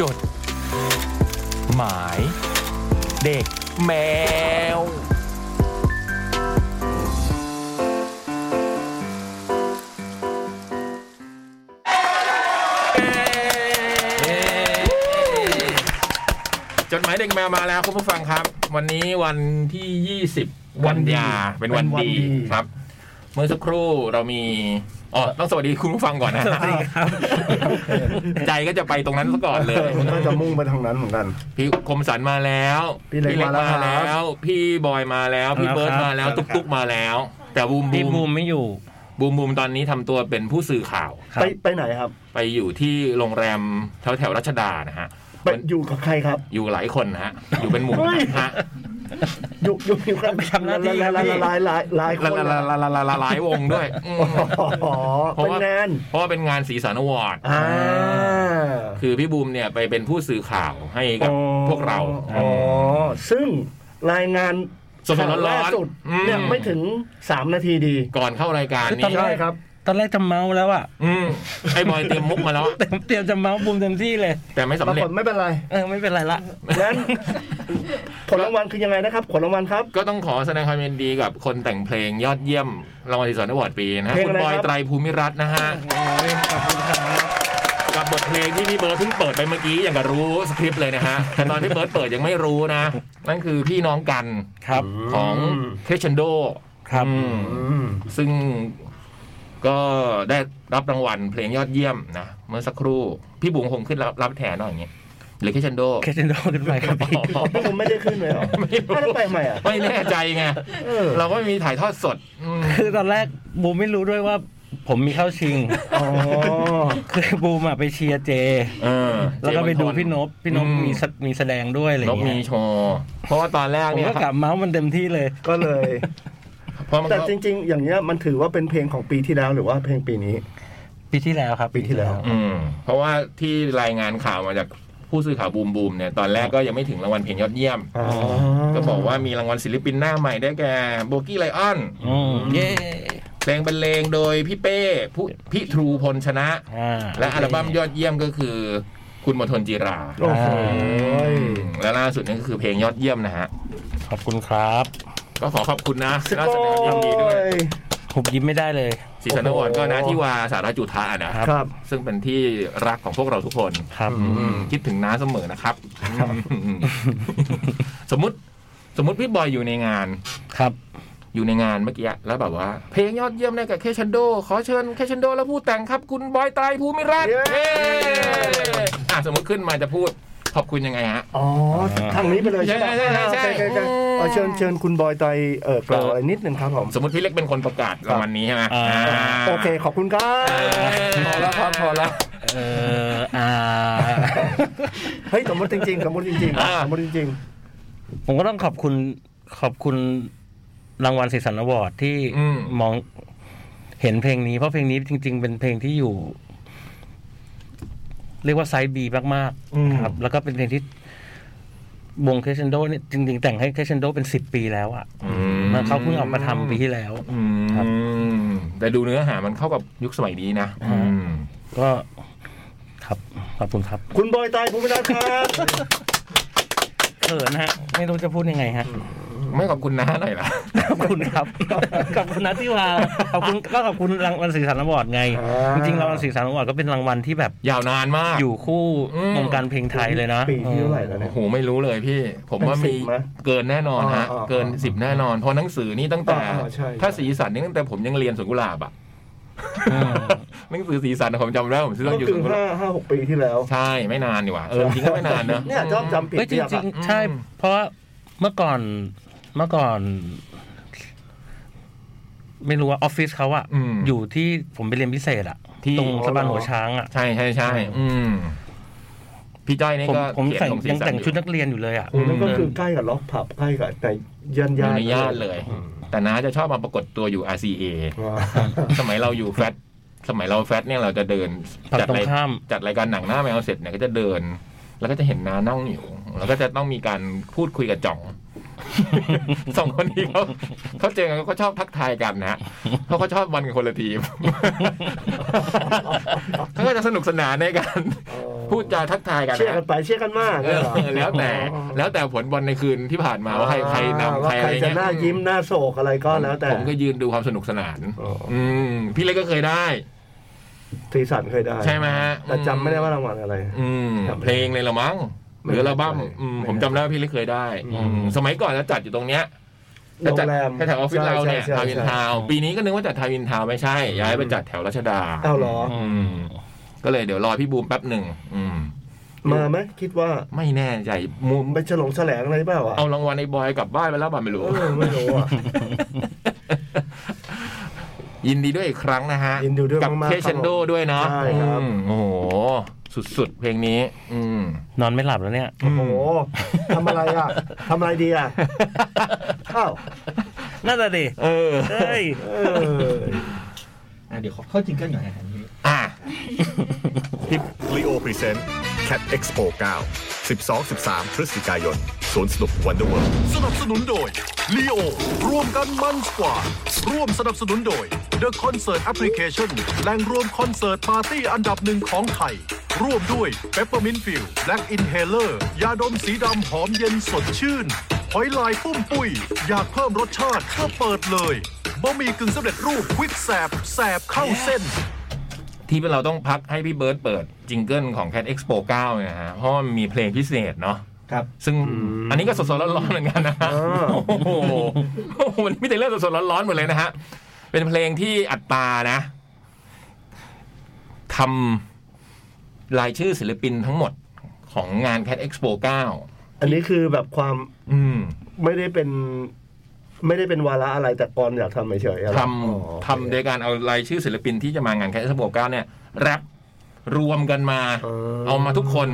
จด หมาย เด็กแมว จดหมายเด็กแมวมาแล้วคุณผู้ฟังครับ วันนี้วันที่ 20 วันยาเป็นวันดีครับ เมื่อสักครู่เรามีอ๋อต้องสวัสดีคุณผู้ฟังก่อนนะใจก็จะไปตรงนั้นซะก่อนเลย ผมก็จะมุ่งไปทางนั้นเหมือนกัน พี่คมสันมาแล้ว พี่เล็กมาแล้วครับ พี่บอยมาแล้ว พี่เบิร์ดมาแล้ว ตุ๊กตุ๊กมาแล้ว แต่บูม พี่ บู บู ม มไม่อยู่ บูมบูมตอนนี้ทำตัวเป็นผู้สื่อข่าว ครับ ไปไปไหนครับ ไปอยู่ที่โรงแรมแถวแถวๆรัชดานะฮะ ไปอยู่กับใครครับ อยู่หลายคนนะฮะอยู่เป็นหมู่ เฮ้ย ฮะ อยู่อยู่อยู่กัน ไปทำหน้าที่ครั ลาลาบพี่ ลายลายลายค ละ น ละ เหร ละ อ ละละละละหลายวงด้วยอืม อ๋อเป็นงาน เพราะว่าเป็นงานสีสันอวอร์ด อ่า คือพี่บูมเนี่ยไปเป็นผู้สื่อข่าวให้กับพวกเรา อ๋อ ซึ่งรายงาน สดๆร้อนๆ ข่าวล่าสุด อืม เนี่ยไม่ถึงสามนาทีดี ก่อนเข้ารายการ คือตอน นี้ แรก ครับ ตอนแรกจะเมาแล้วอ่ะ อืมไอ้บอยเตรียมมุกมาแล้ว เต็มเตรียมจะเมาบูมเต็มที่เลย แต่ไม่ ป สำ รา เร็ ก จ ฏไม่เป็นไร เออไม่เป็นไรละ งั้นผลรางวัลคือยังไงนะครับ ผลรางวัลครับ ก็ต้องขอแสดงความยินดีกับคนแต่งเพลงยอดเยี่ยมรางวัลสีสันอวอร์ดปีนะฮะ เพลง คุณอะไร บอย ครับ ไตรภูมิรัตน์นะฮะกับบทเพลงที่พี่เบิร์ดเพิ่งเปิดไปเมื่อกี้อย่างกับรู้สคริปต์เลยนะฮะแต่ตอนที่เบิร์ดเปิดยังไม่รู้นะ นั่นคือพี่น้องกัน ครับ ของเทชันโด ครับ อืม ซึ่งก็ได้รับรางวัลเพลงยอดเยี่ยมนะ เมื่อสักครู่ พี่บุ๋งคงขึ้นรับรับแทนเนอะอย่างเงี้ยหรือแค่ชันโด แคชเชนโดขึ้นไปครับพี่ พวกคุณไม่ได้ขึ้นเลยเหรอ ไม่รู้ ได้ไปใหม่อ่ะ ไม่แน่ใจไง เออ เราก็ไม่มีถ่ายทอดสดอืม คือตอนแรกบูมไม่รู้ด้วยว่า ผมมีเข้าชิง อ๋อ คือบูมอะไปเชียร์เจ เออ แล้วก็ไปดู เจมส์ พี่นพพี่นพ อืม มีสมีแสดงด้วยอะไรอน ย่าก ง มี เงี้ย โชว์เพราะว่าตอนแรก ผม เนี่ย ก็กลับเมาส์มันเต็มที่เลย ก็เลย เพราะมัน แต่ ก็ จริง ๆ อย่างเนี้ยมันถือว่าเป็นเพลงของปีที่แล้วหรือว่าเพลงปีนี้ ปีที่แล้วครับ ปีที่แล้ว อืมเพราะว่าที่รายงานข่าวมาจากผู้สื่อข่าวบูมบูมเนี่ยตอนแรกก็ยังไม่ถึงรางวัลเพลงยอดเยี่ยม อ๋อ ก็บอกว่ามีรางวัลศิลปินหน้าใหม่ได้แก่โบกี้ไลออน อืมเย้ เพลงบรรเลงโดยพี่เป้ผู้พี่ทรูพลชนะ อ่า และอัลบั้มยอดเยี่ยมก็คือ คุณมณฑลจีรา โอ้โห และล่าสุดนั่นก็คือเพลงยอดเยี่ยมนะฮะ ขอบคุณครับ ก็ขอขอบคุณนะ ส ล่า โก สุดนะยินดีด้วย ย ผมยิ้มไม่ได้เลย สีสันอวอร์ดก็นะที่วาสารจุธานะครับ ซึ่งเป็นที่รักของพวกเราทุกคน ครับ อืมคิดถึงน้าเสมอนะครับอืมสมมติสมมติพี่บอยอยู่ในงาน ครับ อยู่ในงานเมื่อกี้อะแล้วแบบว่า เพลงยอดเยี่ยมได้กับเคชันโด ขอเชิญเคชันโดแล้วพูดแต่งครับ คุณบอยไตรภูมิรัตน์ เย้ เย้อ่ะสมมติขึ้นมาจะพูดขอบคุณยังไงฮะ อ๋อ ทางนี้ไปเลยใช่ไหม ใช่ใช่ใช่ใช่ ใช่ใช่ อืม เอาเชิญเชิญคุณบอยไตรเออกล่าวอะไรนิดหนึ่งครับผม สมมติพี่เล็กเป็นคนประกาศรางวัลนี้ใช่ไหม อ่า า โอเค ขอบคุณครับ พอแล้วครับพอแล้ว เอออ่า เฮ้ย สมมติจริง ๆ สมมติจริง อ่า ๆสมมติจริง ผมก็ต้องขอบคุณขอบคุณรางวัลศิสันอวอร์ดที่ อืม มองเห็นเพลงนี้ เพราะเพลงนี้จริง ๆ เป็นเพลงที่อยู่ เรียกว่าไซส์บีมาก อืม ๆครับ แล้วก็เป็นเพลงที่วงเคชันโดเนี่ยจริง ๆ แต่งให้เคชันโดเป็นสิบปีแล้วอะ อืม มันเขาเพิ่งออกมาทำปีที่แล้ว อื ครับ มแต่ดูเนื้อหามันเข้ากับยุคสมัยนี้นะอืม ก็ครับขอบคุณครับ ๆ คุณบอยไตรภูมิรัตน์ครับ เขินฮะ ไม่รู้จะพูดยังไงฮะ ไม่ขอบคุณน้าหน่อยล่ะ ขอบคุณครับ ขอบคุณนะที่วาขอบคุณก็ขอบคุณรางวัลสีสันอวอร์ดไง อ่า จริงๆรางวัลสีสันอวอร์ดก็เป็นรางวัลที่แบบ ยาวนานมาก อยู่คู่ อืม วงการเพลงไทยเลยนะ ปีที่เท่าไหร่แล้วเนี่ โอ้ ย โหไม่รู้เลยพี่ ผมว่า เป็น มี สิบไหม เกินแน่นอนฮะ อ๋ออ๋อ เกินสิบแน่นอน เพราะหนังสือนี่ตั้งแต่ อ๋อใช่ ถ้าสีสันนี่ตั้งแต่ผมยังเรียนสวนกุหลาบอ่ะหนังสือสีสันผมจำได้ผมซื้อ ก็ ตั้งอยู่สคือ วนกุหลา ห้า บ ห้าหกปีที่แล้ว ใช่ไม่นานดีกว่าเออจริงก็ไม่นานเนอะ เนี่ยชอบจำผิด เฮ้ยจ เนี่ยค ริ รับ งๆ ใช่ อืม เพราะว่าเมื่อก่อนเมื่อก่อน ไม่รู้ว่าออฟฟิศเขาอะ อืม อยู่ที่ผมไปเรียนพิเศษอะ ที่ ตรงสะพานหัวช้างอะ ใช่ใช่ใช่อืมพี่จ้อยนี่ ผม ก็ ผม เขียน แต่ง ลงสี ยัง สัน แต่ง อยู่ ชุดนักเรียนอยู่เลยอะ โอ้นั่นก็ อืม คือใกล้กับล็อกผับใกล้กับแต่ย่าน อยู่ ย่าน ในย่านเลย แต่น้าจะชอบมาปรากฏตัวอยู่ RCA สมัยเราอยู่แฟตสมัยเราแฟตเนี่ยเราจะเดิน ฝั่ง จัด ตร ราง ย ข้าม จัดรายการหนังหน้าแมวเสร็จเนี่ยก็จะเดิน แล้วก็จะเห็นนานั่งอยู่ แล้วก็จะต้องมีการพูดคุยกับจ่อง สองคนนี้เขาเขาเจอกันเขาก็ชอบทักทายกันนะฮะเพราะเขาชอบบ อลกับคนละทีม เขาก็จะสนุกสนานในการ พูดจาทักทายกัน เชื่อ นะ กันไปเชื่อกันมาก เออแล้วแต่แล้วแต่ผลบอลในคืนที่ผ่านมาว่าใครใครนำใครอะไร จะ เงี้ย หน้ายิ้มหน้าโศกอะไรก็แล้วแต่ ผมก็ยืนดูความสนุกสนาน อ๋อ อืมพี่เล็กก็เคยได้ สีสันเคยได้ ใช่ไหมฮะ แต่จำไม่ได้ว่ารางวัลอะไร อืมเพลงเลยละมั้งหรืออัลบั้มอืมผมจำได้ว่าพี่เล็กเคยได้อืมสมัยก่อนจะจัดอยู่ตรงเนี้ย โรงแรม แถวออฟฟิศเราเนี่ย ใช่ ทา ใช่ วิน ใช่ ทาวน์ปีนี้ก็นึกว่าจัดทาวินทาวน์ไม่ใช่ ย้ายไปจัดแถวรัชดา เอ้าเหรอ มก็เลยเดี๋ยวรอพี่บูมแป๊บหนึ่งอืม มาไหมคิดว่า ไม่แน่ใจมุม ไปฉลองแฉลงอะไรเปล่าอ่ะ เอารางวัลไอ้บอยกลับบ้านไปแล้วบ่าไม่รู้ เออไม่รู้อ่ะ ยินดีด้วยอีกครั้งนะฮะ ยินดีด้วย กับ มากๆ เทชเชนโด ครับผม ด้วยเนาะ ใช่ครับ อืมโอ้โห สุดๆ เพลงนี้ อืม นอนไม่หลับแล้วเนี่ย โอ้โหทำอะไรอ่ะทำอะไรดี อ่ะอ้าว น่าจะดิ เออ เอ้ย เออ อ่ะเดี๋ยวขอเข้าจิงเกิลหน่อยนะครับ อ่ะ ลีโอพรีเซนต์ Cat Expo 9 12 13 พฤศจิกายนสวนสนุกวันเดอร์เวิลด์สนับสนุนโดยลีโอร่วมกันมันกว่า ร่วมสนับสนุนโดย The Concert Application แหล่งรวมคอนเสิร์ตปาร์ตี้อันดับหนึ่งของไทย ร่วมด้วย Peppermint Field Black Inhaler ยาดมสีดำหอมเย็นสดชื่น หอยลายปุ้มปุ้ย อยากเพิ่มรสชาติก็เปิดเลยบะหมี่กึ่งสำเร็จรูปควิกแสบแสบเข้าเส้น ที่เราต้องพักให้พี่เบิร์ตเปิดจิงเกิลของ Cat Expo 9เนี่ยนะฮะ เพราะมันมีเพลงพิเศษเนาะ ครับ ซึ่งอันนี้ก็สดๆร้อนๆเหมือนกันนะฮะ อ่า โอ้โหวันนี้ไมแต่ได้เรื่องสดๆร้อนๆหมดเลยนะฮะ เป็นเพลงที่อัตรานะทำรายชื่อศิลปินทั้งหมดของงาน Cat Expo 9 อันนี้คือแบบความ อืม ไม่ได้เป็น ไม่ได้เป็นวาระอะไรแต่กรอยากทำเฉยๆอะไร ท อ๋อ ำทำโดยการเอารายชื่อศิลปินที่จะมางาน Cat Expo 9 เนี่ยแรปรวมกันมา เอามาทุกคน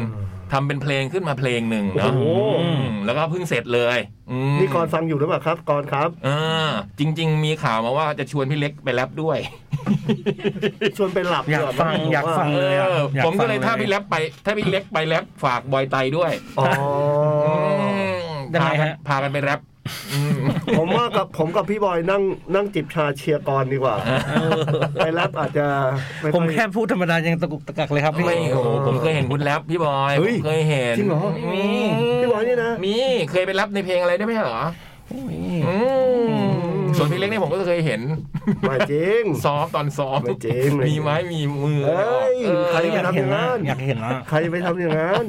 ทำเป็นเพลงขึ้นมาเพลงหนึ่ง โอ้ เนาะ โห อืมแล้วก็เพิ่งเสร็จเลยอืม นี่กรฟังอยู่หรือเปล่าครับกรครับ เออจริง ๆ มีข่าวมาว่าจะชวนพี่เล็กไปแรปด้วย ชวนไปหลับ อยากฟัง ดีว่ อยากฟัง เอ เลยอะ อ อาก ผมก็เลย ฟัง ถ้าพี่แรปไป ถ้าพี่เล็กไปแรปฝากบอยไตด้วย อ๋ออ ม ได้ไหมฮะ พากันไปแรปอืม ผมว่ากับผมกับพี่บอยนั่งนั่งจิบชาเชียร์กรดีกว่า ไปรับอาจจะไอย ผมแค่พูดธรรมดายังตะกุกตะกักเลยครับพี่ ไม่โอ้โหผมเคยเห็นคุณแรปพี่บอย เฮ้ ผ ย มเคยเห็น จริงเหรอ มี พี่บอยนี่นะ มีเคยไปแรปในเพลงอะไรได้ไหมเหรออืมส่วนพี่เล็กเนี่ยผมก็เคยเห็น ไม่จริง ซ้อมตอนซ้อม ไม่จริงไม่จริง มีไม้มีมือ เอ้ย เออ ใคร อยากเห็นนะอยากเห็นนะ ใครไปทำอย่างนั้น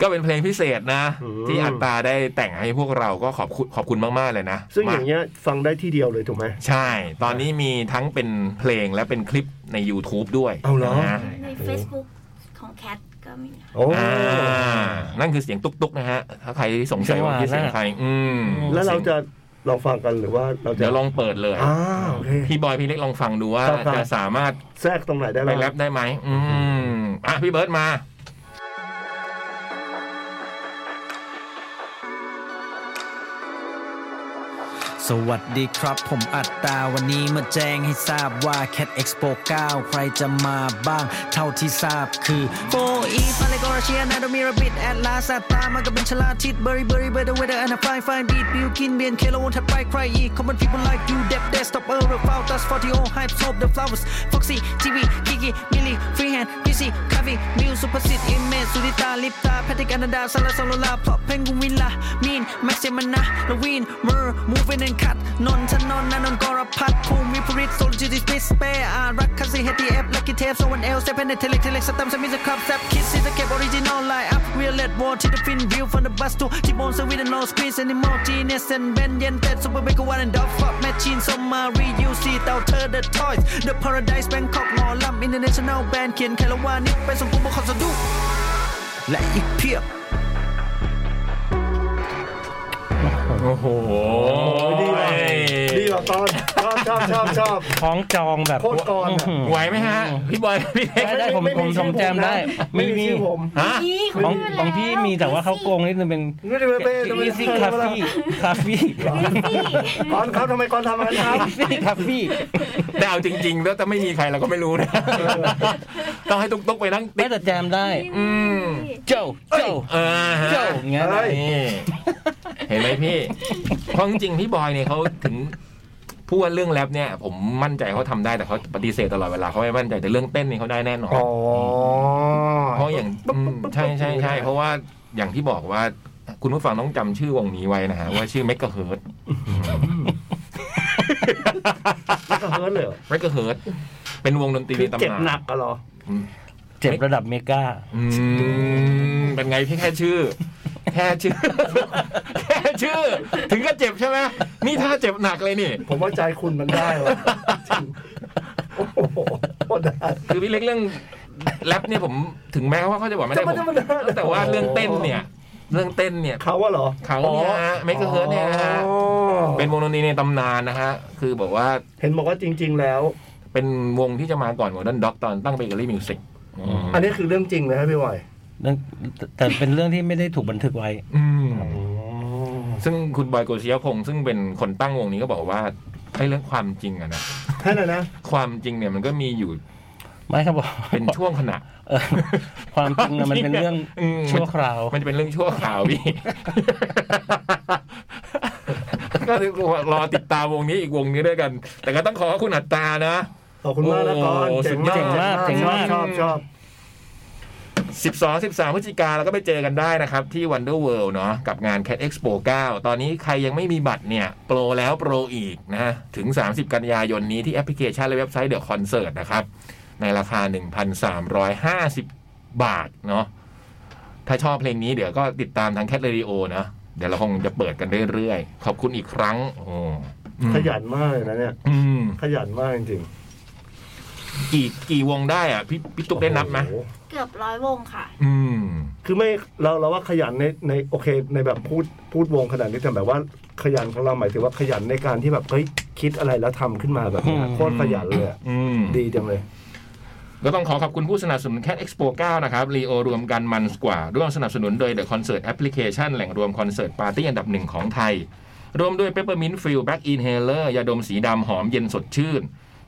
ก็เป็นเพลงพิเศษนะ อืม ที่อัตตราได้แต่งให้พวกเราก็ขอบคุณขอบคุณมาก ๆ เลยนะ ซึ่ง ม อย่างเงี้ยฟังได้ที่เดียวเลยถูกไหม ใช่ ตอนนี้มีทั้งเป็นเพลงและเป็นคลิปใน YouTube ด้วย เอาเหรอ นะ ใน Facebook ของแคทก็มี โอ้ อ่านั่นคือเสียงตุ๊ก ๆ นะฮะ ถ้าใครสงสัยว่าคือเสียงใคร อืม แล้วเราจะลองฟังกันหรือว่าเราจะ เดี๋ยวลองเปิดเลย อ่าโอเค พี่บอยพี่เล็กลองฟังดูว่า ครับครับ จะสามารถ แทรกตรงไหนได้ ไป บ้าง แรปได้ไหมอืมอ่ะพี่เบิร์ดมา สวัสดีครับผมอัตตาวันนี้มาแจ้งให้ทราบว่า Cat Expo 9 ใครจะมาบ้าง เท่าที่ทราบคือ โฟอีฟอะไรก็ราเชียนาโดมีระบิดแอดลาสตามันก็เป็นฉลาดทิดเบอรี่เบอรี่เบอร์เดอร์เวเดอร์อันดับไฟไฟดีดบิวกินเบียนเคโลถัดไปใครอีกคอมมอนพีเพิลไลค์ยูเดบเดสต็อปเออร์เรฟาวตัสฟอร์ติโอไฮป์โซบเดอะฟลาวเวอร์สฟ็อกซี่จีวีกิกิมิลลี่ฟรีแฮนด์พีซีคาฟิมิวสุภสิทธิ์อิมเมจสุริตาลิปตาแพทริกอนันดาสารสโลลาเพลาะเพลงกุวินลามีนแม็กเซมันนะละวินเมอร์มูฟเวนแอนคัตนนทนนท์นันนนท์กรพัฒน์ภูมิพริตโซลจิติสปิสเปอารักคัสซีเฮตีเอฟลักกี้เทปโซวันเอลเซเปนเนเทเล็กเทเล็กสตัมเซมิสครับแซบคิดซีสเก็บออริจินอลไลน์อัพเรียลเลดวอลที่เดฟินวิวฟันเดอะบัสทูที่บนสวิตเนอสกรีนเซนิมอลจีเนสเซนเบนเยนเต็ดซูเปอร์เบกวันแอนด์ดอฟฟอร์แมชชีนสมารียูซีเตาเธอเดอะทอยส์เดอะพาราไดส์แบงคอกหมอลำอินเตอร์เนชั่นแนลแบนด์เขียนแคลวานิดไปส่งกูมาคอนสะดุกและอีกเพียบ โอ้โห ดีว่ะดีว่ะตอนชอบชอบชอบชอบ คล้องจองแบบ โคตรกรอะ ไหวไหมฮะ พี่บอยพี่เล็ก ได้ผม ไ ผมผมแจมได้ ไม่มีมีชื่อผม ฮะ ของของพี่มีแต่ว่าเขาโกงนิดนึงเป็น ไม่ได้เป็นเป็น อีซี่คาเฟ่คาเฟ่ กรครับทำไมกรทำอะไรครับ อีซี่คาเฟ่ แต่เอาจริงๆ แล้วจะไม่มีใครเราก็ไม่รู้ นะ ต้องให้ตุ๊กๆไปนั่ง ไม่ ติ๊ก แต่แจมได้ อืม เจ้าเจ้า เออฮะ เจ้าอย่างเงี้ย เอ้ย นี่เห็นไหมพี่เพราะจริงๆ พี่บอยเนี่ยเขาถึงพูดว่าเรื่องแรปเนี่ย ผมมั่นใจเขาทำได้แต่เขาปฏิเสธตลอดเวลาเขาไม่มั่นใจแต่เรื่องเต้นนี่เขาได้แน่นอน อ๋อ เพราะอย่างอืมใช่ใช่ใช่เพราะว่าอย่างที่บอกว่าคุณผู้ฟังต้องจำชื่อวงนี้ไว้นะฮะว่าชื่อเมกะเฮิร์ ต แล้วก็เฮิร์ตเลยเหรอ เมกะเฮิร์ตเป็นวงดนตรี คือ ในตำนาน เจ็บหนักอะเหรอ เจ็บระดับเมกา อืมเป็นไงพี่แค่ชื่อ แค่ชื่อ แค่ชื่อ ถึงก็เจ็บใช่ไหมนี่ถ้าเจ็บหนักเลยนี่ ผมว่าใจคุณมันได้ว่ะจริงโอ้โหโคตรได้ คือพี่เล็กเรื่องแรปเนี่ยผมถึงแม้ว่าเขาจะบอกไม่ได้ ธรรมดาธรรม ผม ดา แต่ว่าเรื่องเต้นเนี่ย เรื่องเต้นเนี่ย เขาว่าเหรอ เขาเนี่ยฮะเมกะเฮิร์ตเนี่ยนะฮะ อ๋อ เป็นวงดนตรีในตำนานนะฮะ คือบอกว่า เห็นบอกว่าจริง ๆ แล้ว เป็นวงที่จะมาก่อนโมเดิร์นด็อกตอนตั้งเบเกอรี่มิวสิก อันนี้คือเรื่องจริงเลยครับพี่บอย เรื่องแต่แต่เป็นเรื่องที่ไม่ได้ถูกบันทึกไว้ ซึ่งคุณบอยโกเชียพงศ์ซึ่งเป็นคนตั้งวงนี้ก็บอกว่าไอ้เรื่องความจริงอะนะ แค่นั้นนะ ความจริงเนี่ยมันก็มีอยู่ ไม่ครับบอก เป็นช่วงข ณะ เออความจริงน่ะมันเป็นเรื่อง อืม ชั่วคราว มันจะเป็นเรื่องชั่วคราวพี่ ก็เรียกว่ารอติดตามวงนี้อีกวงนี้ด้วยกัน แต่ก็ต้องขอขอบคุณอัตตานะ ขอบคุณมากนะก่อน โอ้โห เจ๋ง สุดยอด มาก เจ๋งมาก ชอบชอบ 12 13พฤศจิกาเราก็ไปเจอกันได้นะครับ ที่ Wonder World เนาะกับงาน Cat Expo 9 ตอนนี้ใครยังไม่มีบัตรเนี่ย โปรแล้วโปรอีกนะ ถึง 30 กันยายนนี้ที่แอปพลิเคชันและเว็บไซต์เดอะคอนเสิร์ตนะครับ ในราคา 1,350 บาทเนาะถ้าชอบเพลงนี้เดี๋ยวก็ติดตามทาง Cat Radio เนาะเดี๋ยวเราคงจะเปิดกันเรื่อยๆ ขอบคุณอีกครั้งโอ้อืม ขยันมากเลยนะเนี่ย อืม ขยันมากจริง กี่กี่วงได้อ่ะพี่พี่ตุ๊กได้นับไหม โอ้โ เกือบร้อยวงค่ะ อืม คือไม่เราเราว่าขยันในในโอเค ในแบบพูดพูดวงขนาดนี้แต่แบบว่าขยันของเราหมายถึงว่าขยันในการที่แบบเฮ้ยคิดอะไรแล้วทำขึ้นมาแบบเนี้ยโคตรขยันเลยอะ อืม ดีจังเลย ก็ต้องขอขอบคุณผู้สนับสนุน Cat Expo 9 นะครับ รีโอรวมกันมันกว่า ร่วมสนับสนุนโดย The Concert Application แหล่งรวมคอนเสิร์ตปาร์ตี้อันดับหนึ่งของไทย รวมด้วย Peppermint f i e l Black Inhaler ยาดมสีดำหอมเย็นสดชื่น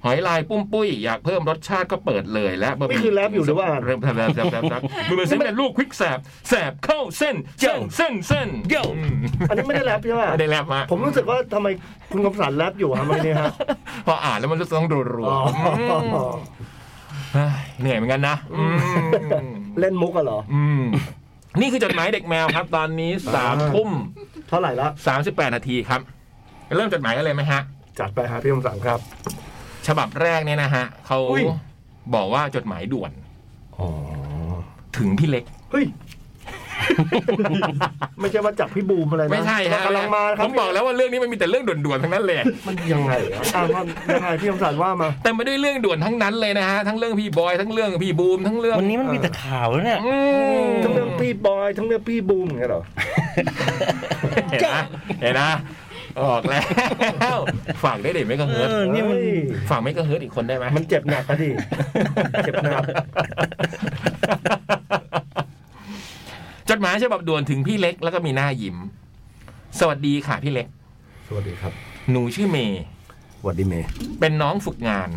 หอยลายปุ้มปุ้ย อยากเพิ่มรสชาติก็เปิดเลยและบะหมี่ นี่คือแรปอยู่หรือว่า แรปแรปแรปแรปแรปแรปมือเส้นเป็นลูกควิกแสบแสบเข้าเส้นเส้นเส้นเส้นเดี่ยวอืม อันนี้ไม่ได้แรปใช่ป่ะ ไม่ได้แรปมา ผมรู้สึกว่าทำไมคุณคำสันแรปอยู่ฮะไม่เนี่ยฮะ พออ่านแล้วมันรู้สึกต้องรัว อ๋อ ๆเฮ้ยเหนื่อยเหมือนกันนะอืม เล่นมุกอะเหรอ อืม นี่คือจดหมายเด็กแมวครับ ตอนนี้สาม อ่า ทุ่ม เท่าไหร่ละ สามสิบแปดนาทีครับ เริ่มจดหมายกันเลยไหมฮะ จัดไปฮะพี่คำสันครับ ฉบับแรกเนี่ยนะฮะเขา อุ้ย บอกว่าจดหมายด่วน อ๋อ ถึงพี่เล็ก เฮ้ย ไม่ใช่ว่าจับพี่บูมอะไรนะ ไม่ใช่ฮะ กำลังมาครั ผ บ มบอกแล้วว่าเรื่องนี้มันมีแต่เรื่องด่วนๆทั้งนั้นเลย มันยังไงอะอ่ะมันยังไงพี่คำสันว่ามา แต่ไม่ด้วยเรื่องด่วนทั้งนั้นเลยนะฮะ ทั้งเรื่องพี่บอยทั้งเรื่องพี่บูมทั้งเรื่อง วันนี้มันมีแต่ข่าวแล้วเนี่ย อืม ทั้งเรื่องพี่บอยทั้งเรื่องพี่บูมอย่างเงี้ยเหรอ เห็นนะเห็นนะออก แล้วฝากได้เด็กไม่กระเฮิร์ต เออเนี่ยมัน เฮ้ย ฝากไม่กระเฮิร์ตอีกคนได้ไหม มันเจ็บหนักก็ดิ เจ็บหนัก จดหมายฉบับด่วนถึงพี่เล็กแล้วก็มีหน้ายิ้ม สวัสดีค่ะพี่เล็ก สวัสดีครับ หนูชื่อเมย์ สวัสดีเมย์ เป็นน้องฝึกงาน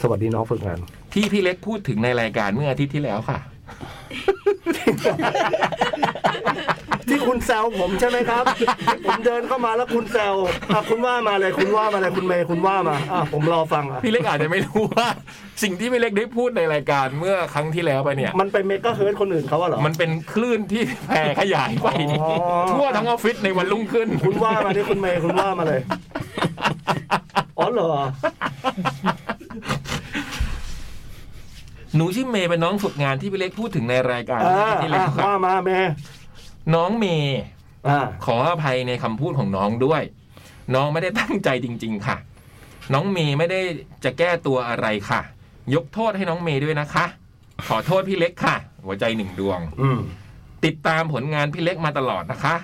สวัสดีน้องฝึกงาน ที่พี่เล็กพูดถึงในรายการเมื่ออาทิตย์ที่แล้วค่ะ ที่คุณแซวผมใช่ไหมครับที่ผมเดินเข้ามาแล้วคุณแซวอ่ะคุณว่ามาเลยคุณว่ามาเลยคุณเมย์คุณว่ามาอ่ะผมรอฟังอ่ะ พี่เล็กอาจจะไม่รู้ว่า สิ่งที่พี่เล็กได้พูดในรายการเมื่อครั้งที่แล้วไปเนี่ย มันไปเมกะเฮิร์ตคนอื่นเขาอะเหรอ มันเป็นคลื่นที่แผ่ขยายไป อ๋อ ทั่วทั้งออฟฟิศในวันรุ่งขึ้น คุณว่ามาดิคุณเมย์คุณว่ามาเลย อ๋อเหรอ หนูชื่อเมย์เป็นน้องฝึกงานที่พี่เล็กพูดถึงในรายการเมื่ออาอ่าทิตย์ที่ อ่ะ แล้วค่ะ ว่ามาเมย์ น้องเมย์ อ่า ขออภัยในคำพูดของน้องด้วย น้องไม่ได้ตั้งใจจริง ๆ ค่ะ น้องเมย์ไม่ได้จะแก้ตัวอะไรค่ะ ยกโทษให้น้องเมย์ด้วยนะคะ ขอโทษพี่เล็กค่ะ หัวใจหนึ่งดวง อืม ติดตามผลงานพี่เล็กมาตลอดนะคะ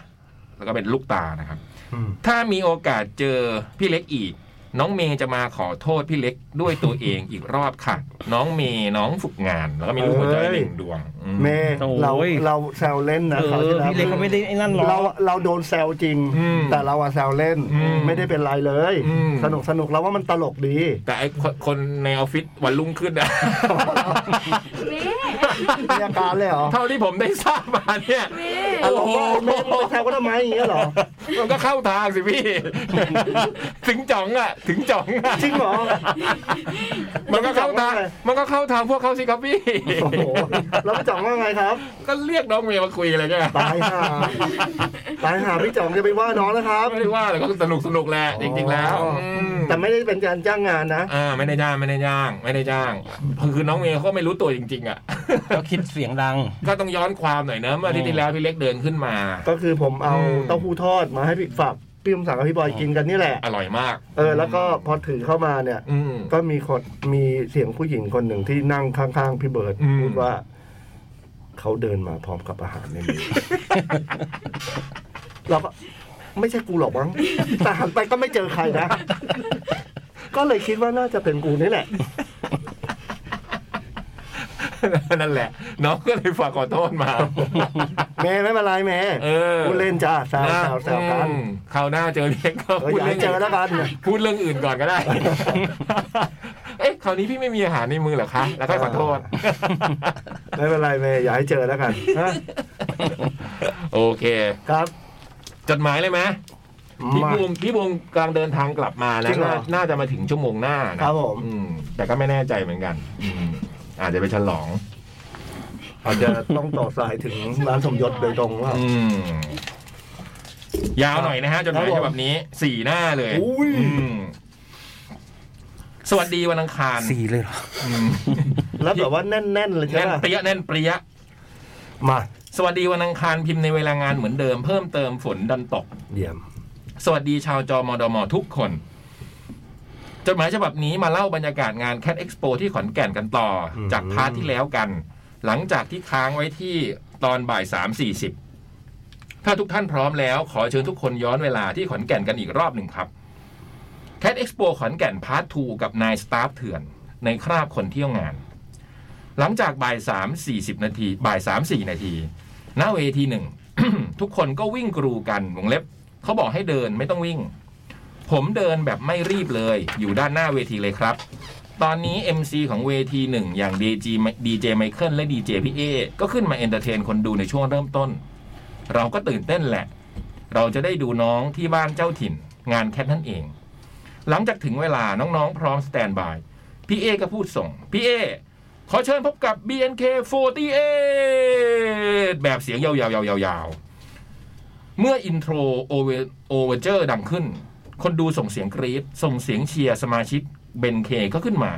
แล้วก็เป็นลูกตานะครับ อืม ถ้ามีโอกาสเจอพี่เล็กอีก น้องเมย์จะมาขอโทษพี่เล็กด้วยตัวเองอีกรอบค่ะ น้องเมย์น้องฝึกงาน แล้วก็มีรูปหัวใจหนึ่งดวงอืม เมย์ โอ้ย เราเราแซวเล่นนะ เอ คราว อ ที่แล้ว พี่เล็กเขาไม่ได้ไอ้นั่นหร เรา อก เราโดนแซวจริง อืม แต่เราอะแซวเล่น อืม ไม่ได้เป็นไรเลย อืม สนุกสนุกเราว่ามันตลกดี แต่ไอคนคนในออฟฟิศวันรุ่งขึ้นอะ เม มีอาการเลยเหรอ เท่าที่ผมได้ทราบมาเนี่ย เม โอ้ โอ้ โห โหไม่ไม่แซวก็ทำไมอย่างเงี้ยเหรอ มันก็เข้าทางสิพี่ ถึงจ่องอ่ะ ถึงจ่องอ่ะ จริงเหรอ มันก็เข้าทาง มันก็เข้าทางพวกเขาสิครับพี่ โอ้โหแล้วพี่จ่องว่าไงครับ ก็เรียกน้องเมย์มาคุยอะไรเงี้ย ตายห่าตายห่าพี่จ่องจะไปว่าน้องนะครับ ไม่ได้ว่าแต่ก็สนุกสนุกแหละจริง ๆ แล้ว อ๋ออื ม แต่ไม่ได้เป็นการจ้างงานนะ อ่าไม่ได้จ้างไม่ได้จ้าง ไม่ได้จ้าง คือน้องเมย์เขาก็ไม่รู้ตัวจริง ๆ อ่ะ ก็คิดเสียงดัง ก็ต้องย้อนความหน่อยเนอะเมื่ออาทิตย์ที่แล้วพี่เล็กเดินขึ้นมา ก็คือผมเอา อืม เต้าหู้ทอดมาให้พี่ฝากพี่คมสังกับพี่บอยกินกันนี่แหละ อร่อยมาก เออ แล้วก็พอถือเข้ามาเนี่ย อืม ก็มีคนมีเสียงผู้หญิงคนหนึ่งที่นั่งข้างๆพี่เบิร์ด อืม พูดว่า เขาเดินมาพร้อมกับอาหารในมือ เราก็ไม่ใช่กูหรอกมั้งแต่หันไปก็ไม่เจอใครนะ ก็เลยคิดว่าน่าจะเป็นกูนี่แหละ นั่นแหละ น้องก็เลยฝากขอโทษมา แม่ไม่เป็นไรแม่ เออ กูดเล่นจ้าแซวแซวแซวกัน อืมคราวหน้าเจอเล็กก็ เออ พู อ ดเรื่ย่าให้ อง เจ อื่ อนแล้ว กัน พูดเรื่องอื่นก่อนก็ได้ เอ๊ะคราวนี้พี่ไม่มีอาหารในมือเหรอคะ แล้วก็ขอโทษ ไม่เป็นไรแม่อย่าให้เจอแล้วกัน นะ โอเค ครับ จดหมายเลยไหมพี่ มา บูมพี่บูมกำลังเดินทางกลับมา จ นะ ริงเหรอ น่าน่าจะมาถึงชั่วโมงหน้านะครับ ผม อืแต่ก็ไม่แน่ใจเหมือนกัน อืมอาจจะไปฉลอง อาจจะต้องต่อสายถึงร้านสมยศโดยตรงว่า อืม ยาวหน่อยนะฮะจดหมาย ครับผม ฉบับนี้สี่หน้าเลย อุ้ย อืมสวัสดีวันอังคาร สี่เลยเหรอ อืม แล้วแบบว่าแน่นๆเลยใช่ แน่น ปะ เปรี้ยแน่นเปรี้ย มา สวัสดีวันอังคารพิมพ์ในเวลางานเหมือนเดิมเพิ่มเติมฝนดันตก เยี่ยม สวัสดีชาวจอมอดอมอทุกคน จดหมายฉบับนี้มาเล่าบรรยากาศงาน Cat Expo ที่ขอนแก่นกันต่อ อืม จากพาร์ทที่แล้วกัน หลังจากที่ค้างไว้ที่ตอนบ่ายสามสี่สิบถ้าทุกท่านพร้อมแล้วขอเชิญทุกคนย้อนเวลาที่ขอนแก่นกันอีกรอบหนึ่งครับ Cat Expo ขอนแก่นพาร์ท2กับนายสตาฟเถื่อน ในคราบคนเที่ยวงาน หลังจากบ่ายสามสี่สิบนาทีบ่ายสามสี่นาทีณเวทีหนึ่ง ทุกคนก็วิ่งกรูกันวงเล็บ เขาบอกให้เดินไม่ต้องวิ่ง ผมเดินแบบไม่รีบเลย อยู่ด้านหน้าเวทีเลยครับ ตอนนี้ MC ของเวทีหนึ่งอย่าง DJ ดีเจไมเคิลและดีเจพี่เอก็ขึ้นมาเอนเตอร์เทนคนดูในช่วงเริ่มต้น เราก็ตื่นเต้นแหละ เราจะได้ดูน้องที่บ้านเจ้าถิ่น งานแคทนั่นเอง หลังจากถึงเวลาน้องๆ พร้อมสแตนบาย พี่เอก็พูดส่ง พี่เอขอเชิญพบกับ BNK48 แบบเสียงยาวๆๆๆๆ เมื่ออินโทรโอเวโอเวอร์เจอร์ดังขึ้น คนดูส่งเสียงกรีดส่งเสียงเชียร์สมาชิกเบนเคก็ขึ้นมา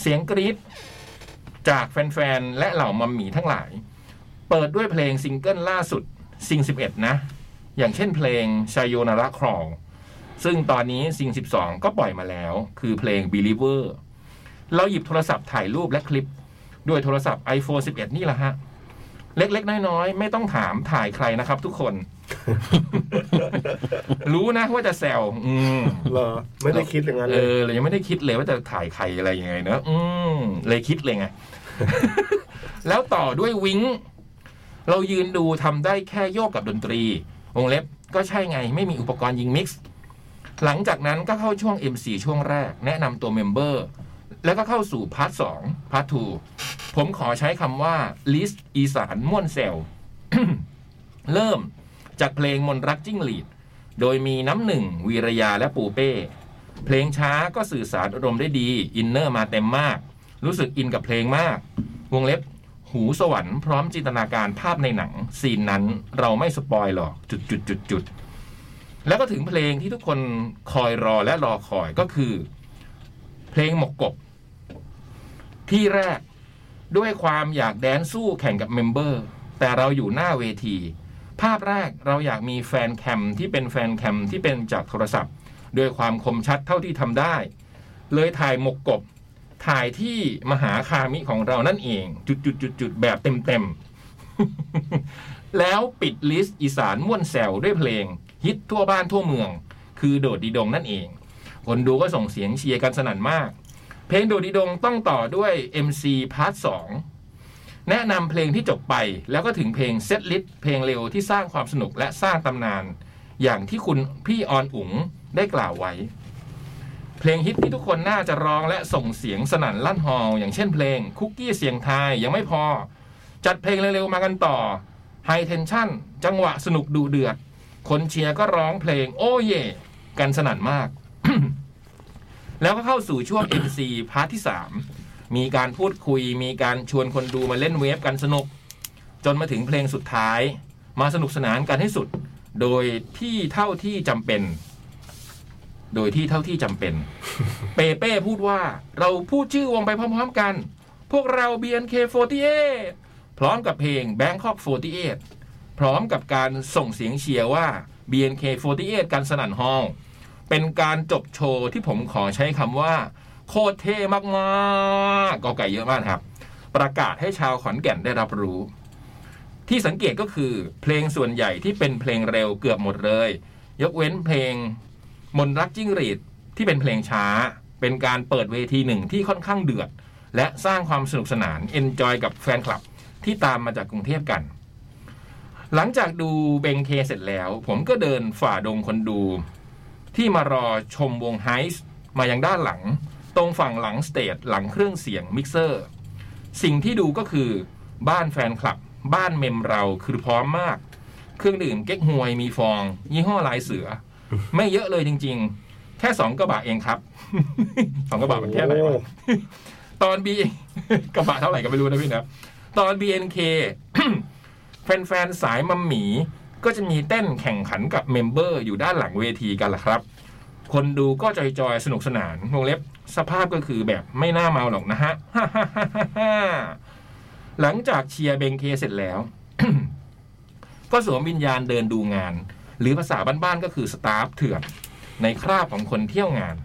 เสียงกรีดจากแฟนๆ และเหล่ามัมหมี่ทั้งหลาย เปิดด้วยเพลงซิงเกิลล่าสุดซิง11 นะ อย่างเช่นเพลงชายโยนาระครองซึ่งตอนนี้ซิง12 ก็ปล่อยมาแล้ว คือเพลง Believer เราหยิบโทรศัพท์ถ่ายรูปและคลิป ด้วยโทรศัพท์ iPhone 11 นี่แหละฮะ เล็กๆ น้อยๆ ไม่ต้องถามถ่ายใครนะครับทุกคน รู้นะว่าจะแซวอืม เหรอ ไม่ได้คิดอย่างนั้น เอ เลย อเรายังไม่ได้คิดเลยว่าจะถ่ายใครอะไรยังไงเนอะอืมเลยคิดเลยไง แล้วต่อด้วยวิ้งเรายืนดูทำได้แค่โยกกับดนตรี วงเล็บก็ใช่ไง ไม่มีอุปกรณ์ยิงมิกซ์ หลังจากนั้นก็เข้าช่วง MC ช่วงแรก แนะนำตัวเมมเบอร์ แล้วก็เข้าสู่พาร์ทสองพาร์ท2ผมขอใช้คำว่าลิสต์อีสานม่วนเซล เริ่มจากเพลงมนต์รักจิ้งหรีด โดยมีน้ำหนึ่งวีรยาและปูเป้ เพลงช้าก็สื่อสารอารมณ์ได้ดี อินเนอร์มาเต็มมาก รู้สึกอินกับเพลงมาก วงเล็บ หูสวรรค์พร้อมจินตนาการภาพในหนัง ซีนนั้นเราไม่สปอยหรอก จุดจุดจุดจุดแล้วก็ถึงเพลงที่ทุกคนคอยรอและรอคอยก็คือ เพลงหมกกบ ที่แรกด้วยความอยากแดนสู้แข่งกับเมมเบอร์ แต่เราอยู่หน้าเวที ภาพแรกเราอยากมีแฟนแคมที่เป็นแฟนแคมที่เป็นจากโทรศัพท์ ด้วยความคมชัดเท่าที่ทำได้ เลยถ่ายหมกกบ ถ่ายที่มหาคามิของเรานั่นเอง จุดจุดจุดจุดแบบเต็มเต็มๆ แล้วปิดลิสต์อีสานม่วนแซวด้วยเพลง ฮิตทั่วบ้านทั่วเมือง คือโดดดีดงนั่นเอง คนดูก็ส่งเสียงเชียร์กันสนั่นมาก เพลงโดดดีดงต้องต่อด้วย MC พาร์ท2แนะนำเพลงที่จบไป แล้วก็ถึงเพลงเซตลิสต์เพลงเร็วที่สร้างความสนุกและสร้างตำนาน อย่างที่คุณพี่ออนอุ๋งได้กล่าวไว้ เพลงฮิตที่ทุกคนน่าจะร้องและส่งเสียงสนั่นลั่นฮอลอย่างเช่นเพลงคุกกี้เสียงทายยังไม่พอ จัดเพลงเร็วๆมากันต่อไฮเทนชั่นจังหวะสนุกดูเดือด คนเชียร์ก็ร้องเพลง โอ้เย่กันสนั่นมาก แล้วก็เข้าสู่ช่วง MC พาร์ทที่ 3 มีการพูดคุย มีการชวนคนดูมาเล่นเวฟกันสนุก จนมาถึงเพลงสุดท้าย มาสนุกสนานกันให้สุด โดยที่เท่าที่จำเป็น โดยที่เท่าที่จำเป็น เปเป้พูดว่าเราพูดชื่อวงไปพร้อมๆกัน พวกเรา BNK48 พร้อมกับเพลง Bangkok 48 พร้อมกับการส่งเสียงเชียร์ว่า BNK48 กันสนั่นฮอลล์เป็นการจบโชว์ที่ผมขอใช้คำว่า โคตรเท่มากๆกอไก่เยอะมากนะครับ ประกาศให้ชาวขอนแก่นได้รับรู้ ที่สังเกตก็คือ เพลงส่วนใหญ่ที่เป็นเพลงเร็วเกือบหมดเลย ยกเว้นเพลง มนต์รักจิ้งหรีดที่เป็นเพลงช้า เป็นการเปิดเวทีหนึ่งที่ค่อนข้างเดือด และสร้างความสนุกสนานเอนจอยกับแฟนคลับ ที่ตามมาจากกรุงเทพกัน หลังจากดูเบงเคเสร็จแล้ว ผมก็เดินฝ่าดงคนดู ที่มารอชมวงไฮส์มายังด้านหลัง ตรงฝั่งหลังสเตจหลังเครื่องเสียงมิกเซอร์ สิ่งที่ดูก็คือ บ้านแฟนคลับ บ้านเมมเราคือพร้อมมาก เครื่องดื่มเก๊กฮวยมีฟอง ยี่ห้อลายเสือ ไม่เยอะเลยจริง ๆ แค่สองกระบะเองครับ สองกระบะมันแค่ไหนวะ ตอน B กระบะเท่าไหร่ก็ไม่รู้นะพี่นะ ตอน BNK แฟนๆ สายมัมหมี ก็จะมีเต้นแข่งขันกับเมมเบอร์อยู่ด้านหลังเวทีกันล่ะครับ คนดูก็จอยๆ สนุกสนาน วงเล็บสภาพก็คือแบบไม่น่าเมาหรอกนะฮะ หลังจากเชียร์เบงเคเสร็จแล้ว ก็สวมวิญญาณเดินดูงาน หรือภาษาบ้านๆ ก็คือสตาฟเถื่อน ในคราบของคนเที่ยวงาน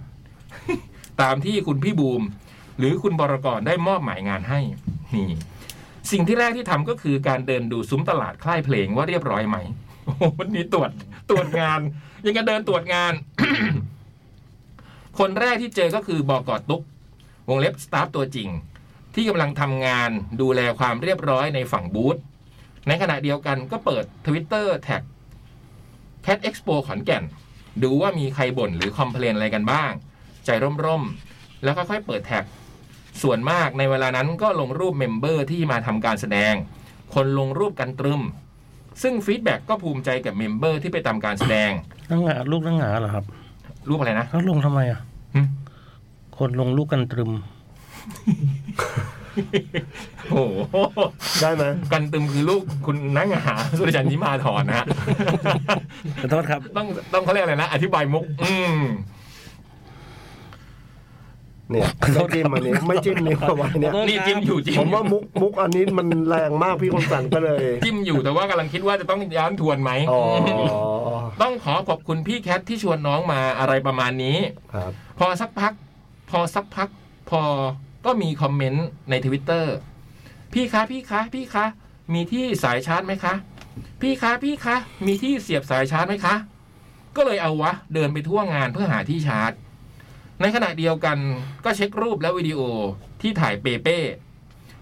ตามที่คุณพี่บูม หรือคุณบรกรได้มอบหมายงานให้ นี่ สิ่งที่แรกที่ทำก็คือการเดินดูซุ้มตลาดค่ายเพลงว่าเรียบร้อยไหม โอ้โหวันนี้ตรวจตรวจงาน ยังกันเดินตรวจงาน คนแรกที่เจอก็คือบอกอตุ๊ก วงเล็บสตาฟตัวจริง ที่กำลังทำงานดูแลความเรียบร้อยในฝั่งบูธ ในขณะเดียวกันก็เปิด Twitter แท็ก Cat Expo ขอนแก่น ดูว่ามีใครบ่นหรือคอมเพลนอะไรกันบ้าง ใจร่มๆ แล้วค่อยๆเปิดแท็ก ส่วนมากในเวลานั้นก็ลงรูปเมมเบอร์ที่มาทำการแสดง คนลงรูปกันตรึม ซึ่งฟีดแบ็กก็ภูมิใจกับเมมเบอร์ที่ไปทำการแสดง นั่งหงาลูกนั่งหงาเหรอครับ รูปอะไรนะ แล้วลงทำไมอ่ะ หึ คนลงลูกกันตรึม โอ้โห ได้ไหม กันตรึมคือลูกคุณนังหาสุริจันทร์นิมาธรนะฮะ ขอโทษครับ ต้องต้องเขาเรียกอะไรนะ อธิบายมุก อืม เนี่ยไม่จิ้มอันนี้ไม่จิ้มนี่เอาไว้เนี่ย นี่จิ้มอยู่จิ้ม ผมว่ามุกมุกอันนี้มันแรงมากพี่คมสันก็เลย จิ้มอยู่แต่ว่ากำลังคิดว่าจะต้องย้อนทวนไหม อ๋อ ต้องขอขอบคุณพี่แคทที่ชวนน้องมาอะไรประมาณนี้ ครับ พอสักพัก พอสักพัก พอก็มีคอมเมนต์ในทวิตเตอร์พี่คะพี่คะพี่คะ มีที่สายชาร์จไหมคะ พี่คะพี่คะ มีที่เสียบสายชาร์จไหมคะ ก็เลยเอาวะ เดินไปทั่วงานเพื่อหาที่ชาร์จ ในขณะเดียวกันก็เช็ครูปและวิดีโอที่ถ่ายเปเป้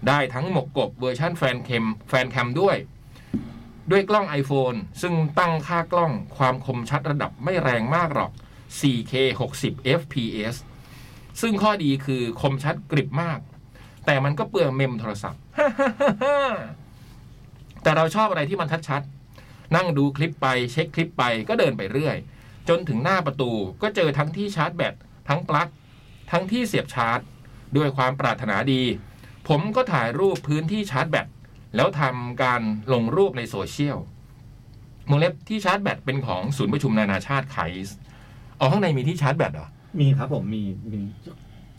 ได้ทั้งหมกกบเวอร์ชั่นแฟนเคมแฟนแคมด้วย ด้วยกล้อง iPhone ซึ่งตั้งค่ากล้องความคมชัดระดับไม่แรงมากหรอก 4K 60 FPS ซึ่งข้อดีคือคมชัดกริบมาก แต่มันก็เปลืองเมมโทรศัพท์ แต่เราชอบอะไรที่มันชัดๆ นั่งดูคลิปไปเช็คคลิปไปก็เดินไปเรื่อย จนถึงหน้าประตูก็เจอทั้งที่ชาร์จแบตทั้งปลั๊กทั้งที่เสียบชาร์จ ด้วยความปรารถนาดี ผมก็ถ่ายรูปพื้นที่ชาร์จแบต แล้วทำการลงรูปในโซเชียลวงเล็บที่ชาร์จแบตเป็นของศูนย์ประชุมนานาชาติไคส์อ๋อข้างในมีที่ชาร์จแบตเหรอ มีครับผมมีมี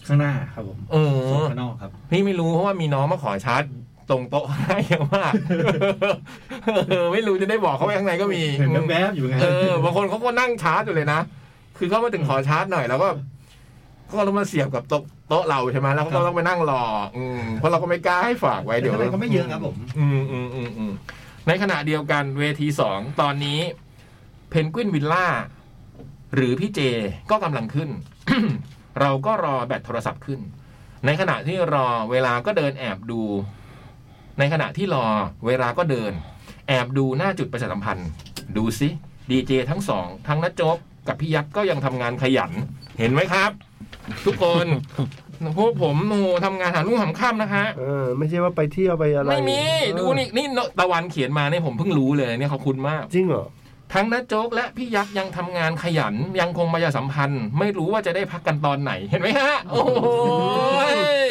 ข้างหน้าครับผม เออ ส่วนข้างนอกครับ พี่ไม่รู้เพราะว่ามีน้องมาขอชาร์จตรงโต๊ะ ให้เยอะมาก เออไม่รู้จะได้บอกเขาไปข้างในก็มี เห็นแวบๆอยู่ไง เออบางคนเขาก็นั่งชาร์จอยู่เลยนะ คือเข้ามาถึงขอชาร์จหน่อยแล้วก็ก็ต้องมาเสียบกับโต๊ะโต๊ะเราใช่ไหมแล้วเขาก็ต้องไปนั่งรอ อืมเพราะเราก็ไม่กล้าให้ฝากไว้ เดี๋ เดี๋ยว วยอะไรก็ไม่เยอะครับผม อืมอืมอืมอืมในขณะเดียวกันเวทีสองตอนนี้เพนกวินวิลล่าหรือพี่เจก็กำลังขึ้น เราก็รอแบตโทรศัพท์ขึ้น ในขณะที่รอเวลาก็เดินแอบดู ในขณะที่รอเวลาก็เดิน แอบดูหน้าจุดประชาสัมพันธ์ ดูสิดีเจทั้งสองทั้งนัจจบกับพี่ยักษ์ก็ยังทำงานขยัน เห็นไหมครับ ทุกคน พวกผมโอ้โหทำงานหาลุ่งหามข้ามนะฮะ เออ ไม่ใช่ว่าไปเที่ยวไปอะไร ไม่มี เออ ดูนี่นี่ตะวันเขียนมาเนี่ยผมเพิ่งรู้เลยเนี่ยขอบคุณมาก จริงเหรอ ทั้งน้าโจ๊กและพี่ยักษ์ยังทำงานขยันยังคงประชาสัมพันธ์ ไม่รู้ว่าจะได้พักกันตอนไหนเห็นไหมฮะ โอ้โหย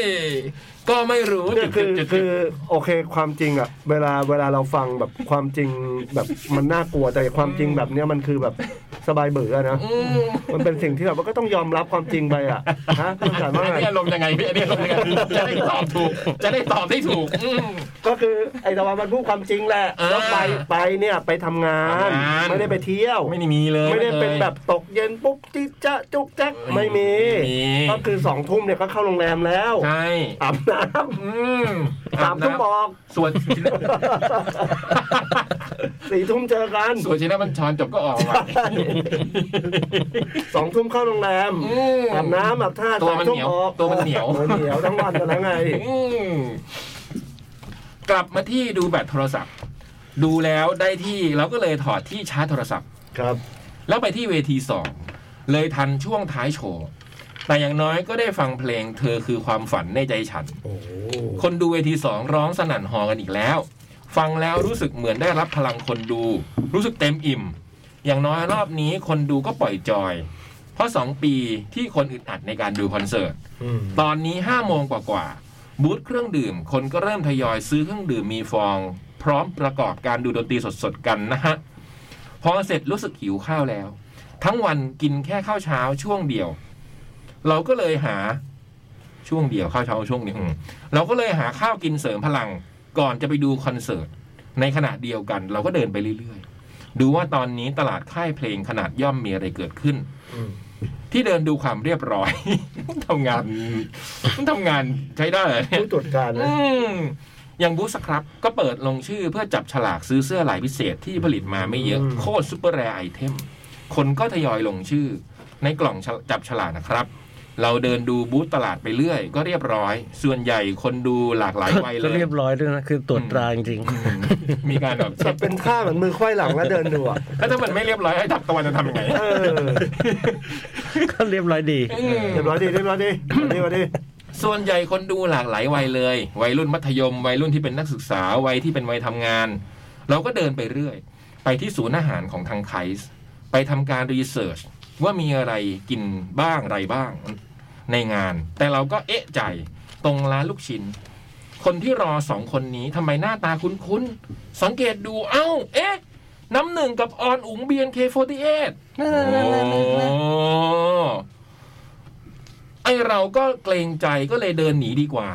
ก็ไม่รู้ คื จุดจุอคืด อ จุด คือโอเคความจริงอะเวลาเวลาเราฟังแบบความจริงแบบมันน่ากลัวแต่ความจริงแบบเนี้ยมันคือแบบสบายเบื่อนะมันเป็นสิ่งที่แบบว่าก็ต้องยอมรับความจริงไปอะฮะคุณสารว่า อัน ไง นี้อารมณ์ยังไงพี่อันนี้อารมณ์ยังไงจะได้ตอบถูก จะได้ตอบได้ถูกอืม ก็คือไอ้ตะวันมันพูดความจริงแหละ อ่า แล้วไปไปเนี่ยไปทำงาน ทำงาน ไม่ได้ไปเที่ยว ไม่ได้มีเลย ไม่ได้เป็น ลย แบบตกเย็นปุ๊บจิจะจุกจักไม่มี ไม่มี ก็คือสองทุ่มเนี่ยก็เข้าโรงแรมแล้ว ใช่ อาบน้ อืม ำสามทุ่มอ อก ส่วน สี่ทุ่มเจอกัน ส่วนชินะบัญชรจบก็ออกมา สองทุ่มเข้าโรงแรม อืม อาบน้ำอาบท่า ตัว สาม มัน ทุ่ เห ม นียว ออก ตัวมันเหนียว ออเหนียวทั้งวันแล้วไง อืมกลับมาที่ดูแบตโทรศัพท์ ดูแล้วได้ที่เราก็เลยถอดที่ชาร์จโทรศัพท์ ครับ แล้วไปที่เวทีสองเลยทันช่วงท้ายโชว์แต่อย่างน้อยก็ได้ฟังเพลงเธอคือความฝันในใจฉัน โอ้โห คนดูเวทีสองร้องสนั่นฮอกันอีกแล้ว ฟังแล้วรู้สึกเหมือนได้รับพลังคนดู รู้สึกเต็มอิ่ม อย่างน้อยรอบนี้คนดูก็ปล่อยจอย เพราะสองปีที่คนอึดอัดในการดูคอนเสิร์ต อืม ตอนนี้ห้าโมงกว่าๆบูธเครื่องดื่ม คนก็เริ่มทยอยซื้อเครื่องดื่มมีฟอง พร้อมประกอบการดูดนตรีสดๆกันนะฮะ พอเสร็จรู้สึกหิวข้าวแล้ว ทั้งวันกินแค่ข้าวเช้าช่วงเดียว เราก็เลยหาช่วงเดียวข้าวเช้าช่วงเดียวอืมเราก็เลยหาข้าวกินเสริมพลัง ก่อนจะไปดูคอนเสิร์ต ในขณะเดียวกัน เราก็เดินไปเรื่อยๆ ดูว่าตอนนี้ตลาดค่ายเพลงขนาดย่อมมีอะไรเกิดขึ้น อืม ที่เดินดูความเรียบร้อย ทำงานมันทำงานใช้ได้เหรอเนี่ย ผู้ตรวจการนะ อืมอย่างบูสครับก็เปิดลงชื่อเพื่อจับฉลากซื้อเสื้อลายพิเศษที่ผลิตมาไม่เยอะ โคตรซูเปอร์แรร์ไอเทม คนก็ทยอยลงชื่อ ในกล่องฉลจับฉลากนะครับ เราเดินดูบูธตลาดไปเรื่อย ก็เรียบร้อย ส่วนใหญ่คนดูหลากหลายวัยเล ก็ ย เรียบร้อยด้วยนะ คือตรวจตราจริง อืมมีการแบบ แบบเป็นท่าเหมือนมือควายหลังแล้วเดินดูอะ แล้วถ้ามันไม่เรียบร้อยให้ทับตะวันจะทำยังไง เออ ๆ ก็เรี ยบร้อยดี อืม เรียบร้อยดีเรียบร้อยดีเรียบร้อยดี ส่วนใหญ่คนดูหลากหลายวัยเลย วัยรุ่นมัธยม วัยรุ่นที่เป็นนักศึกษา วัยที่เป็นวัยทำงาน เราก็เดินไปเรื่อย ไปที่ศูนย์อาหารของทางไคส์ไปทำการรีเสิร์ชว่ามีอะไรกินบ้างอะไรบ้างในงาน แต่เราก็เอ๊ะใจตรงร้านลูกชิ้น คนที่รอสองคนนี้ทำไมหน้าตาคุ้นๆ สังเกตดูเอ้า เอ๊ะ น้ำหนึ่งกับออนอุ๋ง BNK48 โอ้ไอเราก็เกรงใจก็เลยเดินหนีดีกว่า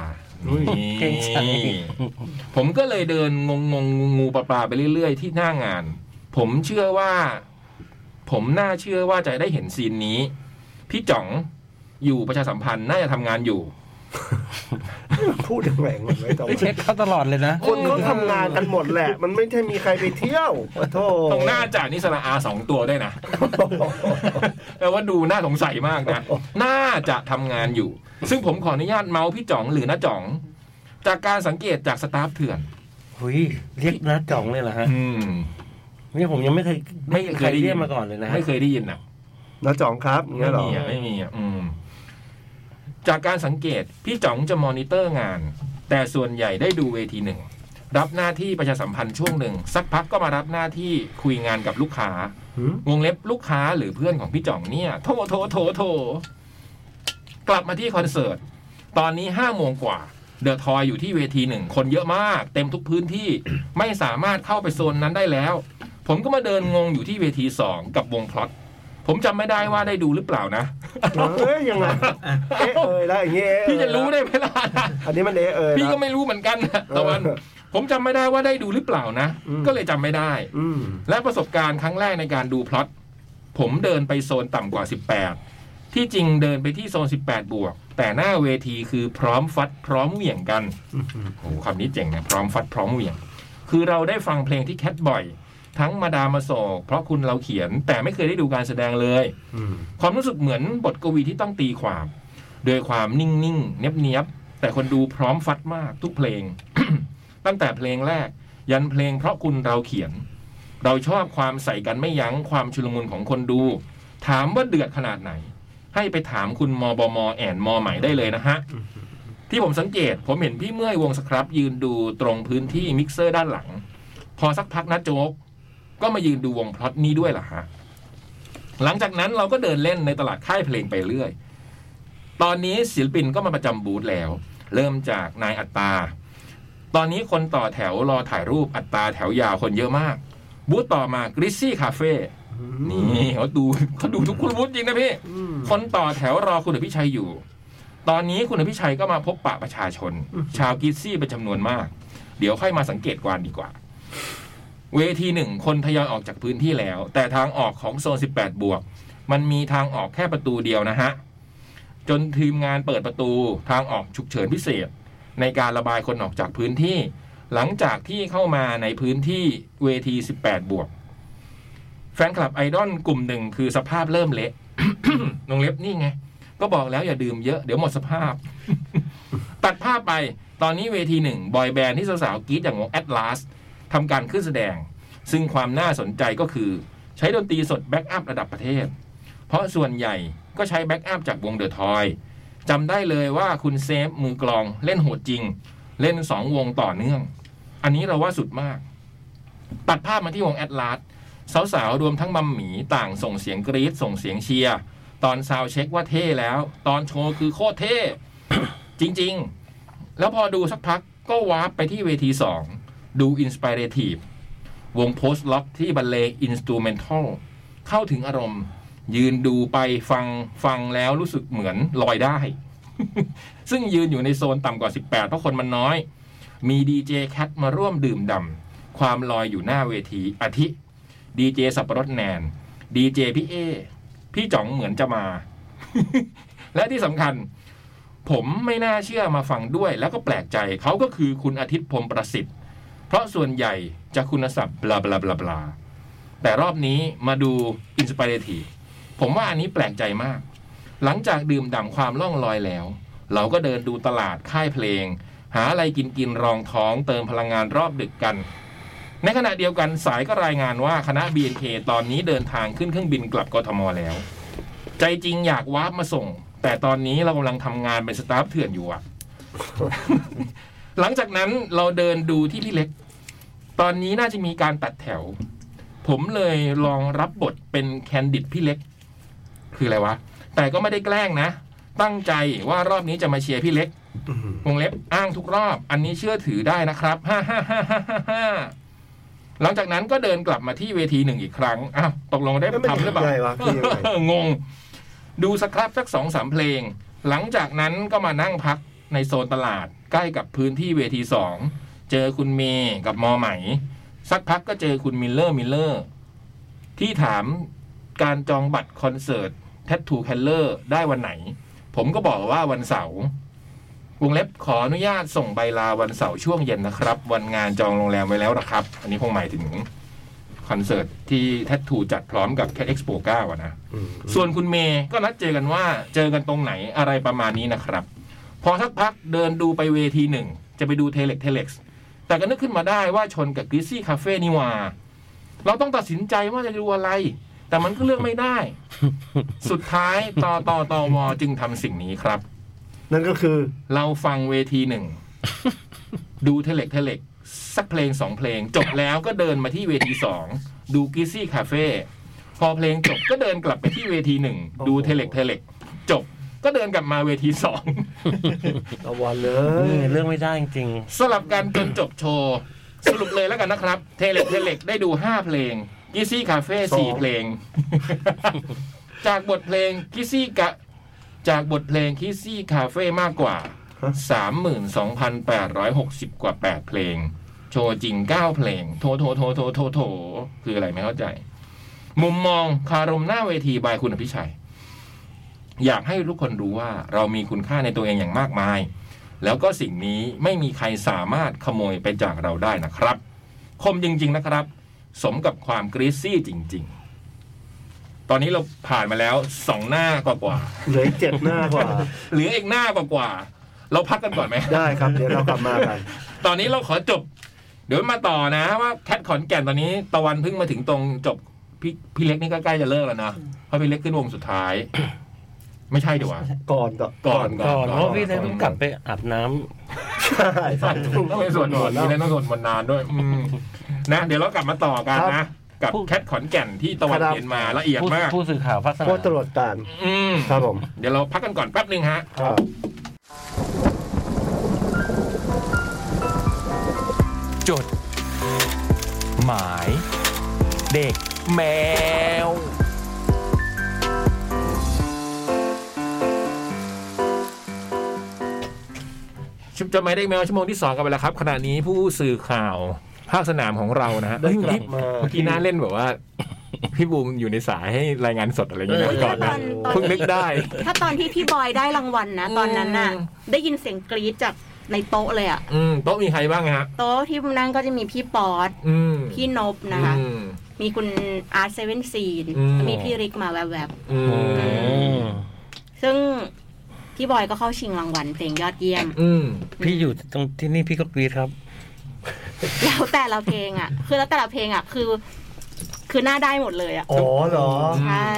นี่ เกรงใจ ผมก็เลยเดินงงงงงูงูปลาปลาไปเรื่อย ๆ ที่หน้างาน ผมเชื่อว่า ผมน่าเชื่อว่าจะได้เห็นซีนนี้ พี่จ๋องอยู่ประชาสัมพันธ์น่าจะทำงานอยู่ พูดแหว่งๆไว้ต่อ เช็คเขาตลอดเลยนะ คนเขาทำงานกันหมดแหละ มันไม่ใช่มีใครไปเที่ยวขอโทษ ตรงหน้าจ่านี่สระอาสองตัวได้วยนะ แปลว่าดูน่าสงสัยมากนะ น่าจะทำงานอยู่ ซึ่งผมขออนุญาตเมาส์พี่จ๋องหรือน้าจ๋อง จากการสังเกตจากสตาฟเถื่อน หุยเรียกน้าจ่องเลยเหรอฮะ อืม นี่ผมยังไม่เคย ไม่ ด้น เคยได้ยิน ใเรียกมาก่อนเลยนะฮะ ไม่เคยได้ยินนะ นะจ่องครับ ไม่ เงี้ยเหรอ มีอ่ะไม่มีอ่ะอืม จากการสังเกตพี่จ๋องจะมอนิเตอร์งาน แต่ส่วนใหญ่ได้ดูเวทีหนึ่ง รับหน้าที่ประชาสัมพันธ์ช่วงหนึ่ง สักพักก็มารับหน้าที่คุยงานกับลูกค้า หืม วงเล็บลูกค้าหรือเพื่อนของพี่จ่องเนี่ย โทโทโทโทกลับมาที่คอนเสิร์ต ตอนนี้ห้าโมงกว่า เดอะทอยอยู่ที่เวทีหนึ่ง คนเยอะมาก เต็มทุกพื้นที่ ไม่สามารถเข้าไปโซนนั้นได้แล้ว ผมก็มาเดินงงอยู่ที่เวทีสองกับวงพลอตผมจำไม่ได้ว่าได้ดูหรือเปล่านะ เอ้ยยังไงเอ๊ะเอ่ยแล้วอย่างเงี้ยเอ๊เอ่ย พี่จะรู้ได้ไหมล่ะนะ อันนี้มันเอ๊ะเอ่ย พี่ก็ ละ ไม่รู้เหมือนกันนะตะวัน ผมจำไม่ได้ว่าได้ดูหรือเปล่านะ อืม ก็เลยจำไม่ได้ อืม และประสบการณ์ครั้งแรกในการดูพล็อต ผมเดินไปโซนต่ำกว่า 18 ที่จริงเดินไปที่โซน 18 บวก แต่หน้าเวทีคือพร้อมฟัดพร้อมเหวี่ยงกันโอ้โหคำนี้เจ๋งนะพร้อมฟัดพร้อมเหวี่ยง คือเราได้ฟังเพลงที่แคทบ่อย ทั้งมาดามาโศกเพราะคุณเราเขียน แต่ไม่เคยได้ดูการแสดงเลย อืม ความรู้สึกเหมือนบทกวีที่ต้องตีความ โดยความนิ่งๆ เนียบๆ แต่คนดูพร้อมฟัดมากทุกเพลง ตั้งแต่เพลงแรก ยันเพลงเพราะคุณเราเขียน เราชอบความใส่กันไม่ยัง้งความชุลมุนของคนดู ถามว่าเดือดขนาดไหน ให้ไปถามคุณมบมแอนมอใหม่ได้เลยนะฮะ ที่ผมสังเกตผมเห็นพี่เมื่อยวงสครับยืนดูตรงพื้นที่มิกเซอร์ด้านหลัง พอสักพักนะโจ๊ก ก็มายืนดูวงพลอตนี้ด้วยเหรอฮะ หลังจากนั้นเราก็เดินเล่นในตลาดค่ายเพลงไปเรื่อย ตอนนี้ศิลปินก็มาประจำบูธแล้ว เริ่มจากนายอัตตา ตอนนี้คนต่อแถวรอถ่ายรูปอัตตาแถวยาวคนเยอะมาก บูธต่อมากริซซี่คาเฟ่นี่เขาดู เขาดูทุกคุณบูธจริงนะพี่ คนต่อแถวรอคุณอภิชัยอยู่ ตอนนี้คุณอภิชัยก็มาพบปะประชาชน ชาวกริซซี่เป็นจำนวนมาก เดี๋ยวค่อยมาสังเกตกวานดีกว่า เวทีหนึ่งคนทยอยออกจากพื้นที่แล้ว แต่ทางออกของโซน 18 บวก มันมีทางออกแค่ประตูเดียวนะฮะ จนทีมงานเปิดประตูทางออกฉุกเฉินพิเศษ ในการระบายคนออกจากพื้นที่ หลังจากที่เข้ามาในพื้นที่เวที 18 บวก แฟนคลับไอดอลกลุ่มหนึ่งคือสภาพเริ่มเละ นงเล็บนี่ไง ก็บอกแล้วอย่าดื่มเยอะเดี๋ยวหมดสภาพ ตัดภาพไปตอนนี้เวทีหนึ่งบอยแบนด์ที่สาวๆกรีดอย่างวงแอตลาส ทำการขึ้นแสดง ซึ่งความน่าสนใจก็คือ ใช้ดนตรีสดแบ็กอัพระดับประเทศ เพราะส่วนใหญ่ก็ใช้แบ็กอัพจากวงเดอะทอยจำได้เลยว่าคุณเซฟมือกลองเล่นโหดจริง เล่นสองวงต่อเนื่อง อันนี้เราว่าสุดมาก ตัดภาพมาที่วงแอตลาสสาวๆ รวมทั้งมัมหมีต่างส่งเสียงกรี๊ดส่งเสียงเชียร์ตอนซาวด์เช็คว่าเท่แล้ว ตอนโชว์คือโคตรเท่ จริงๆ แล้วพอดูสักพักก็วาร์ปไปที่เวทีสอง ดูอินสป r a t ทีฟวงโพสต์ล็อกที่บรรเลงอินสตูเมนทัลเข้าถึงอารมณ์ ยืนดูไปฟังฟังแล้วรู้สึกเหมือนลอยได้ ซึ่งยืนอยู่ในโซนต่ำกว่า 18 เพราะคนมันน้อย มีดีเจแคทมาร่วมดื่มด่ำความลอยอยู่หน้าเวทีอาทิดีเจสับปะรดแนนดีเจพี่เอ พี่จ๋องเหมือนจะมา และที่สำคัญ ผมไม่น่าเชื่อมาฟังด้วย แล้วก็แปลกใจเขาก็คือคุณอาทิตย์พรหมประสิทธิ เพราะส่วนใหญ่จะคุณศัพท์บลาบลาบลาบลาแต่รอบนี้มาดูอินสปิเรทีผมว่าอันนี้แปลกใจมาก หลังจากดื่มด่ำความล่องลอยแล้ว เราก็เดินดูตลาดค่ายเพลง หาอะไรกินกินรองท้องเติมพลังงานรอบดึกกัน ในขณะเดียวกันสายก็รายงานว่าคณะ BNK ตอนนี้เดินทางขึ้นเครื่องบินกลับกทมแล้ว ใจจริงอยากวาร์ปมาส่ง แต่ตอนนี้เรากำลังทำงานเป็นสตาฟเถื่อนอยู่อะ หลังจากนั้นเราเดินดูที่พี่เล็ก ตอนนี้น่าจะมีการตัดแถว ผมเลยลองรับบทเป็นแคนดิดพี่เล็ก คืออะไรวะ แต่ก็ไม่ได้แกล้งนะ ตั้งใจว่ารอบนี้จะมาเชียร์พี่เล็กวงเล็บอ้างทุกรอบ อันนี้เชื่อถือได้นะครับ ฮ่าฮ่าฮ่าฮ่าฮ่าฮ่าหลังจากนั้นก็เดินกลับมาที่เวทีหนึ่งอีกครั้งอ้าวตกลงได้ แล้วมัน ทำหรือเปล่า ยังไงวะคือยังไง งง ดูสครับสักสองสามเพลง หลังจากนั้นก็มานั่งพักในโซนตลาดใกล้กับพื้นที่เวทีสอง เจอคุณเมย์กับมอไหม สักพักก็เจอคุณมิลเลอร์มิลเลอร์ ที่ถามการจองบัตรคอนเสิร์ตแท t ทูแคลเลอร์ได้วันไหน ผมก็บอกว่าวันเสาร์วงเล็บขออนุญาตส่งใบลาวันเสาร์ช่วงเย็นนะครับ วันงานจองโรงแรมไว้แล้วนะครับ อันนี้คงหมายถึงคอนเสิร์ตที่แท t ทูจัดพร้อมกับ Cat Expo 9อะนะ ส่วนคุณเมย์ก็นัดเจอกันว่าเจอกันตรงไหนอะไรประมาณนี้นะครับ พอสักพักเดินดูไปเวทีหนึ่ง จะไปดูเทเล็กเทเล็กแต่ก็นึกขึ้นมาได้ว่าชนกับกริซซี่คาเฟ่นี่หว่า เราต้องตัดสินใจว่าจะดูอะไร แต่มันก็เลือกไม่ ได้ สุดท้ายตอตอตอวอจึงทำสิ่งนี้ครับ นั่นก็คือ เราฟังเวทีหนึ่ง ดูเทเล็กเทเล็กสักเพลงสองเพลง จบแล้วก็เดินมาที่เวทีสองดูกิซซี่คาเฟ่พอเพลงจบก็เดินกลับไปที่เวทีหนึ่ง โอ้โห ดูเทเล็กเทเล็กจบก็เดินกลับมาเวทีสอง ตะวันเล นี่ ย เรื่องไม่ได้จริง สลับกันจนจบโชว์สรุปเลยแล้วกันนะครับ เทเล็กเทเล็กได้ดู 5 เพลงกิซี่คาเฟ่ สอง สี่เพลง จากบทเพลงกิซี่กะจากบทเพลงกิซี่คาเฟ่มากกว่า 32,860 กว่า 8 เพลง โชว์จริง 9 เพลง โถโถโถโถโถโถคืออะไรไม่เข้าใจ มุมมองคารมหน้าเวทีบายคุณอภิชัย อยากให้ทุกคนรู้ว่าเรามีคุณค่าในตัวเองอย่างมากมาย แล้วก็สิ่งนี้ไม่มีใครสามารถขโมยไปจากเราได้นะครับ คมจริง ๆนะครับ สมกับความกรีซซี่จริง ๆ ตอนนี้เราผ่านมาแล้วสองหน้ากว่า เหลืออีกเจ็ดหน้ากว่า ๆ เหลืออีกหน้ากว่าๆเราพักกันก่อนไหม ได้ครับ เดี๋ยวเรากลับมากัน ตอนนี้เราขอจบ เดี๋ยวมาต่อนะว่าแคทขอนแก่นตอนนี้ ตะวันเพิ่งมาถึงตรงจบพี่พี่เล็กนี่ก็ใกล้จะเลิกแล้วนะเพราะพี่เล็กขึ้นวงสุดท้าย ไม่ใช่ดีกว่า ก่อนก่อน ก่อน ๆก่อนเพราะพี่ เล ได้ต้องกลับไปอาบน้ำ ใช่สองทุ่ม ต้องไปสวดมนต์นี่นะต้องสวดมนต์นานด้วย อืมนะเดี๋ยวเรากลับมาต่อกัน ครั นะ บ ก กับ ผู้ แคทขอนแก่นที่ตะวัน ครับ เขียนมาละเอียด ผู้ มาก ผู้สื่อข่าวภาคสนาม โคตรตรวจการ อืม ครับผม เดี๋ยวเราพักกันก่อนแป๊บหนึ่งฮะ ครับ จด หมาย เด็กแมว ชุบจะไม่ได้แมวชั่วโมงที่สองกันไปแล้วครับ ขณะนี้ผู้สื่อข่าวภาคสนามของเรานะฮะ ได้ เอ้ยเมื่อกกี้ลับมา เมื่อกี้น่าเล่นแบบว่า พี่บูมอยู่ในสายให้รายงานสดอะไรอย่างเงี้ยนะก่อนนะ ตอน เพิ่งนึกได้ ถ้าตอนที่พี่บอยได้รางวัลนะ ตอนนั้นน่ะ ได้ยินเสียงกรี๊ดจากในโต๊ะเลยอะ อืมโต๊ะมีใครบ้างฮะ โต๊ะที่นั่งก็จะมีพี่ป๊อต อืม พี่นบนะคะ อืม มีคุณอาร์ตเซเว่นซีน อืม มีพี่ริกมาแวบ อืม ๆซึ่งพี่บอยก็เข้าชิงรางวัลเพลงยอดเยี่ยม อืม พี่อยู่ตรงที่นี่พี่ก็กรีดครับ แล้วแต่ละเพลงอะคือแล้วแต่ละเพลงอะคือ คือหน้าได้หมดเลยอะ อ๋อเหรอ ใช่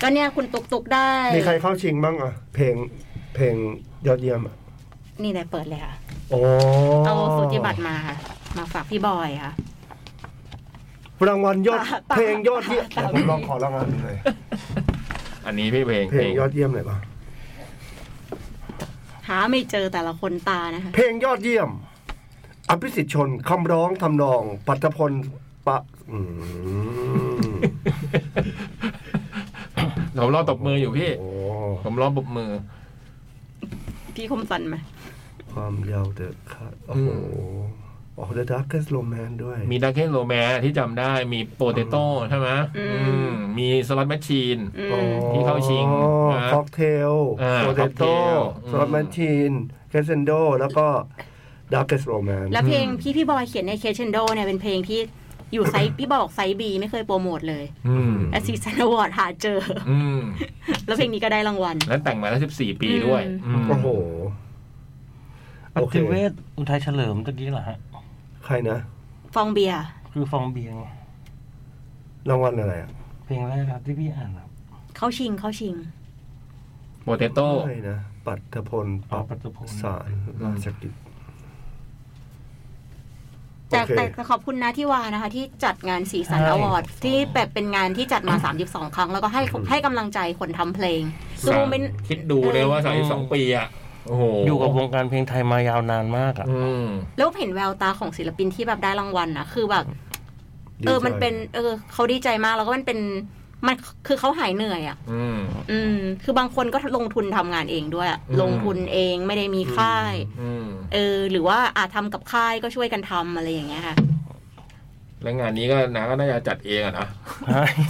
ก็เนี่ยคุณตุกตุกได้ มีใครเข้าชิงบ้างอ่ะ เพลงเพลงยอดเยี่ยมอ่ะ นี่เลยเปิดเลยค่ะ โอ้ เอาสูติบัตรมาค่ะมาฝากพี่บอยค่ะ รางวัลยอด ปะปะ เพลงยอดเยี่ยม ปะปะ ผมลองขอรางวัลหน่อย อันนี้พี่เพลง เพลงยอดเยี่ยมหน่อยป่ะ หาไม่เจอแต่ละคนตานะคะ เพลงยอดเยี่ยม อภิสิทธิ์ชนคำร้องทำนอง ปัตพลปะอืม ผมรอตบมืออยู่พี่ โอ้ ผมรอปรบมือ พี่คมสันไหม ความยาวเดอะคัดโอ้โหโอ้เดอะดักเกสโรแมนด้วย มีดักเคนโรแมที่จำได้มีโปเตโต้ใช่ไหมอืมมีสล็อตแมชชีน อื อ๋อ ม ที่เข้าชิงนะ ค็อกเทล อ่า โปเตโต้ ค็อกเทล สลัดแมชชีนเคสเซนโด แล้วก็ดักเกสโรแมน แล้วเพลงที่พี่บอยเขียนในเคชเชนโดเนี่ยเป็นเพลงที่อยู่ไซส์ พี่บอยบอกไซส์บีไม่เคยโปรโมทเลย อืม และซีซันอวอร์ดหาเจอ อืม แล้วเพลงนี้ก็ได้รางวัล แล้วแต่งมาแล้วสิบสี่ปีด้วยม โอ้โห ป โอเค ฏิเวทอุทัยเฉลิมตะกี้เหรอฮะ ใครนะ ฟองเบียร์ คือฟองเบียง รางวัลอะไรอ่ะ เพลงแรกครับที่พี่อ่านครับ เข้าชิงเข้าชิง โปเตโต้ ใช่นะ ปัตพล อ๋อ ปั ประตูพงศ์ สารราชกิจ แต่ โอเค แต่แต่ขอบคุณนะที่วานะคะ ที่จัดงานสีสันอวอร์ดที่แบบเป็นงานที่จัดมา 32 ครั้ง แล้วก็ให้ให้กำลังใจคนทำเพลงคือมันเป็น คิดดูเลยว่าสามสิบสองปีอ่ะ โอ้โห อยู่กับวงการเพลงไทยมายาวนานมากอ่ะ อืม แล้วเห็นแววตาของศิลปินที่แบบได้รางวัลนะคือแบบ ดี เออ ใจ มันเป็น เออ เขาดีใจมากแล้วก็มันเป็น มันคือเขาหายเหนื่อยอ่ะ อืม อืม คือบางคนก็ลงทุนทำงานเองด้วยอะ อืม ลงทุนเองไม่ได้มีค่าย อืม เออ หรือว่าอาจทำกับค่ายก็ช่วยกันทำอะไรอย่างเงี้ยค่ะ แล้วงานนี้ก็นะก็น่าจะจัดเองอะนะ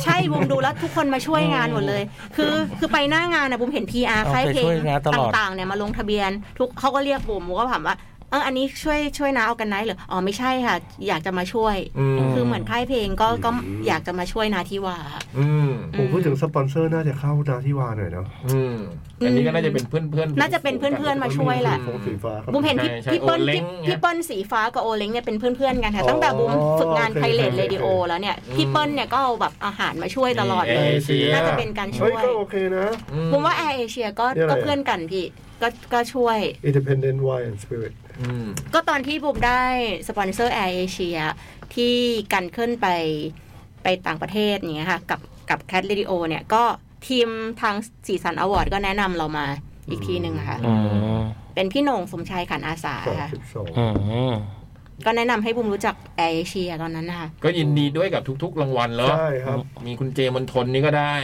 ใช่บุมดูแล้วทุกคนมาช่วยงานหมดเลย คือคือไปหน้างานนะบุมเห็น PR เอา ค่ายเพล ไปช่วย ง งานตลอด ต่างๆเนี่ยมาลงทะเบียน ทุกเขาก็เรียกบุมบุมก็ถามว่าเอออันนี้ช่วยช่วยนะเอากันไหนหรืออ๋อไม่ใช่ค่ะ อยากจะมาช่วย อืม คือเหมือนค่ายเพลงก็ก็อยากจะมาช่วยนาทิวา อืม ผมพูดถึงสปอนเซอร์น่าจะเข้านาที่วาหน่อยเนาะ อืม อันนี้ก็น่าจะเป็นเพื่อนเพื่อน น่าจะเป็นเพื่อนๆมาช่วยแหละ ฟงสีฟ้าครับ บุมเห็นพี่ ใช่ใช่ พี่เปิ้ล โอเล้ง พี่ เนี่ย พี่เปิ้ลสีฟ้ากับโอเล้งเนี่ยเป็นเพื่อนๆกันค่ะ อ๋อ ตั้งแต่บุมฝึกงาน โอเค ไพเรต โอเค เรดิโอแล้วเนี่ย อืม พี่เปิ้ลเนี่ยก็เอาแบบอาหารมาช่วยตลอดเลย เอเชีย น่าจะเป็นการช่ เฮ้ย วย ก็โอเคนะ บุมว่าแอร์เอเชียก็ นี่อะไร ก็ อ่ะ เพื่อนกันพี่ก็ก็ช่วย Independent Wine and Spirit อืม ก็ตอนที่บุมได้สปอนเซอร์แอร์เอเชียที่กันขึ้นไปไปต่างประเทศอย่างเงี้ยค่ะกับกับแคทเรดิโอเนี่ยก็ทีมทางสีสันอวอร์ดก็แนะนำเรามาอีกทีหนึ่งอะค่ะ อืม เป็นพี่โหน่งสมชายขันอาสา สอง ค่ะ สิบสอง อืม ก็แนะนำให้บุมรู้จักแอร์เอเชียตอนนั้นนะคะ ก็ยินดีด้วยกับทุก ๆ รางวัลเนาะ ใช่ครับ มีคุณเจมนทนนี่ก็ได้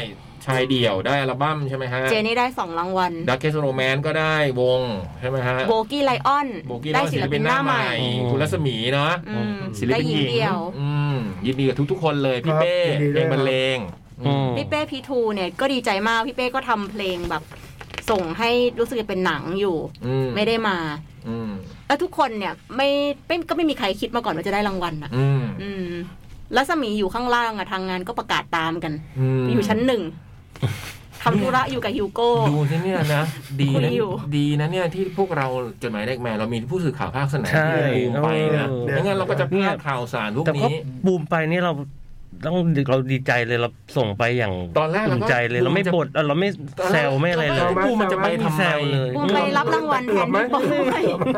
ชายเดี่ยวได้อัลบั้มใช่ไหมฮะ เจนี่ได้สองรางวัล ดักเกสโรแมนก็ได้วงใช่ไหมฮะ โบกี้ไลออน โบกี้ ได้ ได้ศิ ศิ ล ล ปิ ปิ น น ห ห น้า น้า ให ให ม่ ม่ คุณรัศมีเนาะ อืม ศิล ได้ ปิน หญิ ห ง ญิง เดียว อืมยินดีกับทุกๆคนเลย พี่ ครับ เป้ ยินดี เพ ด้ ล วงยครับ บรรเลง อืม พี่เป้พีทูเนี่ยก็ดีใจมากพี่เป้ก็ทำเพลงแบบ ส่งให้รู้สึกจะเป็นหนังอยู่ อืม ไม่ได้มา อืม แล้วทุกคนเนี่ยไม่ไม่ก็ไม่มีใครคิดมาก่อนว่าจะได้รางวัลอ่ะ อืม อืม แล้วสมีอยู่ข้างล่างอะทางงานก็ประกาศตามกัน ม อยู่ชั้นหนึ่งทำธุระอยู่กับฮิวโก้ ดูที่เนี่ยนะ ดี คุ นะ ยอยู่ ดีนะเนี่ยที่พวกเราจดหมายเลขแมนเรามีผู้สื่อข่าวภาคสนาม ใช่ ที่บูมไปนะ เออ ไม่งั้นเราก็จะพลาดข่าวสารพวก แต่ก็ นี้ บูมไปนี่เรา ต้องเราดีใจเลยเราส่งไปอย่าง ตอนแรกเราก็ ภูมิใจเลยเราไม่ ภูมิใจ บดเราไม่แซวไม่อะไรเลย บูมันจะไปทำไม แซวเลย บูมไปรับรางวัลแทนพี่บ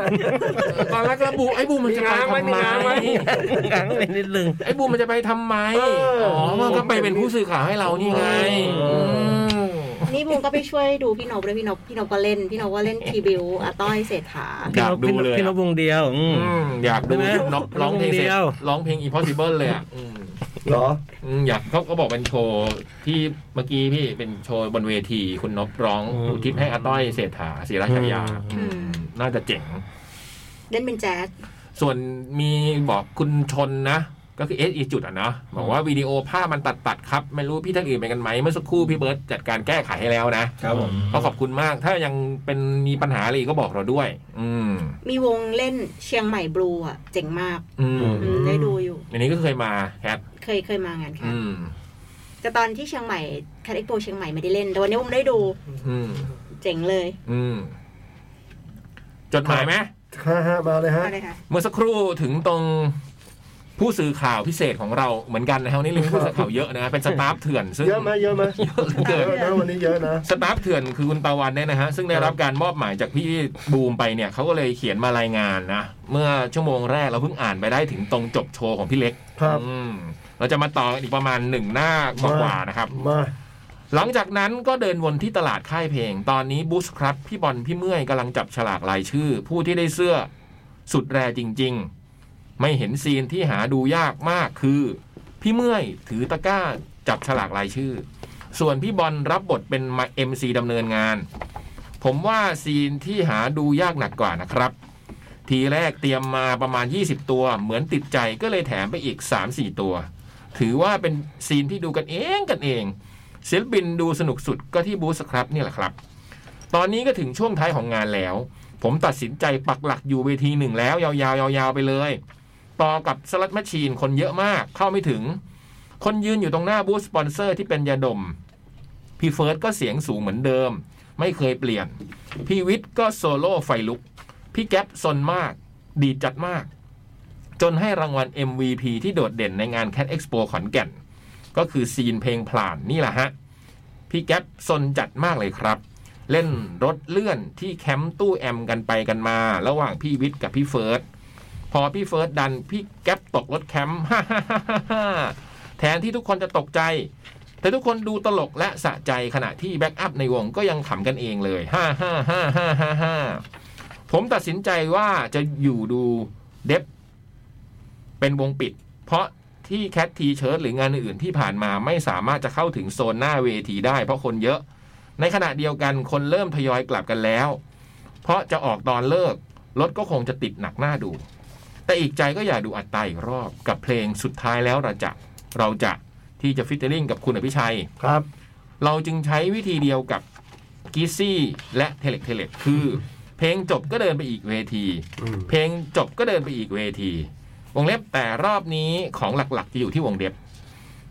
อย ตอนแรกแล้วบูไอ้บูมันจะไปทำ มี ไม ง้างไหมมีง้างไหม กลางเลยนิดนึง ไอ้บูมันจะไปทำไม เอออ๋ อ๋อมันก็ไปเป็นผู้สื่อข่าวให้เรานี่ไงม นี่บูมก็ไปช่วยดูพี่นบด้วยพี่นบพี่นบก็เล่น พี่นบก็เล่นทีบิวอาต้อยเศรษฐา อยากดูเลย พี่นพวงเดียวอืม อืมอยากดู ใช่ไหม น็อกร้องเพลงเสร็จ เดียว ร้องเพลง impossible เลยอ่ะอืม เหรอ อืมอยากเขาก็บอกเป็นโชว์ที่เมื่อกี้พี่เป็นโชว์บนเวทีคุณนบร้อง อืม อุทิศให้อาต้อยเศรษฐาศิรชยา อืม อืมน่าจะเจ๋ง เล่นเป็นแจ๊ส ส่วนมีบอกคุณชนนะ ก็คือเอสอีจุดอ่ะเนาะบอกว่าวิดีโอภาพมันตัดตัดๆครับ ไม่รู้พี่ท่านอื่นเป็นกันไหมเมื่อสักครู่พี่เบิร์ตจัดการแก้ไขให้แล้วนะครับ ผม ก็ขอบคุณมากถ้ายังเป็นมีปัญหาอะไรอีกก็บอกเราด้วย อืม มีวงเล่นเชียงใหม่บลูอ่ะเจ๋งมาก อืม อืมได้ดูอยู่ อันนี้ก็เคยมาแคท เคยเคยมางานแคท อืม แต่ตอนที่เชียงใหม่แคทเอ็กโปเชียงใหม่ไม่ได้เล่นแต่วันนี้บูมได้ดู อืม เจ๋งเลย อืม จดหมายไหม ฮ่าฮ่ามาเลยฮะ อะไรคะ เมื่อสักครู่ถึงตรงผู้สื่อข่าวพิเศษของเราเหมือนกันนะฮะวันนี้เรื่องผู้สื่อข่าวเยอะนะฮะเป็นสตาฟเถื่อนซึ่ง เยอะไหมเยอะไหม เยอะเหลือ เย เกิน อะนะวันนี้เยอะนะ สตาฟเถื่อนคือคุณตาวันเนี่ยนะฮะซึ่งได้รับการมอบหมายจากพี่บูมไปเนี่ยเขาก็เลยเขียนมารายงานนะเมื่อชั่วโมงแรกเราเพิ่งอ่านไปได้ถึงตรงจบโชว์ของพี่เล็ก ครับ อืมเราจะมาต่ออีกประมาณหนึ่งหน้ากว่าๆนะครับ มา หลังจากนั้นก็เดินวนที่ตลาดค่ายเพลง ตอนนี้บุชครับ พี่บอลพี่เมื่อยกำลังจับฉลากรายชื่อ ผู้ที่ได้เสื้อสุดแรจริง ๆ ไม่เห็นซีนที่หาดูยากมากคือ พี่เมื่อยถือตะกร้าจับฉลากรายชื่อ ส่วนพี่บอลรับบทเป็นมา MC ดำเนินงาน ผมว่าซีนที่หาดูยากหนักกว่านะครับ ทีแรกเตรียมมาประมาณ 20 ตัว เหมือนติดใจก็เลยแถมไปอีก 3-4 ตัว ถือว่าเป็นซีนที่ดูกันเองกันเอง ศิลปินดูสนุกสุดก็ที่บูสครับนี่แหละครับ ตอนนี้ก็ถึงช่วงท้ายของงานแล้ว ผมตัดสินใจปักหลักอยู่เวทีหนึ่งแล้ว ยาวๆยาวๆไปเลย ต่อกับสลัดแมชชีนคนเยอะมากเข้าไม่ถึง คนยืนอยู่ตรงหน้าบูธสปอนเซอร์ที่เป็นยาดม พี่เฟิร์สก็เสียงสูงเหมือนเดิม ไม่เคยเปลี่ยน พี่วิทย์ก็โซโล่ไฟลุก พี่แก๊ปซนมาก ดีจัดมาก จนให้รางวัล MVP ที่โดดเด่นในงาน Cat Expo ขอนแก่น ก็คือซีนเพลงผ่านนี่แหละฮะ พี่แก๊ปซนจัดมากเลยครับ เล่นรถเลื่อนที่แคมป์ตู้แอมกันไปกันมา ระหว่างพี่วิทย์กับพี่เฟิร์สพอพี่เฟิร์สดันพี่แก๊ปตกรถแคมป์ แทนที่ทุกคนจะตกใจ แต่ทุกคนดูตลกและสะใจขณะที่แบ็กอัพในวงก็ยังขำกันเองเลย ฮ่าฮ่าฮ่าฮ่าฮ่าฮ่าผมตัดสินใจว่าจะอยู่ดูเดฟเป็นวงปิด เพราะที่แคททีเชิร์ตหรืองานอื่นๆที่ผ่านมาไม่สามารถจะเข้าถึงโซนหน้าเวทีได้เพราะคนเยอะ ในขณะเดียวกันคนเริ่มทยอยกลับกันแล้ว เพราะจะออกตอนเลิก รถก็คงจะติดหนักหน้าดู แต่อีกใจก็อยากดูอัตตาอีกรอบกับเพลงสุดท้ายแล้วเราจะเราจะที่จะฟิตเตอร์ลิงกับคุณอภิชัย ครับ เราจึงใช้วิธีเดียวกับกิซี่และเทเล็กเทเล็กคือ เพลงจบก็เดินไปอีกเวที อืม เพลงจบก็เดินไปอีกเวที วงเล็บแต่รอบนี้ของหลักๆ จะอยู่ที่วงเด็บ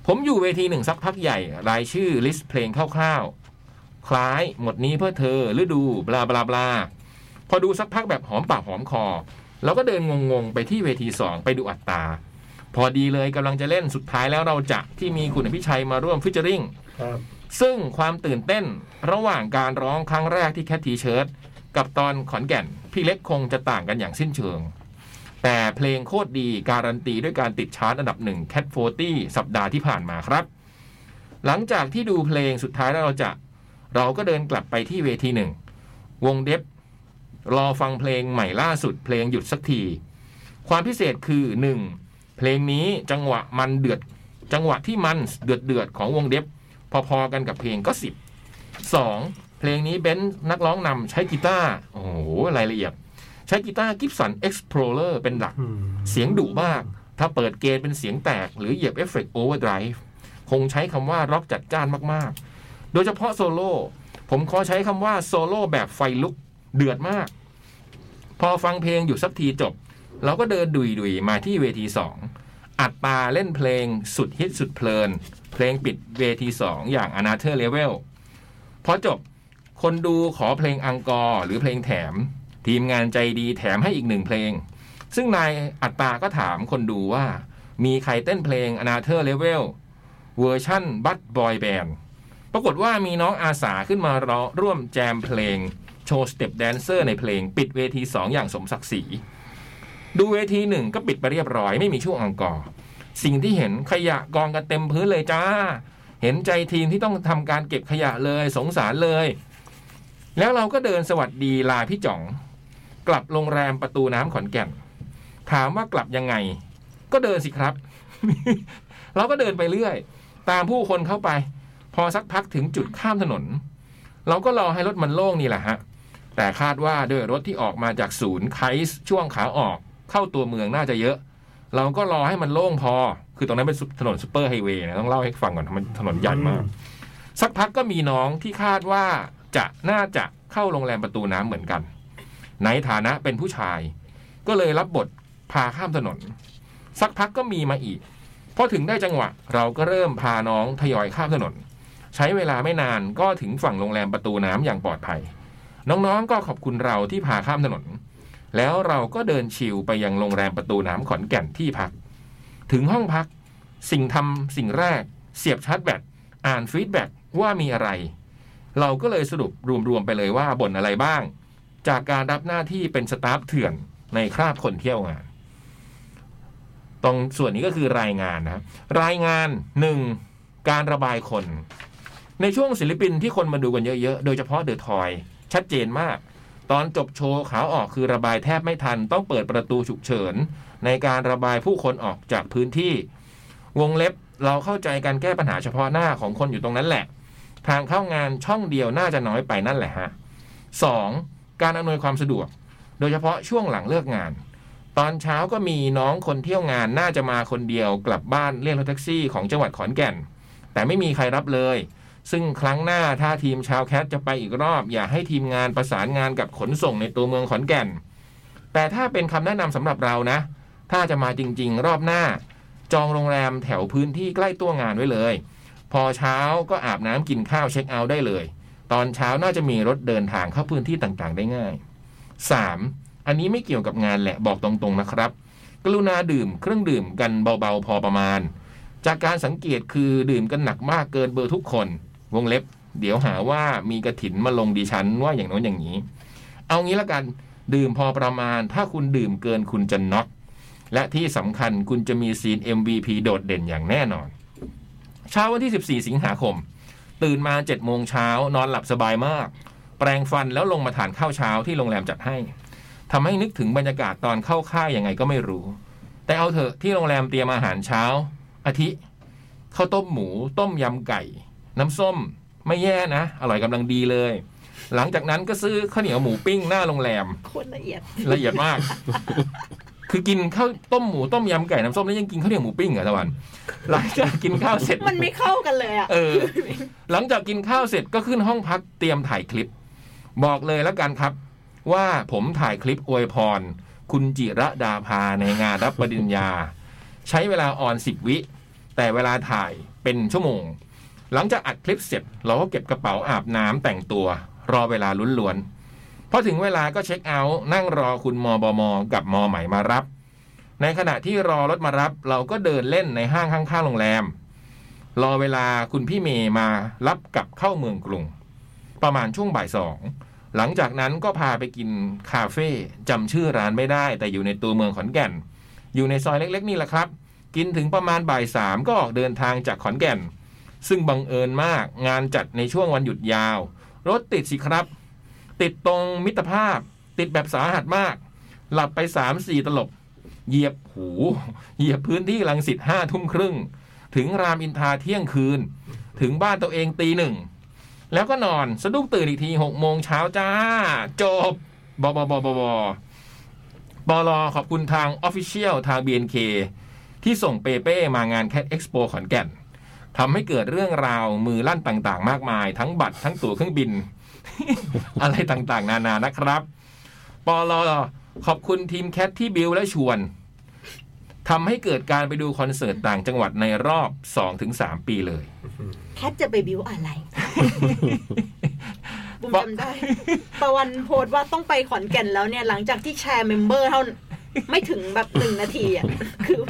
ผมอยู่เวทีหนึ่งสักพักใหญ่ รายชื่อลิสต์เพลงคร่าวๆ คล้ายหมดนี้เพื่อเธอฤดูบลาบลาบลาพอดูสักพักแบบหอมปากหอมคอ แล้วก็เดินงงๆ ไปที่เวทีสองไปดูอัตตราพอดีเลยกำลังจะเล่นสุดท้ายแล้วเราจะที่มีคุณพิชัยมาร่วมฟิชเจอริง ครับ ซึ่งความตื่นเต้นระหว่างการร้องครั้งแรกที่แคททีเชิร์ตกับตอนขอนแก่น พี่เล็กคงจะต่างกันอย่างสิ้นเชิง แต่เพลงโคตรดีการันตีด้วยการติดชาร์ตอันดับหนึ่ง Cat 40 สัปดาห์ที่ผ่านมาครับ หลังจากที่ดูเพลงสุดท้ายแล้วเราจะ เราก็เดินกลับไปที่เวทีหนึ่ง วงเด็บรอฟังเพลงใหม่ล่าสุดเพลงหยุดสักที ความพิเศษคือ 1. เพลงนี้จังหวะมันเดือด จังหวะที่มันเดือดเดือดๆของวงเด็บ พอๆกันกับเพลงก็ 10 2. เพลงนี้เบนซ์นักร้องนำใช้กีตาร์โอ้โหรายละเอียด ใช้กีตาร์กิฟสัน Explorer เป็นหลัก เสียงดุมาก ถ้าเปิดเกณฑ์เป็นเสียงแตก หรือเหยียบเอฟเฟกต์โอเวอร์ไดรฟ์คงใช้คำว่าร็อกจัดจ้านมากๆ โดยเฉพาะโซโล่ผมขอใช้คำว่าโซโล่แบบไฟลุกเดือดมาก พอฟังเพลงอยู่สักทีจบ เราก็เดินดุยดุยๆมาที่เวที 2 อัดตราเล่นเพลงสุดฮิตสุดเพลิน เพลงปิดเวที 2 อย่าง a n o t h e r Level พอจบคนดูขอเพลงอังกอร์หรือเพลงแถม ทีมงานใจดีแถมให้อีกหนึ่งเพลง ซึ่งนายอัตตาก็ถามคนดูว่า มีใครเต้นเพลง a n o t h e r Level เวอร์ชั่นบัตบอยแบนด์ปรากฏว่ามีน้องอาสาขึ้นมาร้องร่วมแจมเพลง โชว์สเต็ปแดนเซอร์ในเพลง ปิดเวที 2 อย่างสมศักดิ์ศรีดูเวทีหนึ่งก็ปิดไปเรียบร้อยไม่มีช่วงอังกอร์สิ่งที่เห็นขยะกองกันเต็มพื้นเลยจ้า เห็นใจทีมที่ต้องทำการเก็บขยะเลยสงสารเลย แล้วเราก็เดินสวัสดีลาพี่จ่อง กลับโรงแรมประตูน้ำขอนแก่น ถามว่ากลับยังไง ก็เดินสิครับ เราก็เดินไปเรื่อย ตามผู้คนเข้าไป พอสักพักถึงจุดข้ามถนน เราก็รอให้รถมันโล่งนี่แหละฮะ แต่คาดว่าด้วยรถที่ออกมาจากศูนย์ไคส์ช่วงขาออก เข้าตัวเมืองน่าจะเยอะ เราก็รอให้มันโล่งพอ คือตรงนั้นเป็นถนนซูเปอร์ไฮเวย์นะต้องเล่าให้ฟังก่อนมันถนนใหญ่มาก สักพักก็มีน้องที่คาดว่าจะน่าจะเข้าโรงแรมประตูน้ำเหมือนกัน ในฐานะเป็นผู้ชาย ก็เลยรับบทพาข้ามถนน สักพักก็มีมาอีก พอถึงได้จังหวะ เราก็เริ่มพาน้องทยอยข้ามถนน ใช้เวลาไม่นานก็ถึงฝั่งโรงแรมประตูน้ำอย่างปลอดภัย น้องๆก็ขอบคุณเราที่พาข้ามถนน แล้วเราก็เดินชิลไปยังโรงแรมประตูน้ำขอนแก่นที่พัก ถึงห้องพัก สิ่งทำสิ่งแรก เสียบชาร์จแบตอ่านฟีดแบ็กว่ามีอะไร เราก็เลยสรุปรวมๆไปเลยว่าบ่นอะไรบ้าง จากการรับหน้าที่เป็นสตาฟเถื่อนในคราบคนเที่ยวงาน ตรงส่วนนี้ก็คือรายงานนะครับรายงานหนึ่งการระบายคน ในช่วงศิลปินที่คนมาดูกันเยอะๆ โดยเฉพาะเดอะทอย ชัดเจนมาก ตอนจบโชว์ขาออกคือระบายแทบไม่ทัน ต้องเปิดประตูฉุกเฉิน ในการระบายผู้คนออกจากพื้นที่ วงเล็บเราเข้าใจการแก้ปัญหาเฉพาะหน้าของคนอยู่ตรงนั้นแหละ ทางเข้างานช่องเดียวน่าจะน้อยไปนั่นแหละฮะ 2. การอำนวยความสะดวก โดยเฉพาะช่วงหลังเลิกงาน ตอนเช้าก็มีน้องคนเที่ยวงานน่าจะมาคนเดียวกลับบ้านเรียกรถแท็กซี่ของจังหวัดขอนแก่น แต่ไม่มีใครรับเลย ซึ่งครั้งหน้าถ้าทีมชาวแคทจะไปอีกรอบ อย่าให้ทีมงานประสานงานกับขนส่งในตัวเมืองขอนแก่น แต่ถ้าเป็นคำแนะนำสำหรับเรานะ ถ้าจะมาจริงๆ รอบหน้า จองโรงแรมแถวพื้นที่ใกล้ตัวงานไว้เลย พอเช้าก็อาบน้ำกินข้าวเช็คเอาท์ได้เลย ตอนเช้าน่าจะมีรถเดินทางเข้าพื้นที่ต่างๆ ได้ง่าย 3. อันนี้ไม่เกี่ยวกับงานแหละบอกตรงๆนะครับ กรุณาดื่มเครื่องดื่มกันเบาๆพอประมาณ จากการสังเกตคือดื่มกันหนักมากเกินเบอร์ทุกคน วงเล็บ เดี๋ยวหาว่ามีกระถินมาลงดิฉันว่าอย่างโน้นอย่างนี้ เอางี้ละกัน ดื่มพอประมาณ ถ้าคุณดื่มเกินคุณจะน็อกและที่สำคัญคุณจะมีซีน MVP โดดเด่นอย่างแน่นอน เช้าวันที่ 14 สิงหาคม ตื่นมา7โมงเช้านอนหลับสบายมาก แปรงฟันแล้วลงมาทานข้าวเช้าที่โรงแรมจัดให้ทำให้นึกถึงบรรยากาศตอนเข้าค่ายยังไงก็ไม่รู้ แต่เอาเถอะที่โรงแรมเตรียมอาหารเช้า อาทิข้าวต้มหมู ต้มยำไก่ น้ำส้มไม่แย่นะ อร่อยกำลังดีเลย หลังจากนั้นก็ซื้อข้าวเหนียวหมูปิ้งหน้าโรงแรม โคตรละเอียด ละเอียดมาก คือกินข้าวต้มหมูต้มยำไก่น้ำส้มแล้วยังกินข้าวเหนียวหมูปิ้งเหรอตะวัน หลังจากกินข้าวเสร็จ มันไม่เข้ากันเลยอ่ะ เออ หลังจากกินข้าวเสร็จก็ขึ้นห้องพักเตรียมถ่ายคลิป บอกเลยแล้วกันครับ ว่าผมถ่ายคลิปอวยพร คุณจิระดาภาในงานรับปริญญา ใช้เวลาออนสิบวิ แต่เวลาถ่ายเป็นชั่วโมง หลังจากอัดคลิปเสร็จ เราก็เก็บกระเป๋าอาบน้ำแต่งตัว รอเวลาลุ้นล้วนๆพอถึงเวลาก็เช็คเอาท์นั่งรอคุณมบม กับมใหม่มารับ ในขณะที่รอรถมารับ เราก็เดินเล่นในห้างข้างๆโรงแรม รอเวลาคุณพี่เมย์มารับกลับเข้าเมืองกรุง ประมาณช่วงบ่ายสอง หลังจากนั้นก็พาไปกินคาเฟ่จำชื่อร้านไม่ได้ แต่อยู่ในตัวเมืองขอนแก่น อยู่ในซอยเล็ก ๆ นี่แหละครับ กินถึงประมาณบ่ายสามก็ออกเดินทางจากขอนแก่น ซึ่งบังเอิญมากงานจัดในช่วงวันหยุดยาว รถติดสิครับ ติดตรงมิตรภาพ ติดแบบสาหัสมาก หลับไปสามสี่ตลบ เหยียบหูเหยียบพื้นที่ลังสิตห้าทุ่มครึ่ง ถึงรามอินทราเที่ยงคืน ถึงบ้านตัวเองตีหนึ่ง แล้วก็นอนสะดุ้งตื่นอีกทีหกโมงเช้าจ้า จบบบบบบบบปลขอบคุณทาง Official ทาง BNK ที่ส่งเปเป้มางานแคดเอ็กซ์โปขอนแก่นทำให้เกิดเรื่องราวมือลั่นต่างๆ มากมาย ทั้งบัตรทั้งตั๋วเครื่องบิน อะไรต่างๆ นานานะครับปลขอบคุณทีมแคทที่บิวและชวน ทำให้เกิดการไปดูคอนเสิร์ตต่างจังหวัดในรอบ 2-3 ปีเลย แคทจะไปบิว อะไร บุมจำได้ ตะวันโพสต์ว่าต้องไปขอนแก่นแล้วเนี่ย หลังจากที่แชร์เมมเบอร์เท่า ไม่ถึงแบบหนึ่งนาทีอ่ะ คือ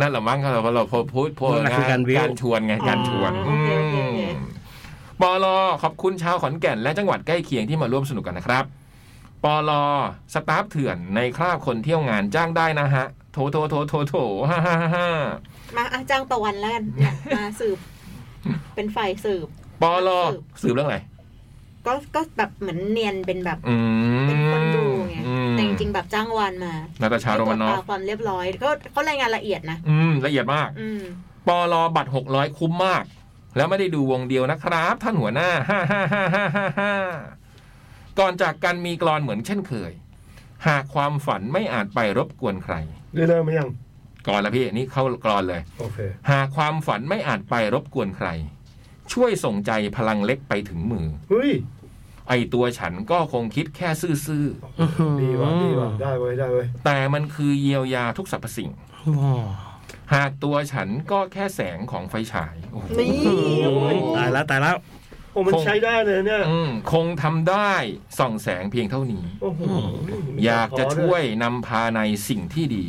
นั่นแหละมั้งเราเราพูดพูดพูด นั่นแหละคือการวิว การชวนไงการชวน อ๋ออืโอเคโอเค มปอลอขอบคุณชาวขอนแก่น และจังหวัดใกล้เคียงที่มาร่วมสนุกกันนะครับปอลอสตาฟเถื่อนในคราบคนเที่ยวงานจ้างได้นะฮะ โถโถโถโถโถฮ่าฮ่าฮ่าฮ่า มาอาจ้างประวัน แล้วกันเนี่ยมาสืบ เป็นฝ่ายสืบ ปอลอสืบเรื่องอะไร ก็ก็แบบเหมือนเนียนเป็นแบบ อืม เป็นคนดูไง อืม แต่จริงๆแบบจ้างวานมา นาตาชาโรมานอ ให้ตรวจ ฟ ตาความเรียบร้อยก็เขารายงานละเอียดนะ อืมละเอียดมาก อืม ปอลอบัตรหกร้อยคุ้มมาก แล้วไม่ได้ดูวงเดียวนะครับ ท่านหัวหน้า ฮ่าฮ่าฮ่าฮ่าฮ่าฮ่าก่อนจากกันมีกรอนเหมือนเช่นเคย หากความฝันไม่อาจไปรบกวนใคร ได้เริ่มไหมยัง ก่อนละพี่นี่เข้ากรอนเลย โอเค หากความฝันไม่อาจไปรบกวนใคร ช่วยส่งใจพลังเล็กไปถึงมือ เฮ้ย ไอตัวฉันก็คงคิดแค่ซื่อ ดีว่ะดีว่ะได้เว้ยได้เว้ย ๆแต่มันคือเยียวยาทุกสรรพสิ่ง ว้าว หากตัวฉันก็แค่แสงของไฟฉายโอ้โห นี่ ตายแล้วตายแล้ว โอ้มัน คง ใช้ได้เลยเนี่ย อืมคงทำได้ส่องแสงเพียงเท่านี้ โอ้โห อยากจะช่วยนำพาในสิ่งที่ดี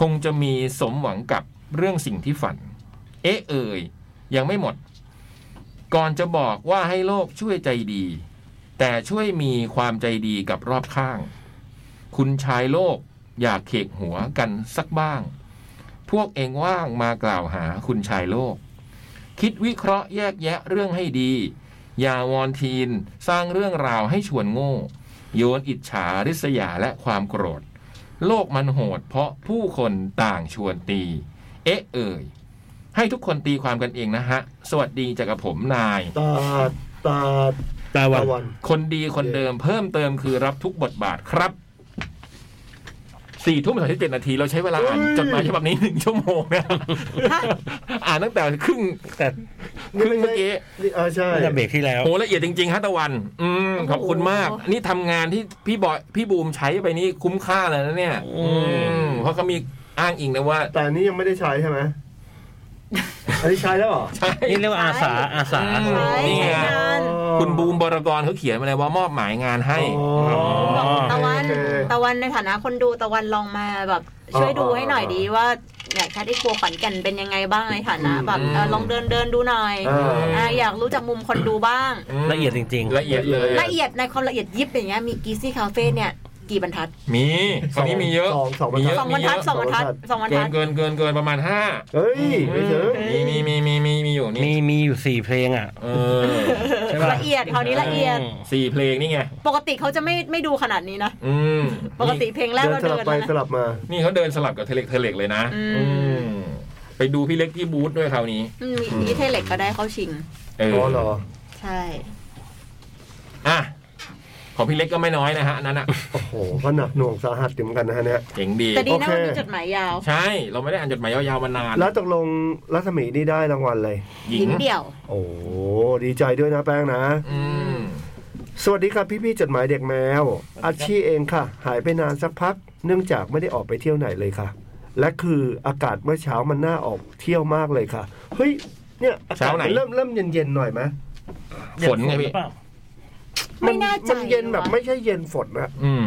คงจะมีสมหวังกับเรื่องสิ่งที่ฝัน เอ๊ะเอ่ยยังไม่หมด ก่อนจะบอกว่าให้โลกช่วยใจดี แต่ช่วยมีความใจดีกับรอบข้าง คุณชายโลกอยากเขกหัวกันสักบ้าง พวกเองว่างมากล่าวหาคุณชายโลก คิดวิเคราะห์แยกแยะเรื่องให้ดี อย่าวอนทีนสร้างเรื่องราวให้ชวนโง่ โยนอิจฉาริษยาและความโกรธ โลกมันโหดเพราะผู้คนต่างชวนตี เอ๊ะเอ่ย ให้ทุกคนตีความกันเองนะฮะ สวัสดีจากกับผมนาย ตาตา ตา ตา วัน วัน คนดีคนเดิมเพิ่มเติมคือรับทุกบทบาทครับสี่ทุ่มสามสิบเจ็ดนาทีเราใช้เวลาอ่านจดหมายฉบับนี้หนึ่งชั่วโมงนะอ่านตั้งแต่ครึ่ง แต่ ครึ่งเมื่อกี้ นี่เออใช่ ตั้งแต่เบรกที่แล้ว โหละเอียดจริง ๆฮะตะวัน อืม โอ้โห ขอบคุณมาก นี่ทำงานที่พี่บอยพี่บูมใช้ไปนี่คุ้มค่าเลยนะเนี่ย อืม เพราะเขามีอ้างอิงนะว่า แต่อันนี้ยังไม่ได้ใช้ใช่ไหม อันนี้ใช้แล้วเหรอ ใช่ นี่เรียกว่าอาสาอาสา อืม นี่ไง ใช้งาน อ๋อ คุณบูมบรกรเขาเขียนมาเลยว่ามอบหมายงานให้ อ๋อ อ๋อ ตะวัน โอเค ตะวันในฐานะคนดูตะวันลองมาแบบ ช่วยดูให้หน่อยดีว่าเนี่ยแคทที่ครัวขอนแก่นเป็นยังไงบ้างในฐานะแบบเออลองเดินเดินดูหน่อย อ่า อ่าอยากรู้จักมุมคนดูบ้าง ม ละเอียดจริง ละเอียดเลย ละเอียดในความละเอียดยิบอย่างเงี้ยมีกีซี่คาเฟ่เนี่ย กี่บรรทัด มีตอนนี้มีเยอะ สองสองบรรมีทัดเยอะ สองบรรทัดสองบรรทัดสองบรร เกิ ทั น ด เกินเกินเกินประมาณห้า เฮ้ยไม่เจอ มีมีมีมีมีมีอยู่ ๆ มี นี่ มีอยู่สี่เพลงอ่ะ เออ ใช่ป่ะ ละเอียดคราวนี้ละเอียด สี่เพลงนี่ไง ปกติเขาจะไม่ไม่ดูขนาดนี้นะ อืม ปกติเพลงแรก เดินสลัเราเดิบ น ไป แล้ว ส นะ ลับมา นี่เขาเดินสลับกับเทเล็กเทเล็กเลยนะ อืม อืมไปดูพี่เล็กที่บูธด้วยคราวนี้ อืมมีเทเล็กก็ได้เข้าชิง เออ อ๋อเหรอ ใช่ อ่ะของพี่เล็กก็ไม่น้อยนะฮะอันนั้นอ่ะ โอ้โหก็หนักหน่วงสาหัสอยู่เหมือนกันนะฮะเนี่ย เจ๋งดี แต่ดีนะ โอเค วันนี้จดหมายยาว ใช่เราไม่ได้อ่านจดหมายยาวๆมานาน แล้วตกลงรัศมีนี่ได้รางวัลอะไร หญิ หญิ ง งเดี่ยว โอ้โหดีใจด้วยนะแป้งนะ อืม สวัสดีครับพี่ๆจดหมายเด็กแมว อาชีเองค่ะ หายไปนานสักพัก เนื่องจากไม่ได้ออกไปเที่ยวไหนเลยค่ะ และคืออากาศเมื่อเช้ามันน่าออกเที่ยวมากเลยค่ะ เฮ้ย เนี่ยอากาศมันเริ่มเริ่มเย็นๆหน่อยไหม ฝนไงพี่ ไม่น่าใจ มันเย็นแบบ ว่ะ ไม่ใช่เย็นฝนนะ อืม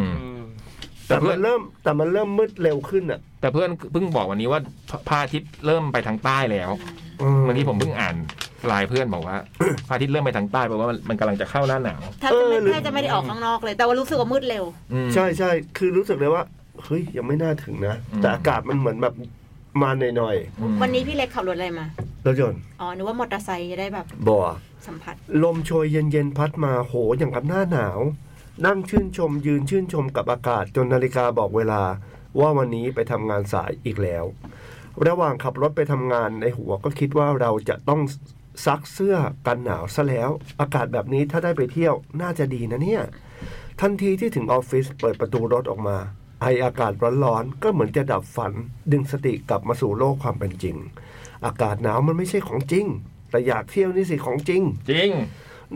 แต่ แต่เพื่ มั อน นเริ่มแต่มันเริ่มมืดเร็วขึ้นอ่ะ แต่เพื่อนเพิ่งบอกวันนี้ว่าพระอาทิตย์เริ่มไปทางใต้แล้ว อืม วันนี้ผมเพิ่งอ่านไลายเพื่อนบอกว่า พระอาทิตย์เริ่มไปทางใต้แปลว่ามันมันกำลังจะเข้าหน้าหนาว ถ้าจะไม่ถ้าจะไม่ได้ออกข้างนอกเลย แต่ว่ารู้สึกว่ามืดเร็ว อืม ใช่ใช่คือรู้สึกเลยว่าเฮ้ยยังไม่น่าถึงนะ อืม แต่อากาศมันเหมือนแบบมาหน่อย อืม วันนี้พี่เล็กขับรถอะไรมา ๆรถยนต์ อ๋อนึกว่ามอเตอร์ไซค์จะได้แบบ บ่อ สัมผัส ลมโชยเย็นๆพัดมาโหอย่างกับหน้าหนาว นั่งชื่นชมยืนชื่นชมกับอากาศจนนาฬิกาบอกเวลา ว่าวันนี้ไปทำงานสายอีกแล้ว ระหว่างขับรถไปทำงานในหัวก็คิดว่าเราจะต้องซักเสื้อกันหนาวซะแล้ว อากาศแบบนี้ถ้าได้ไปเที่ยวน่าจะดีนะเนี่ย ทันทีที่ถึงออฟฟิศเปิดประตูรถออกมา ไออากาศร้อนๆก็เหมือนจะดับฝัน ดึงสติกลับมาสู่โลกความเป็นจริง อากาศหนาวมันไม่ใช่ของจริง แต่อยากเที่ยวนี่สิของจริง จริง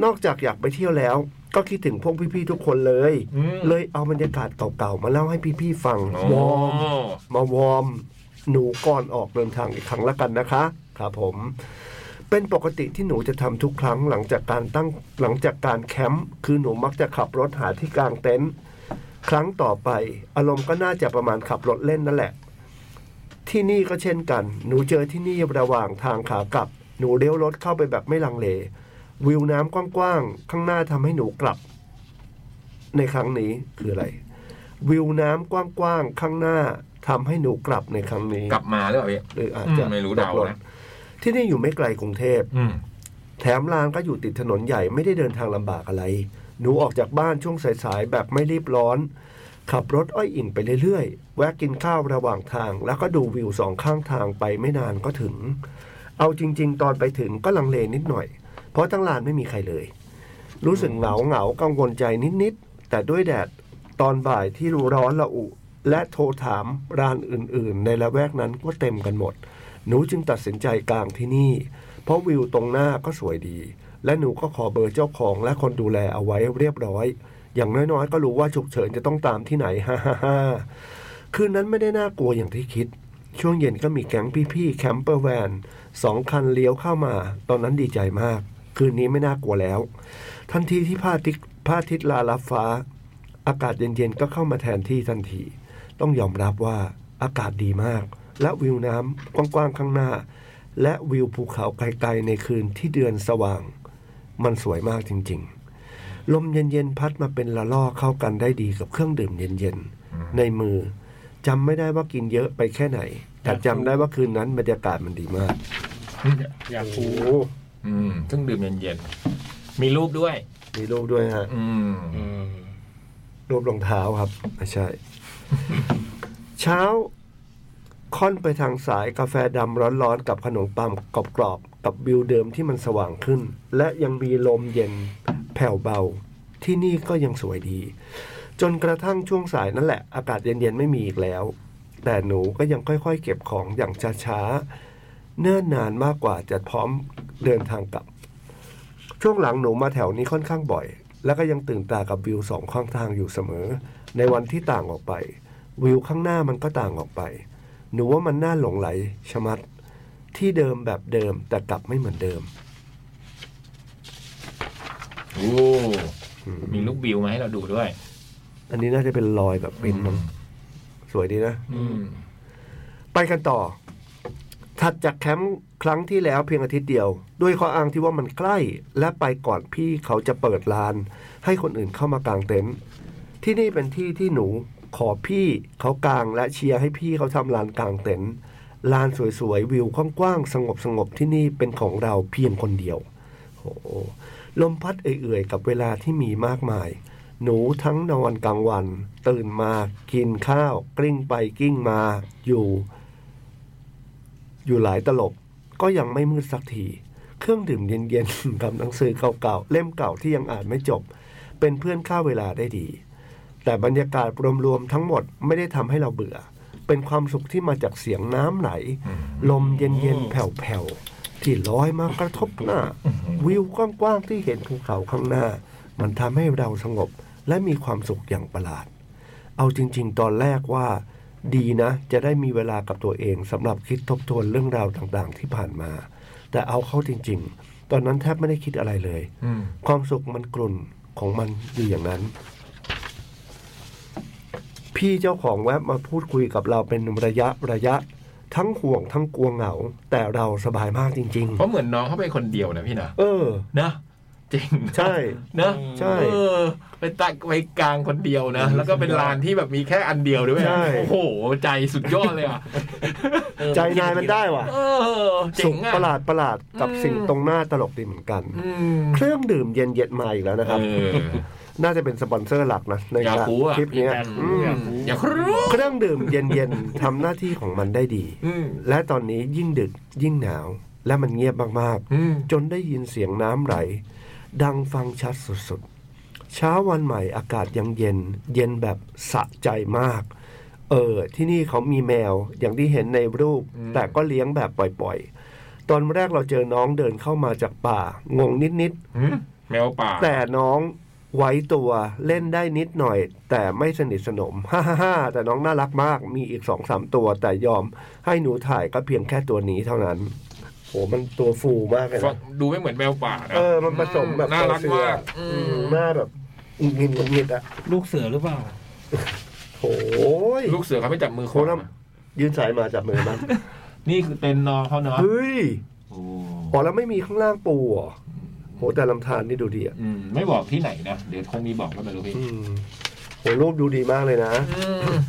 นอกจากอยากไปเที่ยวแล้ว ก็คิดถึงพวกพี่ๆทุกคนเลย อืม เลยเอาบรรยากาศเก่าๆมาเล่าให้พี่ๆฟังวอร์ม โอ้ มาวอร์มหนูก่อนออกเดินทางอีกครั้งละกันนะคะครับผม เป็นปกติที่หนูจะทำทุกครั้งหลังจากการตั้งหลังจากการแคมป์คือหนูมักจะขับรถหาที่กลางเต็นท์ ครั้งต่อไป อารมณ์ก็น่าจะประมาณขับรถเล่นนั่นแหละ ที่นี่ก็เช่นกัน หนูเจอที่นี่ระหว่างทางขากลับ หนูเลี้ยวรถเข้าไปแบบไม่ลังเล วิวน้ำกว้างๆ ข้างหน้าทำให้หนูกลับ ในครั้งนี้คืออะไร วิวน้ำกว้างๆ ข้างหน้าทำให้หนูกลับในครั้งนี้ กลับมาหรือเปล่าพี่ หรืออาจจะ อืมไม่รู้เดานะ ตกหล่ที่นี่อยู่ไม่ไกลกรุงเทพ อืม แถมรางก็อยู่ติดถนนใหญ่ไม่ได้เดินทางลำบากอะไร หนูออกจากบ้านช่วงสายๆแบบไม่รีบร้อน ขับรถอ้อยอิ่งไปเรื่อยๆ แวะกินข้าวระหว่างทาง แล้วก็ดูวิวสองข้างทางไปไม่นานก็ถึง เอาจริง ๆ ตอนไปถึงก็ลังเลนิดหน่อย เพราะทั้งลานไม่มีใครเลย รู้สึกเหงาเหงาๆกังวลใจนิดๆ แต่ด้วยแดดตอนบ่ายที่ร้อนระอุ และโทรถามร้านอื่นๆ ในละแวกนั้นก็เต็มกันหมด หนูจึงตัดสินใจกลางที่นี่ เพราะวิวตรงหน้าก็สวยดี และหนูก็ขอเบอร์เจ้าของและคนดูแลเอาไว้เรียบร้อย อย่างน้อยๆ ก็รู้ว่าฉุกเฉินจะต้องตามที่ไหน ฮ่าฮ่าฮ่าคืนนั้นไม่ได้น่ากลัวอย่างที่คิด ช่วงเย็นก็มีแก๊งพี่ๆแคมเปอร์แวนสองคันเลี้ยวเข้ามา ตอนนั้นดีใจมาก คืนนี้ไม่น่ากลัวแล้ว ทันทีที่พระอาทิตย์พระอาทิตย์ลาลับฟ้า อากาศเย็นๆก็เข้ามาแทนที่ทันที ต้องยอมรับว่าอากาศดีมาก และวิวน้ำกว้างๆข้างหน้า และวิวภูเขาไกลๆในคืนที่เดือนสว่าง มันสวยมากจริงๆ ลมเย็นๆ พัดมาเป็นละลอกเข้ากันได้ดีกับเครื่องดื่มเย็นๆ ในมือจำไม่ได้ว่ากินเยอะไปแค่ไหน แต่จำได้ว่าคืนนั้นบรรยากาศมันดีมาก อยากคู อืมเครื่องดื่มเย็นๆ มีรูปด้วย มีรูปด้วยฮะ อืม รูปรองเท้าครับไม่ใช่ เช้าค่อนไปทางสายกาแฟดำร้อนๆ กับขนมปังกรอบๆกับวิวเดิมที่มันสว่างขึ้น และยังมีลมเย็นแผ่วเบา ที่นี่ก็ยังสวยดี จนกระทั่งช่วงสายนั่นแหละ อากาศเย็นๆ ไม่มีอีกแล้ว แต่หนูก็ยังค่อยๆ เก็บของอย่างช้าๆ เนิ่นนานมากกว่าจะพร้อมเดินทางกลับ ช่วงหลังหนูมาแถวนี้ค่อนข้างบ่อย แล้วก็ยังตื่นตากับวิวสองข้างทางอยู่เสมอ ในวันที่ต่างออกไป วิวข้างหน้ามันก็ต่างออกไป หนูว่ามันน่าหลงไหลชะมัด ที่เดิมแบบเดิมแต่กลับไม่เหมือนเดิม โอ้ มีลูกบิวมาให้เราดูด้วย อันนี้น่าจะเป็นรอยแบบปริ้นมั้งสวยดีนะ อืม ไปกันต่อ ถัดจากแคมป์ครั้งที่แล้วเพียงอาทิตย์เดียว ด้วยข้ออ้างที่ว่ามันใกล้ และไปก่อนพี่เขาจะเปิดลาน ให้คนอื่นเข้ามากางเต็นท์ ที่นี่เป็นที่ที่หนูขอพี่เขากางและเชียร์ให้พี่เขาทำลานกางเต็นท์ ลานสวยๆวิวกว้างๆสงบสงบๆที่นี่เป็นของเราเพียงคนเดียว โอ้โหลมพัดเอื่อยๆกับเวลาที่มีมากมาย หนูทั้งนอนกลางวัน ตื่นมากินข้าว กลิ้งไปกลิ้งมาอยู่ อยู่หลายตลบก็ยังไม่มืดสักที เครื่องดื่มเย็นๆ กับหนังสือเก่าๆ เล่มเก่าที่ยังอ่านไม่จบ เป็นเพื่อนข้าเวลาได้ดี แต่บรรยากาศรวมๆทั้งหมดไม่ได้ทำให้เราเบื่อ เป็นความสุขที่มาจากเสียงน้ำไหล ลมเย็นๆ แผ่วๆ ที่ลอยมากระทบหน้า วิวกว้างๆ ที่เห็นภูเขาข้างหน้า มันทำให้เราสงบและมีความสุขอย่างประหลาด เอาจริง ๆ ตอนแรกว่า ดีนะ จะได้มีเวลากับตัวเองสำหรับคิดทบทวนเรื่องราวต่างๆ ที่ผ่านมา แต่เอาเข้าจริง ๆ ตอนนั้นแทบไม่ได้คิดอะไรเลย อืม ความสุขมันกลุ่นของมันอยู่อย่างนั้น พี่เจ้าของแวบมาพูดคุยกับเราเป็นระยะระยะ ทั้งห่วงทั้งกลัวเหงา แต่เราสบายมากจริง เพราะเหมือนน้องเขาไปคนเดียวนะพี่นะ ๆ เออ นะจริงนะ ใช่ นะ ใช่ เออไปตักไปกลางคนเดียวนะ แล้วก็เป็นลานที่แบบมีแค่อันเดียวด้วย ใช่ โอ้โห ใจสุดยอดเลยอ่ะ ใจนายมันได้ว่ะ เออ เจ๋ สุ งอ่ะขประหลาดประหลาดกับ อืม สิ่งตรงหน้าตลกดีเหมือนกัน อืม เครื่องดื่มเย็นเย็นๆมาอีกแล้วนะ เอ ครับ อ น่าจะเป็นสปอนเซอร์หลักนะใน อยาก การ รู้อะ คลิปเนี้ยอืม อย่าครู เครื่องดื่มเย็นเย็นๆทำหน้าที่ของมันได้ดี อืม และตอนนี้ยิ่งดึกยิ่งหนาว และมันเงียบมาก อืม ๆ จนได้ยินเสียงน้ำไหล ดังฟังชัดสุด ๆ เช้าวันใหม่อากาศยังเย็น เย็นแบบสะใจมาก เออ ที่นี่เขามีแมวอย่างที่เห็นในรูป แต่ก็เลี้ยงแบบปล่อย ๆ ตอนแรกเราเจอน้องเดินเข้ามาจากป่า งงนิด อืมแมวป่า ๆ แต่น้องไว้ตัวเล่นได้นิดหน่อย แต่ไม่สนิทสนม ฮ่าฮ่าฮ่าแต่น้องน่ารักมาก มีอีกสองสามตัว แต่ยอมให้หนูถ่ายก็เพียงแค่ตัวนี้เท่านั้นโหมันตัวฟูมากเลย ฟัง นะ ดูไม่เหมือนแมวป่านะ เออ มันผสมแบบ น่ารักมาก ตัวเสืออืมหน้าแบบหงุดหงิดหงุดหงิดอ่ะ ลูกเสือหรือเปล่า โอ้ย ลูกเสือเขาไม่จับมือ โค คน น้ำยืนสายมาจับมือมัน นี่คือเต็นท์นอนเขาเนาะ เฮ้ย โอ้ อ๋อแล้วไม่มีข้างล่างปูเหรอโหแต่ลำธารนี่ดูดีอ่ะ อืมไม่บอกที่ไหนนะเดี๋ยวคงมีบอกแล้วไม่รู้พี่ อืมโหรูปดูดีมากเลยนะ อืม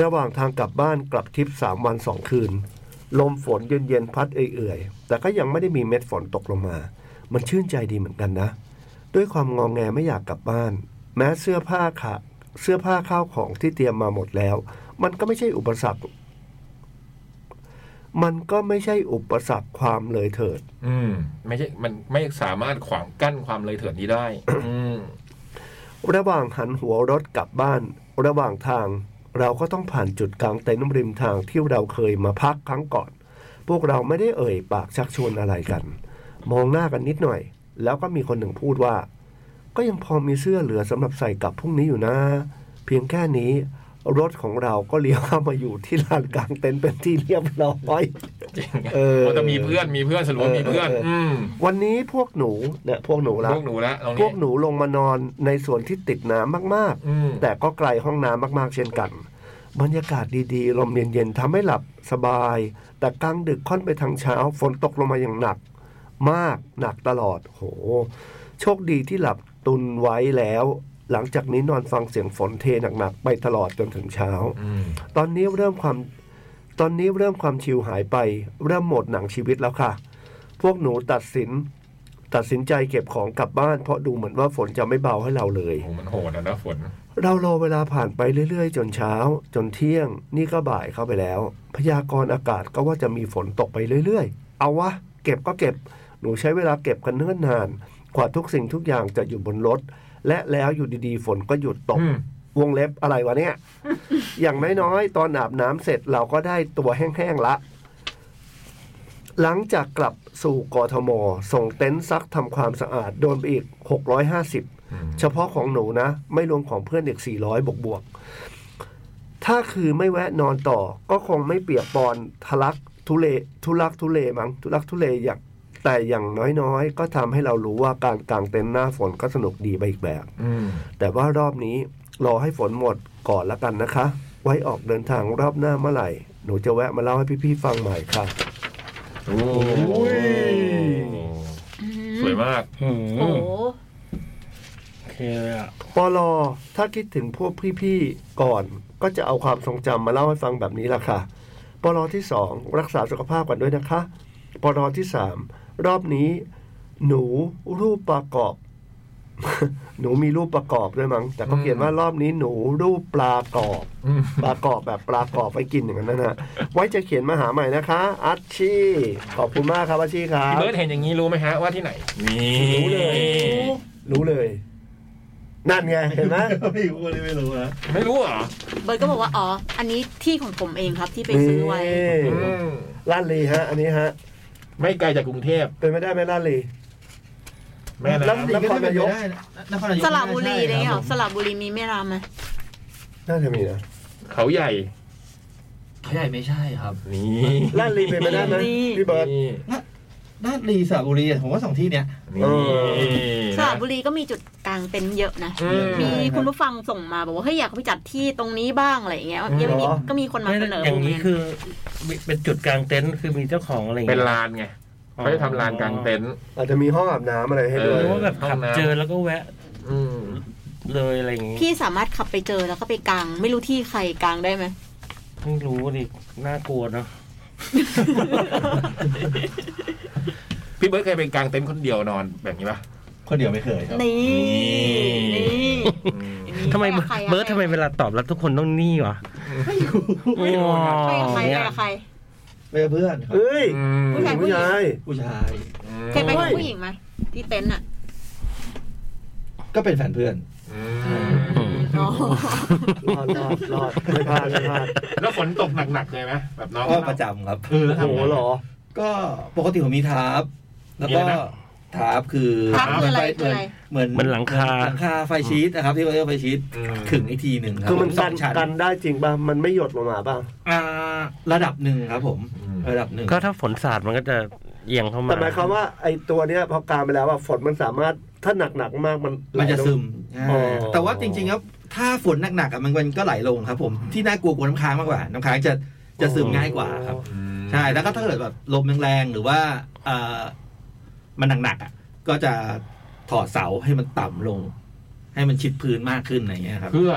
ระหว่างทางกลับบ้านกลับทริปสามวันสองคืน ลมฝนเย็นๆพัดเอื่อยๆ แต่ก็ยังไม่ได้มีเม็ดฝนตกลงมา มันชื่นใจดีเหมือนกันนะ ด้วยความงองแงไม่อยากกลับบ้าน แม้เสื้อผ้าค่ะเสื้อผ้าข้าวของที่เตรียมมาหมดแล้ว มันก็ไม่ใช่อุปสรรค มันก็ไม่ใช่อุปสรรคความเลยเถิด อืมไม่ใช่มันไม่สามารถขวางกั้นความเลยเถิดนี้ได้ อืม ระหว่างหันหัวรถกลับบ้าน ระหว่างทางเราก็ต้องผ่านจุดกลางเต็นท์ริมทางที่เราเคยมาพักครั้งก่อน พวกเราไม่ได้เอ่ยปากชักชวนอะไรกัน มองหน้ากันนิดหน่อย แล้วก็มีคนหนึ่งพูดว่า ก็ยังพอมีเสื้อเหลือสำหรับใส่กลับพรุ่งนี้อยู่นะ เพียงแค่นี้ รถของเราก็เลี้ยวเข้ามาอยู่ที่ลานกลางเต็นท์เป็นที่เรียบร้อย จริง เออ โแต่มีเพื่อนมีเพื่อนสรุปว่ามีเพื่อน เออเอออื อืม วันนี้พวกหนูเนี่ยพวกหนูละ พวกหนูละตรง พ นี้ วกหนูลงมานอนในส่วนที่ติดน้ำมากๆ อืม แต่ก็ไกลห้องน้ำมากๆ เช่นกัน บรรยากาศดีๆ ลมเย็นๆทำให้หลับสบาย แต่กลางดึกค่อนไปทางเช้า ฝนตกลงมาอย่างหนัก มากหนักตลอด โห โชคดีที่หลับตุนไว้แล้ว หลังจากนี้นอนฟังเสียงฝนเทหนักๆ ไปตลอดจนถึงเช้า อืม ตอนนี้เริ่มความ ตอนนี้เริ่มความชิวหายไป เริ่มโหมดหนังชีวิตแล้วค่ะ พวกหนูตัดสิน ตัดสินใจเก็บของกลับบ้าน เพราะดูเหมือนว่าฝนจะไม่เบาให้เราเลย โอ้โหมันโหดอะนะฝน เรารอเวลาผ่านไปเรื่อยๆ จนเช้า จนเที่ยง นี่ก็บ่ายเข้าไปแล้ว พยากรณ์อากาศก็ว่าจะมีฝนตกไปเรื่อยๆ เอาวะ เก็บก็เก็บ หนูใช้เวลาเก็บกันเนิ่นนาน กว่าทุกสิ่งทุกอย่างจะอยู่บนรถ และแล้วอยู่ดีๆ ฝนก็หยุดตก อืม วงเล็บอะไรวะ เนี่ย อย่างน้อยๆ ตอนอาบน้ำเสร็จเราก็ได้ตัวแห้งๆละ หลังจากกลับสู่กทม ส่งเต็นท์ซักทำความสะอาดโดนไปอีก อืม 650 เฉพาะของหนูนะ ไม่รวมของเพื่อนอีก 400 บวกบวกๆถ้าคือไม่แวะนอนต่อ ก็คงไม่เปียกปอนทะลักทุเลทุลักทุเลมั้งทุลักทุเลอย่างแต่อย่างน้อยๆ ก็ทำให้เรารู้ว่าการกางเต็นท์หน้าฝนก็สนุกดีไปอีกแบบ อืม แต่ว่ารอบนี้รอให้ฝนหมดก่อนละกันนะคะ ไว้ออกเดินทางรอบหน้าเมื่อไหร่ หนูจะแวะมาเล่าให้พี่ๆฟังใหม่ค่ะ โอ้ยสวยมาก อื โอ้ ม โห โอเคเลยอ่ะ ปอลอถ้าคิดถึงพวกพี่ๆก่อน ก็จะเอาความทรงจำมาเล่าให้ฟังแบบนี้ล่ะค่ะปอลอที่สองรักษาสุขภาพกันด้วยนะคะปอลอที่สามรอบนี้ หนูรูปประกอบ หนูมีรูปประกอบด้วยมั้งแต่ก็เขียนว่ารอบนี้หนูรูปปลากรอบ อืม ปลากรอบแบบปลากรอบไปกินอย่างนั้นนะฮะไว้จะเขียนมาหาใหม่นะคะอาชีขอบคุณมากครับอาชีครับ พี่เบิร์ดเห็นอย่างนี้รู้ไหมฮะว่าที่ไหนนี่ รู้เลย รู้เลย นั่นไงเห็นไหม พี่กูเลยไม่รู้นะ ไม่รู้เหรอ เบิร์ดก็บอกว่าอ๋ออันนี้ที่ของผมเองครับที่ไปซื้อไว้ อืม ลาดลีฮะ อันนี้ฮะ ไม่ไกลจากกรุงเทพ เป็นไม่ได้ไหมลาดลี แม่ แล้ว น้ำ ก็ไม่เป็นไปได้นะนครนายก สระบุรีอะไร ได้ เงี้ย ค เหร บ อ ผม สระบุรีมีแม่รำไหม น่าจะมีนะ เขาใหญ่ เขาใหญ่ไม่ใช่ครับ นี่ ลาดลีเป็นไม่ได้ไหมพี่เบิร์ต นี่ ลาดลีสระบุรีอะผมว่าสองที่เนี้ย นี่ เออ สระบุรีก็มีจุดกลางเต็นท์เยอะนะ อื มี ใช่ คุณผู้ฟังส่งมาบอกว่าเฮ้ยอยากไปจัดที่ตรงนี้บ้างอะไรอย่างเงี้ยยังมี เหรอ ก็มีคนมา ไม่ เสนอ อ อย่าง นี้คือมีเป็นจุดกลางเต็นท์คือมีเจ้าของอะไรอย่าง เป็น งี้ย ลานไงเขาจะทำลานกลางเต็นท์ อาจจะมีห้องอาบน้ำอะไรให้ด้ ห วย รือว่าแบบขับ ห้องน้ำ เจอแล้วก็แวะ อืม เลยอะไรอย่างงี้ พี่สามารถขับไปเจอแล้วก็ไปกลาง ไม่รู้ที่ใครกลางได้ไหม ไม่รู้ดิน่ากลัวเนาะ พี่เบิร์ดเคยเป็นกลางเต็นท์คนเดียวนอนแบบนี้ปะ คนเดียวไม่เคยครับ นี่ นี่ นี่ ทำไม ปกับใคอะ เบิร์ดทำไมเวลาตอบแล้วทุกคนต้องนี่วะไม่รู้ ไปกับใครไป เนี่ย กับใคร ไปกับเพื่อนครับ เฮ้ย อืม ผู้ชายผู้ ผู้ หญิง ชาย ผู้ชาย เคยไปกับผู้หญิงไหมที่เต็นท์อ่ะ ก็เป็นแฟนเพื่อน อืม อ๋อ รอดรอดรอดไม่พลาดไม่พลาด แล้วฝนตกหนักๆเลยไหมแบบน้อง ก็ประจำครับ เออ โอ้โหเหรอ ก็ปกติผมมีทาร์ปแล้ว มี ก็ อะไรนะ ทาร์ปคือ ทับคืออะไร เห คือ มืออะนไร เหมือน เหมันหลังคา หลังคาไฟชีตนะครับที่เขาเรียกว่าไฟชีต อืม ขึงอีกทีหนึ่งรับ คือมัน ส กั ง น ชั้ กันได้จริงป่ะ มันไม่หยดลงมาป่ะ อ่าระดับหนึ่งครับผม อืม ระดับหนึ่ง ก็ถ้าฝนสาดมันก็จะเอียงเข้ามา แต่หมายความว่าไอ้ตัวเนี้ยพอกลางไปแล้วอะฝนมันสามารถถ้าหนักหนักๆมากมันไหล มันจะซึ ลง มอ๋อ่าอ แต่ว่าจริงๆครับ ถ้าฝนหนักๆอ่ะมันก็ไหลลงครับ ผมที่น่ากลัวกว่าน้ำค้างมากกว่า น้ำค้างจะจะซึมง่ายกว่าครับ ใช่แล้วก็ถ้าเกิดแบบลมแรงๆหรือว่าเอ่อมันหนักๆอ่ะ ก็จะถอดเสาให้มันต่ำลง ให้มันชิดพื้นมากขึ้นอะไรอย่างเงี้ยครับ เพื่อ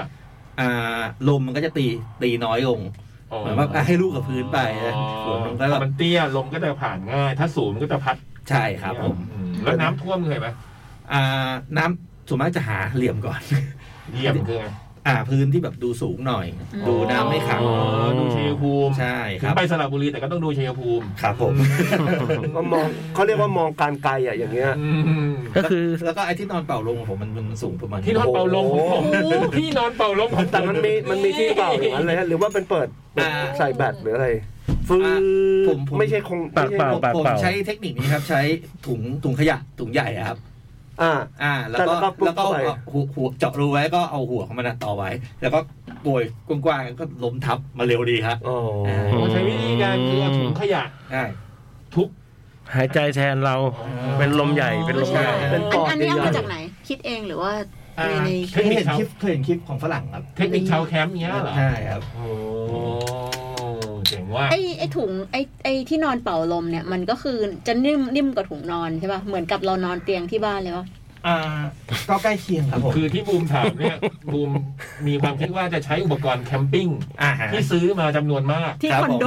อ่าลมมันก็จะตีตีน้อยลง เหมือนว่าอ่ะให้ลูกกับพื้นไปนะฝนมันก็ พอมันเตี้ยลมก็จะผ่านง่าย ถ้าสูงมันก็จะพัด ใช่ครับ ผม อืมแล้วน้ำท่วมเคยไหม อ่าน้ำส่วนมากจะหาเหลี่ยมก่อน เหยี่ยมคือไง อ่าพื้นที่แบบดูสูงหน่อย อืม ดูน้ำไม่ขัง อ๋อดูชัยภูมิ ใช่ค ถึ รั ง บ ไปสระบุรีแต่ก็ต้องดูชัยภูมิ ครับผม ก็มองเขาเรียกว่ามองการไกลอ่ะอย่างเงี้ย อืม ก็คือ แล้วก็ไอ้ที่นอนเป่าลมของผมมันมันสูงประมาณ ที่นอนเป่าลมของผมที่นอนเป่าลมของผ แต่มันมีมันมีที่เปล่าอย่างนั้นเลยฮะหรือว่าเป็นเปิดใส่แบตหรืออะไรฟืน ผมผม ไม่ใช่คง เปล่า ไม่ใช่ เปล่า ผมผมใช้เทคนิคนี้ครับ ใช้ถุงถุงขยะถุงใหญ่อะครับ อ่า อ่า แล้วก็ แต่ แล้ แล้ว วก็ ก็ ปุ๊บเข้าไป เอาหัวหัวเจาะรูไว้ก็เอาหัวของมันนะต่อไว้ แล้วก็โปรยกว้างๆก็ล้มทับมาเร็วดีครับ อ๋อ ผมใช้วิธีการคือเอาถุงขยะ อ่า ทุบ หายใจแทนเราเป็นลมใหญ่เป็นลมใหญ่ เป็นปอดอันอัน ให นี้เอา ญ่ มาจากไหน คิดเองหรือว่า อ่า ในเทคในเคยนิค เห็น ชาว คลิปเคยเห็นคลิปของฝรั่งครับ เทคนิคชาวแคมป์เนี้ยเหรอ ใช่ครับ โอ้เจ๋งว่า ไอ้ไอ้ถุงไอ้ไอ้ที่นอนเป่าลมเนี่ย มันก็คือจะนิ่มนิ่มกว่าถุงนอนใช่ป่ะเหมือนกับเรานอนเตียงที่บ้านเลยป่ะ อ่า ก็ใกล้เคียงครับผม คือที่บูมถามเนี่ย บูมมีความคิดว่าจะใช้อุปกรณ์แคมปิ้ง อ่าฮะ ที่ซื้อมาจำนวนมาก ที่ ครับ คอนโด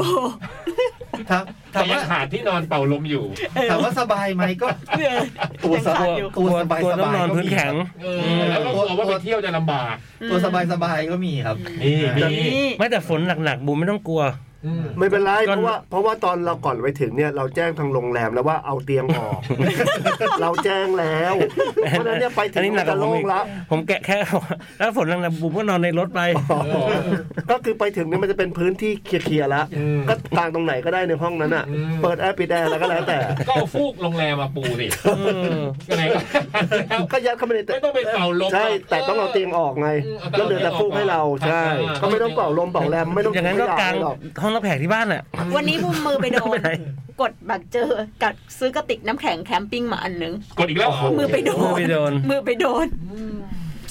ผ ถามถามแต่ยัง ว่า ขาดที่นอนเป่าลมอยู่ ถามว่าสบายไหมก็ตัวส ยังขา บายดอยู่ ตัวสบาย กลัว ส ต้อง บาย นอน ก็ พื้น มี แข็ง เออแล้วก็กลัวว่าไปเที่ยวจะลำบาก ตัวสบายสบายก็มีครับ นี่มี นี่ ไม่แต่ฝนหนักๆบูมไม่ต้องกลัว อืม ไม่เป็นไร ก่ เพ อน ราะว่าเพราะว่าตอนเราก่อนไปถึงเนี่ยเราแจ้งทางโรงแรมแล้วว่าเอาเตียงออก เราแจ้งแล้วเพราะฉะนั้นเนี่ยไปถึ อัน ง นี้หนักก จะ ว่าผม โล่ง อีก ละ ผมแกะแค่ แล้วฝนหนักๆบูมก็นอนในรถไป ก็คือไปถึงเนี่ยมันจะเป็นพื้นที่เคลียร์ๆละ อืม ก็กางตรงไหนก็ได้ในห้องนั้นอ่ะ อืม เปิดแอร์ปิดแอร์อะไรก็แล้วแต่ ก็เอาฟูกโรงแรมมาปูสิก็ไหนก็แล้ว ก็ยัดเข้าไปใน ไม่ต้องไปเป่าลม ใช่ หรอก แต่ต้องเอาเตียงออกไง อืมเอา แล้วเหลือแต่ฟูกให้เราใช่ อ่า ก็ไม่ต้องเป่าลมเป่าแรมไม่ต้อง อย่างนั้นก็กลาง ไม่หรอก ห้องรับแขกที่บ้านอ่ะ วันนี้บุมมือไปโด ไม่ น เป็นไร กดบัตรเจอกัดซื้อกระติกน้ำแข็งแคมปิ้งมาอันหนึง กดอีกแล้วเหรอ มือไปโดน มือไปโดน มือไปโดน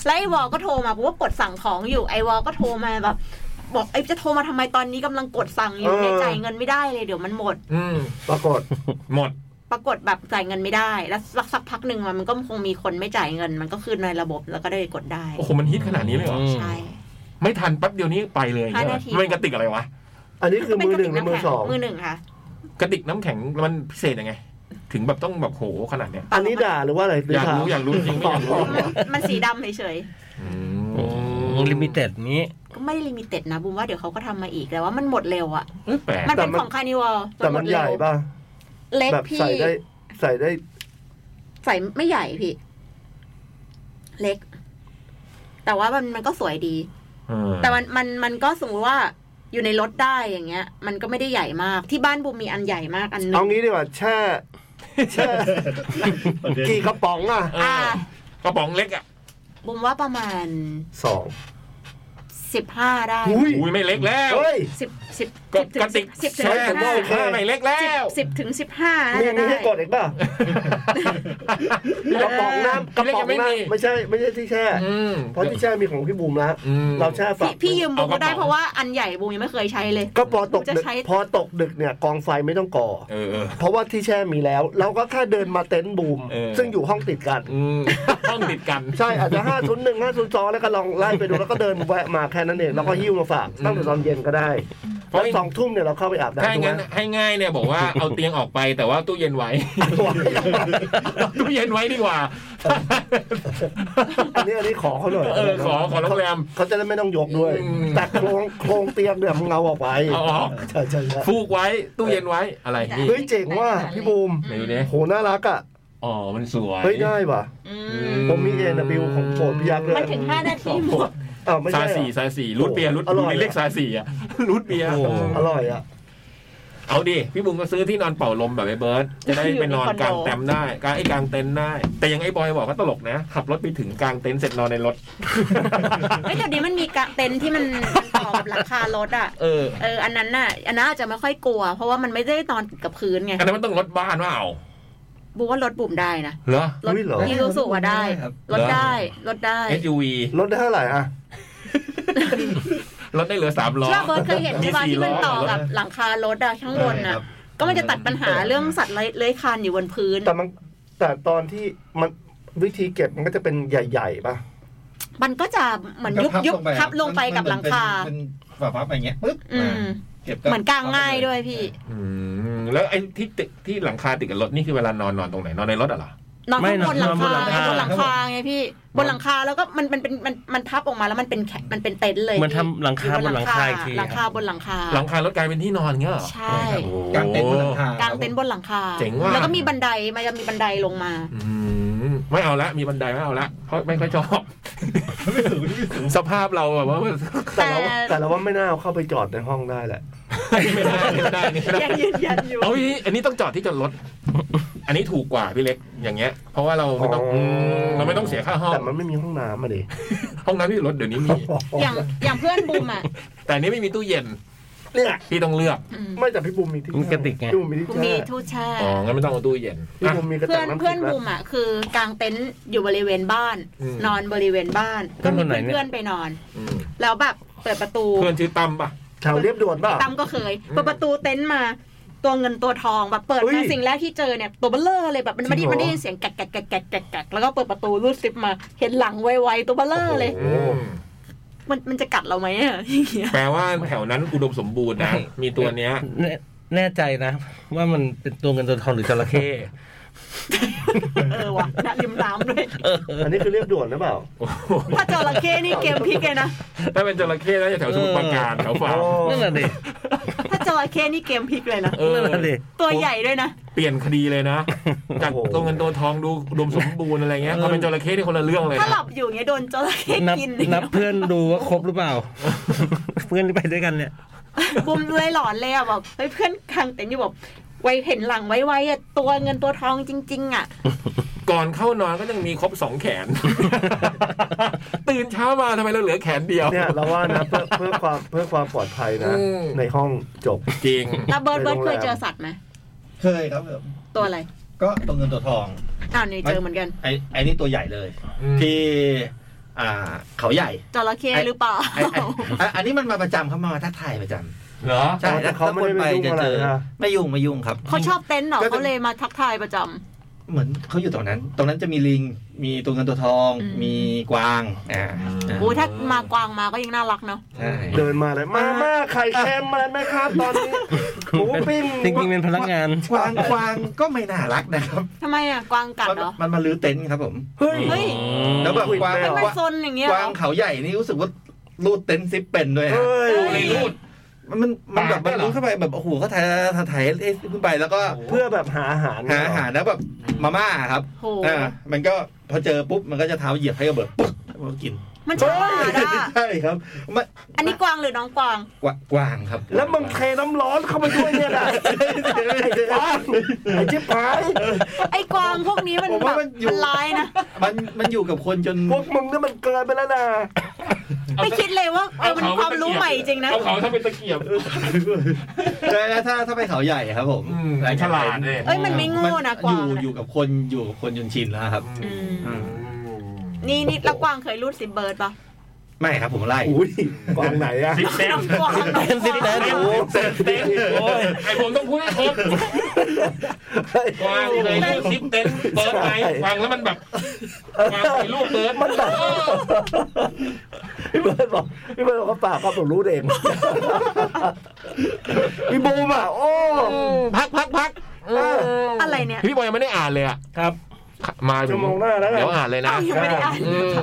แล้วไอ้วอก็โทรมาเพราะว่ากดสั่งของอยู่ไอ้วอก็โทรมาแบบ บอกไอ้จะโทรมาทำไมตอนนี้กำลังกดสั่งอยู่เนี่ยจ่ายเงินไม่ได้เลยเดี๋ยวมันหมด อืม ปรากฏ หมด ปรากฏแบบจ่ายเงินไม่ได้ แล้วสักสักพักหนึ่งมันก็คงมีคนไม่จ่ายเงิน มันก็ขึ้นในระบบแล้วก็ได้กดได้ โอ้โห มันฮิตขนาดนี้เลยเหรอ ใช่ ไม่ทันปั๊บเดียวนี้ไปเลย ห้านาที มันกระติกอะไรวะ อันนี้คือมือหนึ่งหรือมือสอง มือหนึ่งค่ะ กระติกน้ำแข็งมันพิเศษยังไง ถึงแบบต้องแบบโหขนาดเนี้ย อันนี้ด่าหรือว่าอะไรห อยาก ถม รู้อยากรู้จริงไม่อยากรู้ มันมันสีดำเฉย ลิมิเต็ดนี้ ๆก็ไม่ได้ลิมิเต็ดนะบุมว่าเดี๋ยวเขาก็ทำมาอีกแต่ว่ามันหมดเร็วอะ เอ้ยแปลก มันเป็นของคานิวอล แต่มันใหญ่ป่ะ เล็ก แบบ พี่ ใส่ได้ใส่ได้ ใส่ไม่ใหญ่พี่ เล็ก แต่ว่ามันมันก็สวยดี เออ แต่มันมันมันก็สมมติว่าอยู่ในรถได้อย่างเงี้ย มันก็ไม่ได้ใหญ่มากที่บ้านบูมมีอันใหญ่มากอันหนึ เอา ง งี้ดีกว่าแช่ แช่กี่กระป๋องอ่ะ เออ อ่าก ระป๋องเล็กอ่ะ บูมว่าประมาณ สอง สิบห้าได้ หุ้ย อุ้ยไม่เล็กแล้ว เฮ้ย สิบสิบ ก็ สิบ กระติก สิบถึง แช่ สิบ ได้ ห้า โอเค ข้าไม่เล็กแล้ว สิบถึงสิบห้า มี น่าจะ มีให้ ได้ กดอีกป่ะกระป๋องน้ำกระป๋องน้ำไม่ใช่ไม่ใช่ที่แช่ อืม เพราะที่แช่มีของพี่บูมแล้ว อืม เราแช่ฝั พี่ ก พี่ยืมบูมก็ได้ เอากระเป๋า เพราะว่าอันใหญ่บูมยังไม่เคยใช้เลย ก็พอตกดึ จะ ก ใช้ พอตกดึกเนี่ยกองไฟไม่ต้องก่อ เออเออ เพราะว่าที่แช่มีแล้ว เราก็แค่เดินมาเต็นท์บูม เออ ซึ่งอยู่ห้องติดกัน อืมห้องติดกัน ใช่อาจจะห้าศูนหนึ่งห้าศูนสองแล้วก็ลองไล่ไปดูแล้วก็เดินแวะมาแค่นั้นเองแล้วก็หิ้วมาฝากตั้งแต่ตอนเย็นก็ได้เพราะสองทุ่มเนี่ยเราเข้าไปอาบน้ำ ถ้าอ ถู ย่าง ก งั้น ไหม ให้ง่ายเนี่ยบอกว่าเอาเตียงออกไปแต่ว่าตู้เย็นไว้ เอาตู้เย็นไว้ดีกว่า อันนี้อันนี้ขอเขาหน่อย เออขอขอโรงแรม เขาจะได้ไม่ต้องยกด้วย อืม แต่โครงโครงเตียงเนี่ยมึงเอาออกไป เอาออก ใช่ใช่ใช่ ฟูกไว้ตู้เย็นไว้อะไรนี่ เฮ้ยเจ๋งว่าพี่บูม ไหนดูดิ โหน่ารักอ่ะ อ๋อมันสวย เฮ้ยได้ว่ะ อื อื ม ผมมีเอ็นบิวของโปรดพี่ยักษ์เล มัน ย ถึงห้านาทีหมด อ้าวไม่ ซา ใช่เหร สี อ ซาสีรูดเบียร์รูด อร่อย เรียกซาสีอ่ะ รูดเบียร์ โอ้โห อร่อยอ่ะ เอาดิพี่บุ๋มก็ซื้อที่นอนเป่าลมแบบไอ้เบิร์ดจะได้ไปนอนกลางแต็มได้กลางไอ้กลางเต็นท์ได้ แต่อยังไอ้บอยบอกก็ตลกนะ ขับรถไปถึงกลางเต็นท์เสร็จนอนในรถ ไม่เดี๋ยวนี้มันมีกะเต็นท์ที่มัน มันต่อกับหลังคารถอ่ะ เออ เออ อันนั้นน่ะ อันนั้นอาจจะไม่ค่อยกลัว เพราะว่ามันไม่ได้นอนติดกับพื้นไง อันนั้นมันต้องรถบ้านว่าเอา บูว่ารถบุ่มได้นะ เหรอ รถ อุ๊ยเหรอ ที่รู้สึกว่าได้ ครับ รถ เหรอ ได้ รถได้ SUV ลดได้เท่าไหร่อ่ะ ลดได้เหลือสามล้อ เราเบิร์ดเคยเห็นใช่ปะที่มันต่อกับหลังคารถอะข้างบน ใช่ อะ ครับ ก็มันจะตัดปัญหาเรื่องสัตว์เลื้อยเลื้อยคลานอยู่บนพื้น แต่มันแต่ตอนที่มันวิธีเก็บมันก็จะเป็นใหญ่ๆป่ะ มันก็จะเหมือนยุบยุบพับลงไปกับหลังคา เป็นฝาพับไปอย่างเงี้ยปึ๊บ อืม เก็บ เหมือนกลางง่ายด้วยพี่ อืมแล้วไอ้ที่ติดที่หลังคาติดกับรถนี่คือเวลานอนนอนตรงไหนนอนในรถอะเหรอ นอน ไม่ ข้างบนหลัง นอนบนหลังคาคา บนหลังคาไงพี่ บนหลังคาแล้วก็มันมันเป็นมันมันพับออกมาแล้วมันเป็นแขมันเป็นเต็นท์เลย เหมือนทำหลังคา อบ นหลังคาอีกที หลังคาบนหลังคา หลังคารถกลายเป็นที่นอนเงี้ยเหรอ ใช่ โอ้โห กลางเต็นท์บนหลังคาก างเต็นท์บนหลังคา เจ๋งว่ะ แล้วก็มีบันไดมันจะมีบันไดลงมา อืมไม่เอาละมีบันไดไม่เอาละเพราะไม่ค่อยชอบ ไม่สูงไม่สูง สภาพเราแบบว่า แต่เรา แต่ แต่เราว่าไม่น่าเอาเข้าไปจอดในห้องได้แหละ ไม่ได้ไม่ได้นี่ไม่ได้ ยังยืนยันอยู่ เอาอีอันนี้ต้องจอดที่จอดรถ อันนี้ถูกกว่าพี่เล็กอย่างเงี้ย เพราะว่าเราไม่ต้อง อ๋ออื มเราไม่ต้องเสียค่าห้อง แต่มันไม่มีห้องน้ำมาดิ ห้องน้ำที่รถเดี๋ยว นี้มี อย่างอย่างเพื่อนบูมอ่ะ แต่อันนี้ไม่มีตู้เย็น เนี่ย พี่ต้องเลือก อืม ไม่แต่พี่บุมมีที่ มีกระติกไง พี่บุมมีที่ บูม แช่ มีทูตแช่ อ๋องั้นไม่ต้องเอาตู้เย็น พี่ อ่ะ บุมมีกระ เพื่ ติ อน กน้ำ เพื่ ขิ อง น แล้ว บูมอ่ะคือกางเต็นท์อยู่บริเวณบ้าน อืม นอนบริเวณบ้าน เพื่ ก็ อนคมีนไหนเนี่ย เพื่อนๆไปนอน อืม แล้วแบบเปิดประตู เพื่อนชื่อตั้มป่ะ แถวเรียบด่วนเปล่ะ ตั้มก็เคยเปิดประตูเต็นท์มาตัวเงินตัวทองแบบเปิด เฮ้ มาย สิ่งแรกที่เจอเนี่ยตัวเบลเลอร์เลยแบบมันไม่ จริงเหรอได้มันได้ยินเสียงแกะแกะแกะแกะแกะแกะแล้วก็เปิดประตูรูดซิปมาเห็นหลังไวๆตัวเบลเลอร์เลย โอ้ มันมันจะกัดเราไหมอะอย่างเงี้ย แปลว่าแถวนั้นอุดมสมบูรณ์นะ มีตัวเนี้ย แน่แน่ใจนะ ว่ามันเป็นตัวเงินตัวทองหรือจระเข้ เออว่ะนะริมน้ำด้วย อันนี้คือเรียบด่วนหรือเปล่า โอ้โห ถ้าจระเข้นี่เกมพลิกเลยนะ ถ้าเป็นจระเข้น่าจะแถวสมุทรปราการแถวฝั่ง โอ้ นั่นแหละดิ ถ้าจระเข้นี่เกมพลิกเลยนะ เออ นั่นแหละดิ ตัวใหญ่ด้วยนะ เปลี่ยนคดีเลยนะจาก โอ้โห ตัวเงินตัวทองดูอุดมสมบูรณ์อะไรเงี้ยพอเป็นจระเข้ที่คนละเรื่องเลย ถ้า นะ หลับอยู่เงี้ยโดนจระเข้ นับ กิน นับเพื่อนดูว่าครบหรือเปล่า เพื่อนที่ไปด้วยกันเนี่ย บุมเลยหลอนเลยอ่ะบอกเฮ้ยเพื่อนคางเต็นท์อยู่บอกไว้เห็นหลังไว้ๆอ่ะตัวเงินตัวทองจริง ๆ อ่ะ ก่อนเข้านอนก็ยังมีครบสองแขน ตื่นเช้ามาทำไมเราเหลือแขนเดียว เนี่ยเราว่านะเพื่อเพื่อความเพื่อความปลอดภัยนะ อืม ในห้องจบ จริง แล้วเบิร์ดเบิร์ด ในโรงแรมเคยเจอสัตว์ไหม เคยครับผม ตัวอะไร ก็ตัวเงินตัวทอง อ้าวเนี่ยเจอเหมือนกัน ไอ้ไอ้นี่ตัวใหญ่เลย อืม ที่ อ่า เขาใหญ่ จระเข้หรือเปล่า ไอ้ไอ้ไอ้อันนี้มันมาประจำครับมาทักทายประจ เหรอ ำใช่ แต่เขาไม่ได้ไปยุ่งอะไรนะ ไม่ยุ่งไม่ยุ่งครับ เขาชอบเต็นท์เหรอ ก็จะ เขาเลยมาทักทายประจำ เหมือนเขาอยู่ตรงนั้น ตรงนั้นจะมีลิง มีตัวเงินตัวทอง อืม มีกวางอ่าอ่า โอ้ยถ้ามากวางมาก็ยังน่ารักเนาะ ใช่ เดินมาเลยมาม่าไข่เค็มอะไรไหมครับ ตอนนี้หมูปิ้ง จริงๆเป็นพนักงาน กวางกวางก็ไม่น่ารักนะครับ ทำไมอ่ะกวางกัด มัน เหรอ มันมาลื้อเต็นท์ครับผม เฮ้ย เฮ้ย แล้วแบบ อุ๊ย กวาง ไม่ มัน เอา มัน กวาง ซนอย่างเงี้ย ก เหร วา อง เขาใหญ่นี่รู้สึกว่ารูดเต็นท์ซิปเป็นด้วย เฮ ฮะ ้ย รูด มันมันมันแบปาบมั ก น ได้เหรอ รู้เข้าไปแบบโอ้โหก็ถ่ายถ่ายถ่ายเอ้ยขึ้นไปแล้วก็ เพื่อแบบหาอาหาร หาอาหารแล้วแบบมาม่าครับ โห อ่ามันก็พอเจอปุ๊บมันก็จะเท้าเหยียบให้กระเบิดปุ๊บมันก็กิน มันฉลาดอ่ะ ใช่ครับมัน อันนี้กวางหรือน้องกวาง กวากวางครับ แล้วมึงเทน้ำร้อนเข้าไปด้วยเนี่ยนะไอ้ปอนไอ้ชิบหาย ไอ้กวางพวกนี้มัน ผม แบ ว่า บ มันอยู่ มันร้ายนะ มันมันอยู่กับคนจน พวกมึงนี่มันเกินไปแล้วนะ ไม่คิดเลยว่าเออมันความรู้ใหม่จริงนะ เอาเขาถ้าเป็นตะเกียบ ได้แล้วถ้าถ้าไปเขาใหญ่ครับผม อืมฉลาดเนี่ย เอ้ยมันไม่โง่นะก อ วาง ยู่ นะ อยู่กับคนอยู่กับคนจนชินแล้วครับ อืม อืม นี่นี่แล้วกวางเคยรูดซิปเบิร์ดปะ ไม่ครับผมไล่ อุ้ยกวางไหนอะ สิบเซน กวาง สิบเซน เซนเซนโอ้ยไอผมต้องพูดให้ครบกวางเลยรูดสิบเซนเบิร์ดไปกวางแล้วมันแบบกวางไปรูปเบิร์ด มันแบบ เออ พี่เบิร์ดบอกพี่เบิร์ดบอกเขาปากเขาผมรู้เองพี่บูมอ่ะโอ้ พักพักพักเออ อะไรเนี่ย พี่บอยยังไม่ได้อ่านเลยอ่ะ ครับ มา ชั่วโมงหน้าแล้วกัน เดี๋ยวอ่านเลยนะ อ้าวยังไม่ได้อ่าน อืม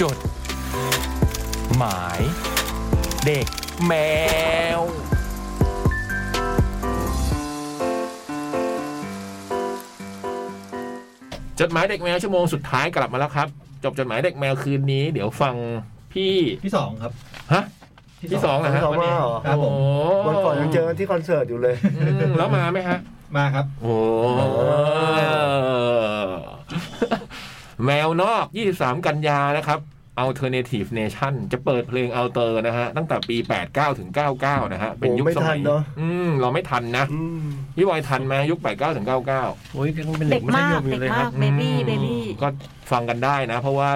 จด หมาย เด็กแมว จดหมายเด็กแมวชั่วโมงสุดท้ายกลับมาแล้วครับ จบจดหมายเด็กแมวคืนนี้ เดี๋ยวฟังพี่ พี่สองครับ ฮะพี่สองเหรอฮะ สอง วันนี้ ว่าเหรอ ครับผม โอ้ วันก่อนยังเจอที่คอนเสิร์ตอยู่เลย มแล้วมาไหมฮะ มาครับ โอ้แมวนอก 23 กันยานะครับ Alternative Nation จะเปิดเพลงเอาเตอร์นะฮะ ตั้งแต่ปี 89 ถึง 99 นะฮะ เป็นยุค โอ้ไม่ ส ทั มัน ย เนอะ อืมเราไม่ทันนะ อืม พี่บอยทันไหมยุค 89 ถึง 99 โอ้ยยังเป็นเด็ เด็ ก ก มัธ มาย ก มอ เด็ ยู่ ก เลยค มา รับ กเบบี้เบบี้ ก็ฟังกันได้นะ เพราะว่า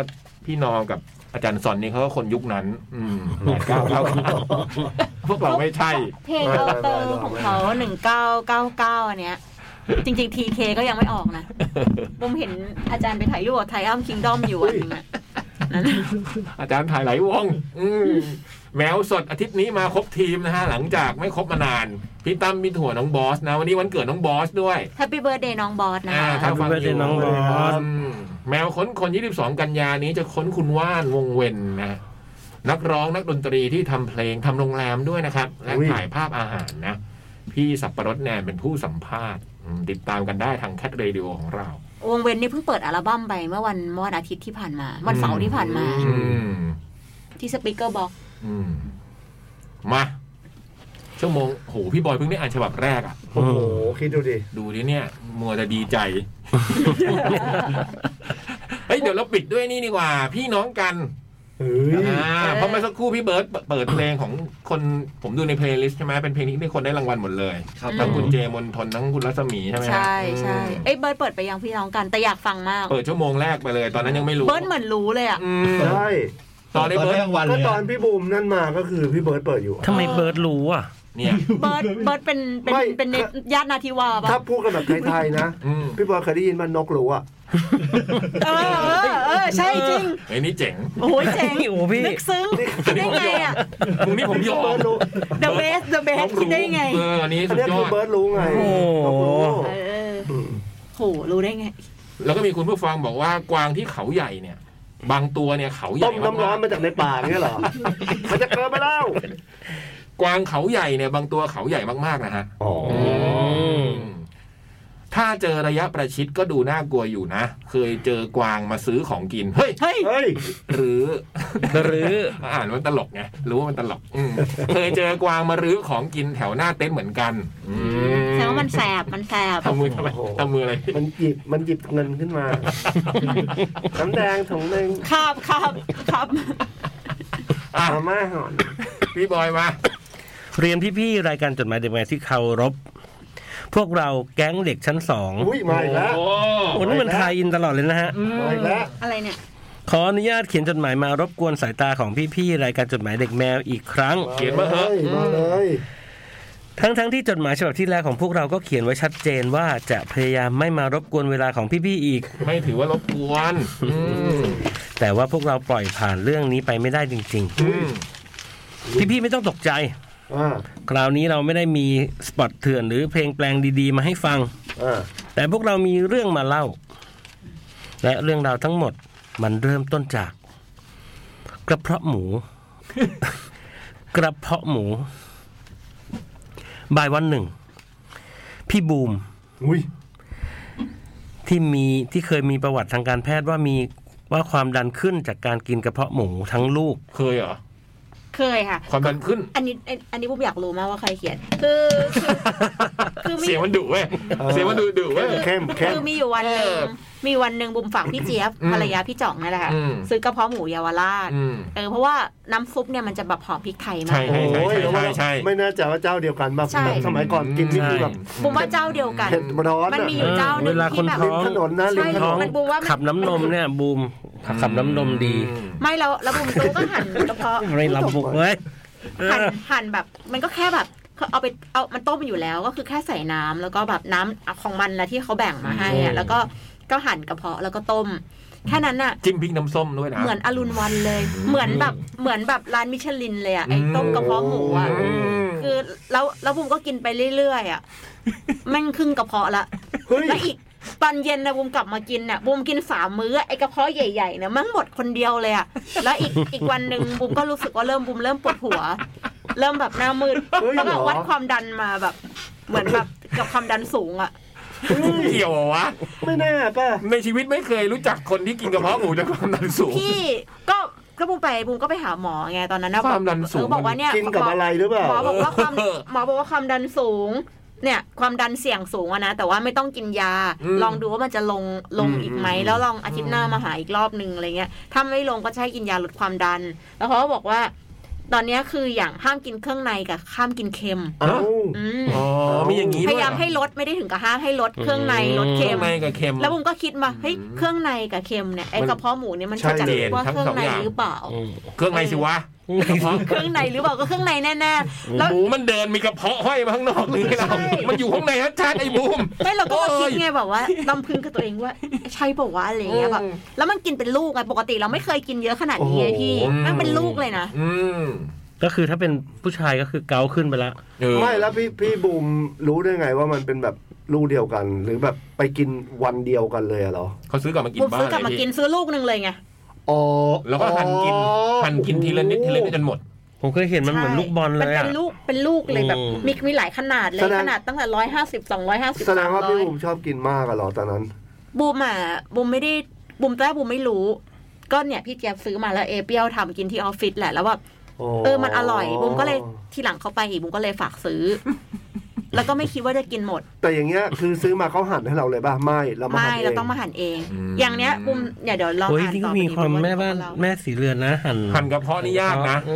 พี่นอกับอาจารย์สอนนี่เขาก็คนยุคนั้น อืมเก้าเก้า พวกเราไม่ใช่ เพลงเอาเตอร์ของเขาหนึ่งเก้าเก้าเก้าอันเนี้ย จริงๆ TK ก็ยังไม่ออกนะผมเห็นอาจารย์ไปถ่ายรูปกับไทอัมคิงดอมอยู่อันนึงอะนั่น อาจารย์ถ่ายหลายวง อืมแมวสดอาทิตย์นี้มาครบทีมนะฮะ หลังจากไม่ครบมานาน พี่ตั้มพี่ถั่วน้องบอสนะ วันนี้วันเกิดน้องบอสด้วย แฮปปี้เบิร์ดเดย์น้องบอสนะ อ่า คะ ถ้าฟังอ Happy birthday ยู่ น้องบอส อืมแมวค้นคน 22 กันยานี้จะค้นคุณว่านวงเวนนะ นักร้องนักดนตรีที่ทำเพลงทำโรงแรมด้วยนะครับ และ อุ้ย ถ่ายภาพอาหารนะ พี่สับประรดแนนเป็นผู้สัมภาษณ์อืมติดตามกันได้ทางแคทเรดิโอของเรา วงเวนนี่เพิ่งเปิดอัลบั้มไปเมื่อวันเมื่อวันอาทิตย์ที่ผ่านมา วันเสาร์ที่ผ่านมา อืม ที่สปีกเกอร์บ็อก อืม มา ชั่วโมงโหพี่บอยเพิ่งได้อ่านฉบับแรกอะ โอ้โหคิดดูดิ ดูดิเนี่ย มัวจะดี ใจ เฮ้ย เดี๋ยวเราปิดด้วยนี่ดีกว่า พี่น้องกัน เฮ้ย อ่าเพราะเมื่อสักครู่พี่เบิร์ตเปิดเพลงของคนผมดูในเพลย์ลิสต์ใช่ไหมเป็นเพลงที่คนได้รางวัลหมดเลย ครับ ทั้งคุณเจมนทนทั้งคุณรัศมีใช่ไหมฮะ ใช่ใช่ อืม เอ้ยเบิร์ดเปิดไปยังพี่น้องกัน แต่อยากฟังมาก เปิดชั่วโมงแรกไปเลย ตอนนั้นยังไม่รู้ เบิร์ดเหมือนรู้เลยอะ อืม ใช่ ตอนนี้เบิร์ต รางวัล ก็ เลย ตอนพี่บูมนั่นมาก็คือพี่เบิร์ดเปิดอยู่ ทำไมเบิร์ดรู้อ่ะ เนี่ย เบิร์ดเบิร์ดเป็นเป็น ไม่ เป็นในญาตินาทีวาปะ ถ้าพูดกันแบบไทยๆนะ อืม พี่บอยเคยได้ยินมันนกรู้อ่ะ เออเออเออใช่จริง ไอ้ยนี่เจ๋ง โอ้ยเจ๋ง โอ้โหพี่ นึกซึ้งคิดได้ไงอะ ตรงนี้ผมยอ เบิ ม ร์ดรู้ The best the น้อ best คิดได้ไง เอออันนี้ อั สุดนเนี้ย ยอ คือ ด เบิร์ดรู้ไง โอ้นกโหรู้ เออโห รู้ได้ไง แล้วก็มีคุณผู้ฟังบอกว่ากวางที่เขาใหญ่เนี่ย บางตัวเนี่ยเขาให ต้ ญ่ มน้ำร้อน มาก มาจากในป่าเงี้ยเหรอ มันจะเกินไปแล้ว ๆกวางเขาใหญ่เนี่ยบางตัวเขาใหญ่มากๆนะฮะ อ๋อ ถ้าเจอระยะประชิดก็ดูน่ากลัวอยู่นะ เคยเจอกวางมาซื้อของกิน เฮ้ย เฮ้ย เฮ้ย หรือ หรือ อ่านมันตลกไงรู้ว่ามันตลกอืมเคยเจอกวางมารื้อของกินแถวหน้าเต็นท์เหมือนกันอืม แสดงว่ามันแสบ มันแสบ ทำมือทำไม โอ้โห ทำมืออะไร มันหยิบมันหยิบเงินขึ้นมา น้ำแดงถุงหนึ่ง คาบคาบครับ อ่ะ มาม่าห่อน พี่บอยมา เรียนพี่ๆรายการจดหมายเด็กแมวที่เคารพ พวกเราแก๊งเด็กชั้นสอง อุ้ยมาอีกแล้ว โอ้ โอ้นี่มันทายอินตลอดเลยนะฮะ มาอีกแล้ว อะไรเนี่ย ขออนุญาตเขียนจดหมายมารบกวนสายตาของพี่ๆรายการจดหมายเด็กแมวอีกครั้ง เขียนมาเถอะ มาเลย ทั้งๆที่จดหมายฉบับที่แล้วของพวกเราก็เขียนไว้ชัดเจนว่าจะพยายามไม่มารบกวนเวลาของพี่ๆอีก ไม่ถือว่ารบกวนอืม แต่ว่าพวกเราปล่อยผ่านเรื่องนี้ไปไม่ได้จริง อืม ๆ พี่ๆไม่ต้องตกใจ อ่า คราวนี้เราไม่ได้มีสปอตเถื่อนหรือเพลงแปลงดีๆ มาให้ฟัง อ่า แต่พวกเรามีเรื่องมาเล่า และเรื่องราวทั้งหมดมันเริ่มต้นจาก กระเพาะหมู กระเพาะหมู บ่ายวันหนึ่ง พี่บูม อุ้ย ที่มีที่เคยมีประวัติทางการแพทย์ว่ามีว่าความดันขึ้นจากการกินกระเพาะหมูทั้งลูก เคยเหรอ เคยค่ะ ความดันขึ้น อันนี้ อันนี้ผมอยากรู้มากว่าใครเขียน คือ คือคือมี เสียงมันดุเว้ย เสียงมันดุดุเว้ย เข้มเข้ม คือมีอยู่วันหนึ่ง มีวันหนึ่งบุมฝากพี่เจี๊ยบ อืม ภรรยาพี่จ่องนั่นแหละค่ะ อืม ซื้อกระเพาะหมูเยาวราช อืม เออ เพราะว่าน้ำซุปเนี่ยมันจะแบบหอมพริกไทยมา ใช่ ก ใช่ใช่ โอ้ย ใช่ใช่ ไม่แน่ใจว่าเจ้าเดียวกันบ้าง ใช่ สมัยก่อนกินนี่คือแบบ ผมว่าเจ้าเดียวกัน เผ็ดร้อน มัน อะ มีอยู่เจ้าหนึ่ง เวลา ที่แบบ ค ริม ท้อง ถนนนะ ใช่ ริมถน ท้อง น มันบูมว่ามัน ขับน้ำนมเนี่ยบูมขับน้ำนมดี ไม่แล้วแล้วบุมตู้ก็หั่นกระเพาะ ไม่รับบุกเว้ย หั่นหั่นแบบมันก็แค่แบบเขาเอาไปเอามันต้มอยู่แล้วก็คือแค่ใส่น้ำแล้วก็แบบน้ำของมันนะที่เขาแบ่งมาให้อะแล้วก็ก็หั่นกระเพาะแล้วก็ต้ม แค่นั้นน่ะ จิ้มพริกน้ำส้มด้วยนะ เหมือนอรุณวันเลย เหมือนแบบเหมือนแบบร้านมิชลินเลยอะไอ้ต้มกระเพาะหมูอะ อืม คือแล้วแล้วบุมก็กินไปเรื่อยๆอะแม่งครึ่งกระเพาะละ เฮ้ย แล้วอีกตอนเย็นนะบุมกลับมากินน่ะบุมกินสามมื้อไอ้กระเพาะใหญ่ๆเนี่ยแมั่งหมดคนเดียวเลยอะแล้วอีกอีกวันหนึ่งบุมก็รู้สึกว่าเริ่มบุมเริ่มปวดหัว เริ่มแบบหน้ามืด เฮ้ย แล้วก็ เหรอ วัดความดันมาแบบ เหมือนแบบกับความดันสูงอะ เฮ้ย เกี่ยวเหรอวะ ไม่แน่ป่ะ ในชีวิตไม่เคยรู้จักคนที่กินกระเพาะหมูจากความดันสูง พี่ก็ก็บุมไปบุมก็ไปหาหมอไงตอนนั้นนะ ความดันสูง เออบอกว่าเนี่ย กินกับอะไรหรือเปล่า หมอบอกว่าความ เออ หมอบอกว่าความดันสูง เนี่ยความดันเสี่ยงสูงอะนะ แต่ว่าไม่ต้องกินยา อืม ลองดูว่ามันจะลงลงอีกไหม อืม แล้วลองอาทิตย์หน้ามาหาอีกรอบนึงอะไรเงี้ยถ้าไม่ลงก็จะให้กินยาลดความดัน แล้วเขาก็บอกว่า ตอนเนี้ยคืออย่างห้ามกินเครื่องในกับห้ามกินเค็ม เอ้า อืม อ๋อมีอย่างนี้ พ ด้วย ยายามให้ เล ดไม่ได้ถึงกับห้ามให้ลดเครื่องในลด ครื่ เค็ อง ม ในกับเค็ม แล้วผมก็คิดมาเฮ้ยเครื่องในกับเค็มเนี่ยไอ้ มัน กระเพาะหมูเนี่ยมัน ใช่ จะจัด เลย ว่า ทั้ง เครื่อ ส ง อง ใน อย่าง หรือเปล่า อืม เครื่องในสิวะกระเพาะ เครื่องในหรือเปล่าก็เครื่องในแน่ๆแล้ว หมูมันเดินมีกระเพาะห้อยมาข้างนอกนี่เรา ใช่ มันอยู่ข้างในชัดๆไอ้บูม ไม่เราก็มา โอ้ย คิดไงแบบว่าลำพึงกับตัวเองว่าใช่บอกว่าวะอะไรอย่างเงี้ยแบบ อืม แล้วมันกินเป็นลูกไงปกติเราไม่เคยกินเยอะขนาดนี้ไงพี่แมันเป็นลูกเลยนะ อืม ก็คือถ้าเป็นผู้ชายก็คือเกาขึ้นไปแล้ว เออ ไม่แล้วพี่พี่บูมรู้ได้ไงว่ามันเป็นแบบรูเดียวกัน หรือแบบไปกินวันเดียวกันเลยอะเหรอ เขาซื้อกลับมากิน บุม บ้าน ซื้อกลับมากินซื้อลูกหนึ่งเลยไง อ๋อ แล้วก็หั่นกิน อ๋อ หั่นกินทีละนิดทีละนิดจนหมด ผมเคยเห็นมันเหมือน ใช่ ลูกบอลเล มัน ย เป็ อะ นลูกเป็นลูกเลยแบบ อืม มีมีหลายขนาดเลยขนาดตั้งแต่ร้อยห้าสิบสองร้อยห้าสิบ แสดงว่า ร้ พี่ อย บูมชอบกินมากอะเหรอตอนนั้น บูมอ่ะบูมไม่ได้บูมแรกบูมไม่รู้ ก็เนี่ยพี่เจี๊ยบซื้อมาแล้วเอเปียวทำกินที่ออฟฟิศแหละแล้วแบบเออมันอร่อยบูมก็เลยทีหลังเขาไปอีกบูมก็เลยฝากซื้อ แล้วก็ไม่คิดว่าจะกินหมด แต่อย่างเงี้ยคือซื้อมาเขาหั่นให้เราเลยป่ะไม่เรามา ไม่ หั่นเอ เรา ง ต้องมาหั่นเอง อืม อย่างเนี้ยปุ่มเนี่ยเดี๋ยวลอง โอ้ย อ่าน ที่ ต่ ก็ อ มี ไป ความแม่บ้าน เร แม่สีเรือนนะ หั่น หั่นกระเพาะนี่ยากนะ เอ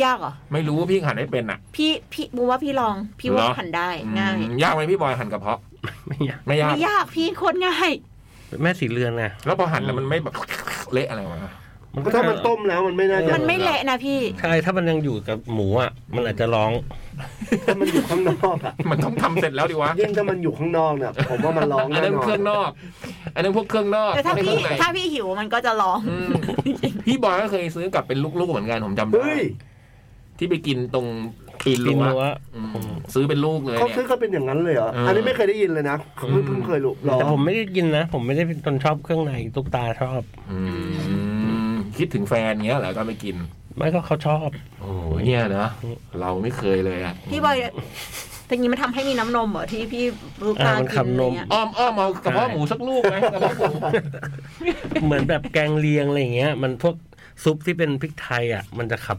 อ ยากเหรอ ไม่รู้ว่าพี่หั่นได้เป็นอ่ะ พี่พี่บูว่าพี่ลองพี่ว่า เหรอ หั่นได้ง่าย อืมยากไหมพี่บอยหั่นกระเพาะ ไม่อยาก ไม่ยาก ไม่ยากพี่โคตรง่าย แม่สีเรือนน่ะ แล้วพอหั่นแล้วมันไม่แบบ เละอะไรวะ ก็ถ้ามันต้มแล้วมันไม่น่าจะ มันไม่เละนะพี่ ใช่ถ้ามันยังอยู่กับหมูอ่ะ มันอาจจะร้อง ถ้ามันอยู่ข้างนอกอะ มันต้องทำเสร็จแล้วดิวะ ยิ่งถ้ามันอยู่ข้างนอกเนี่ยผมว่ามันร้อง อัน แน่ นั้น นอ เคนรื่องนอก อันนั้นพวกเครื่องนอก แต่ถ้า ไม่ได้ พี่ เครื่องใน ถ้าพี่หิวมันก็จะร้อง อืมพี่บอยก็เคยซื้อกลับเป็นลูกๆเหมือนกันผมจำได้ เฮ้ย ที่ไปกินตรงปีน ปีน รั้ว รั้ว อืมซื้อเป็นลูกเลย เขา เนี่ย ซื้อก็เป็นอย่างนั้นเลยเหรอ เอออั อันนี้ไม่เคยได้ยินเลยนะเพิ่ง อืม เพิ่งเคยรู้เหรอ แต่ผมไม่ได้กินนะ ผมไม่ได้เป็นคนชอบเครื่องในตุ๊กตาชอบ อืมคิดถึงแฟนเงี้ยเหรอก็ไปกิน ไม่ก็เขาชอบ โอ้โหเนี่ยนะเราไม่เคยเลยอะ พี่บอยแต่งี้มันทำให้มีน้ำนมเหรอที่พี่ลูกตา อ่ามัน กินอะ ทำน ไร ม เงี้ย อ้อมอ้อมเอากระเพาะหมูสักลูกไหมกระเพาะหมู เหมือนแบบแกงเลียงอะไรอย่างเงี้ย มันพวกซุปที่เป็นพริกไทยอ่ะ มันจะขับ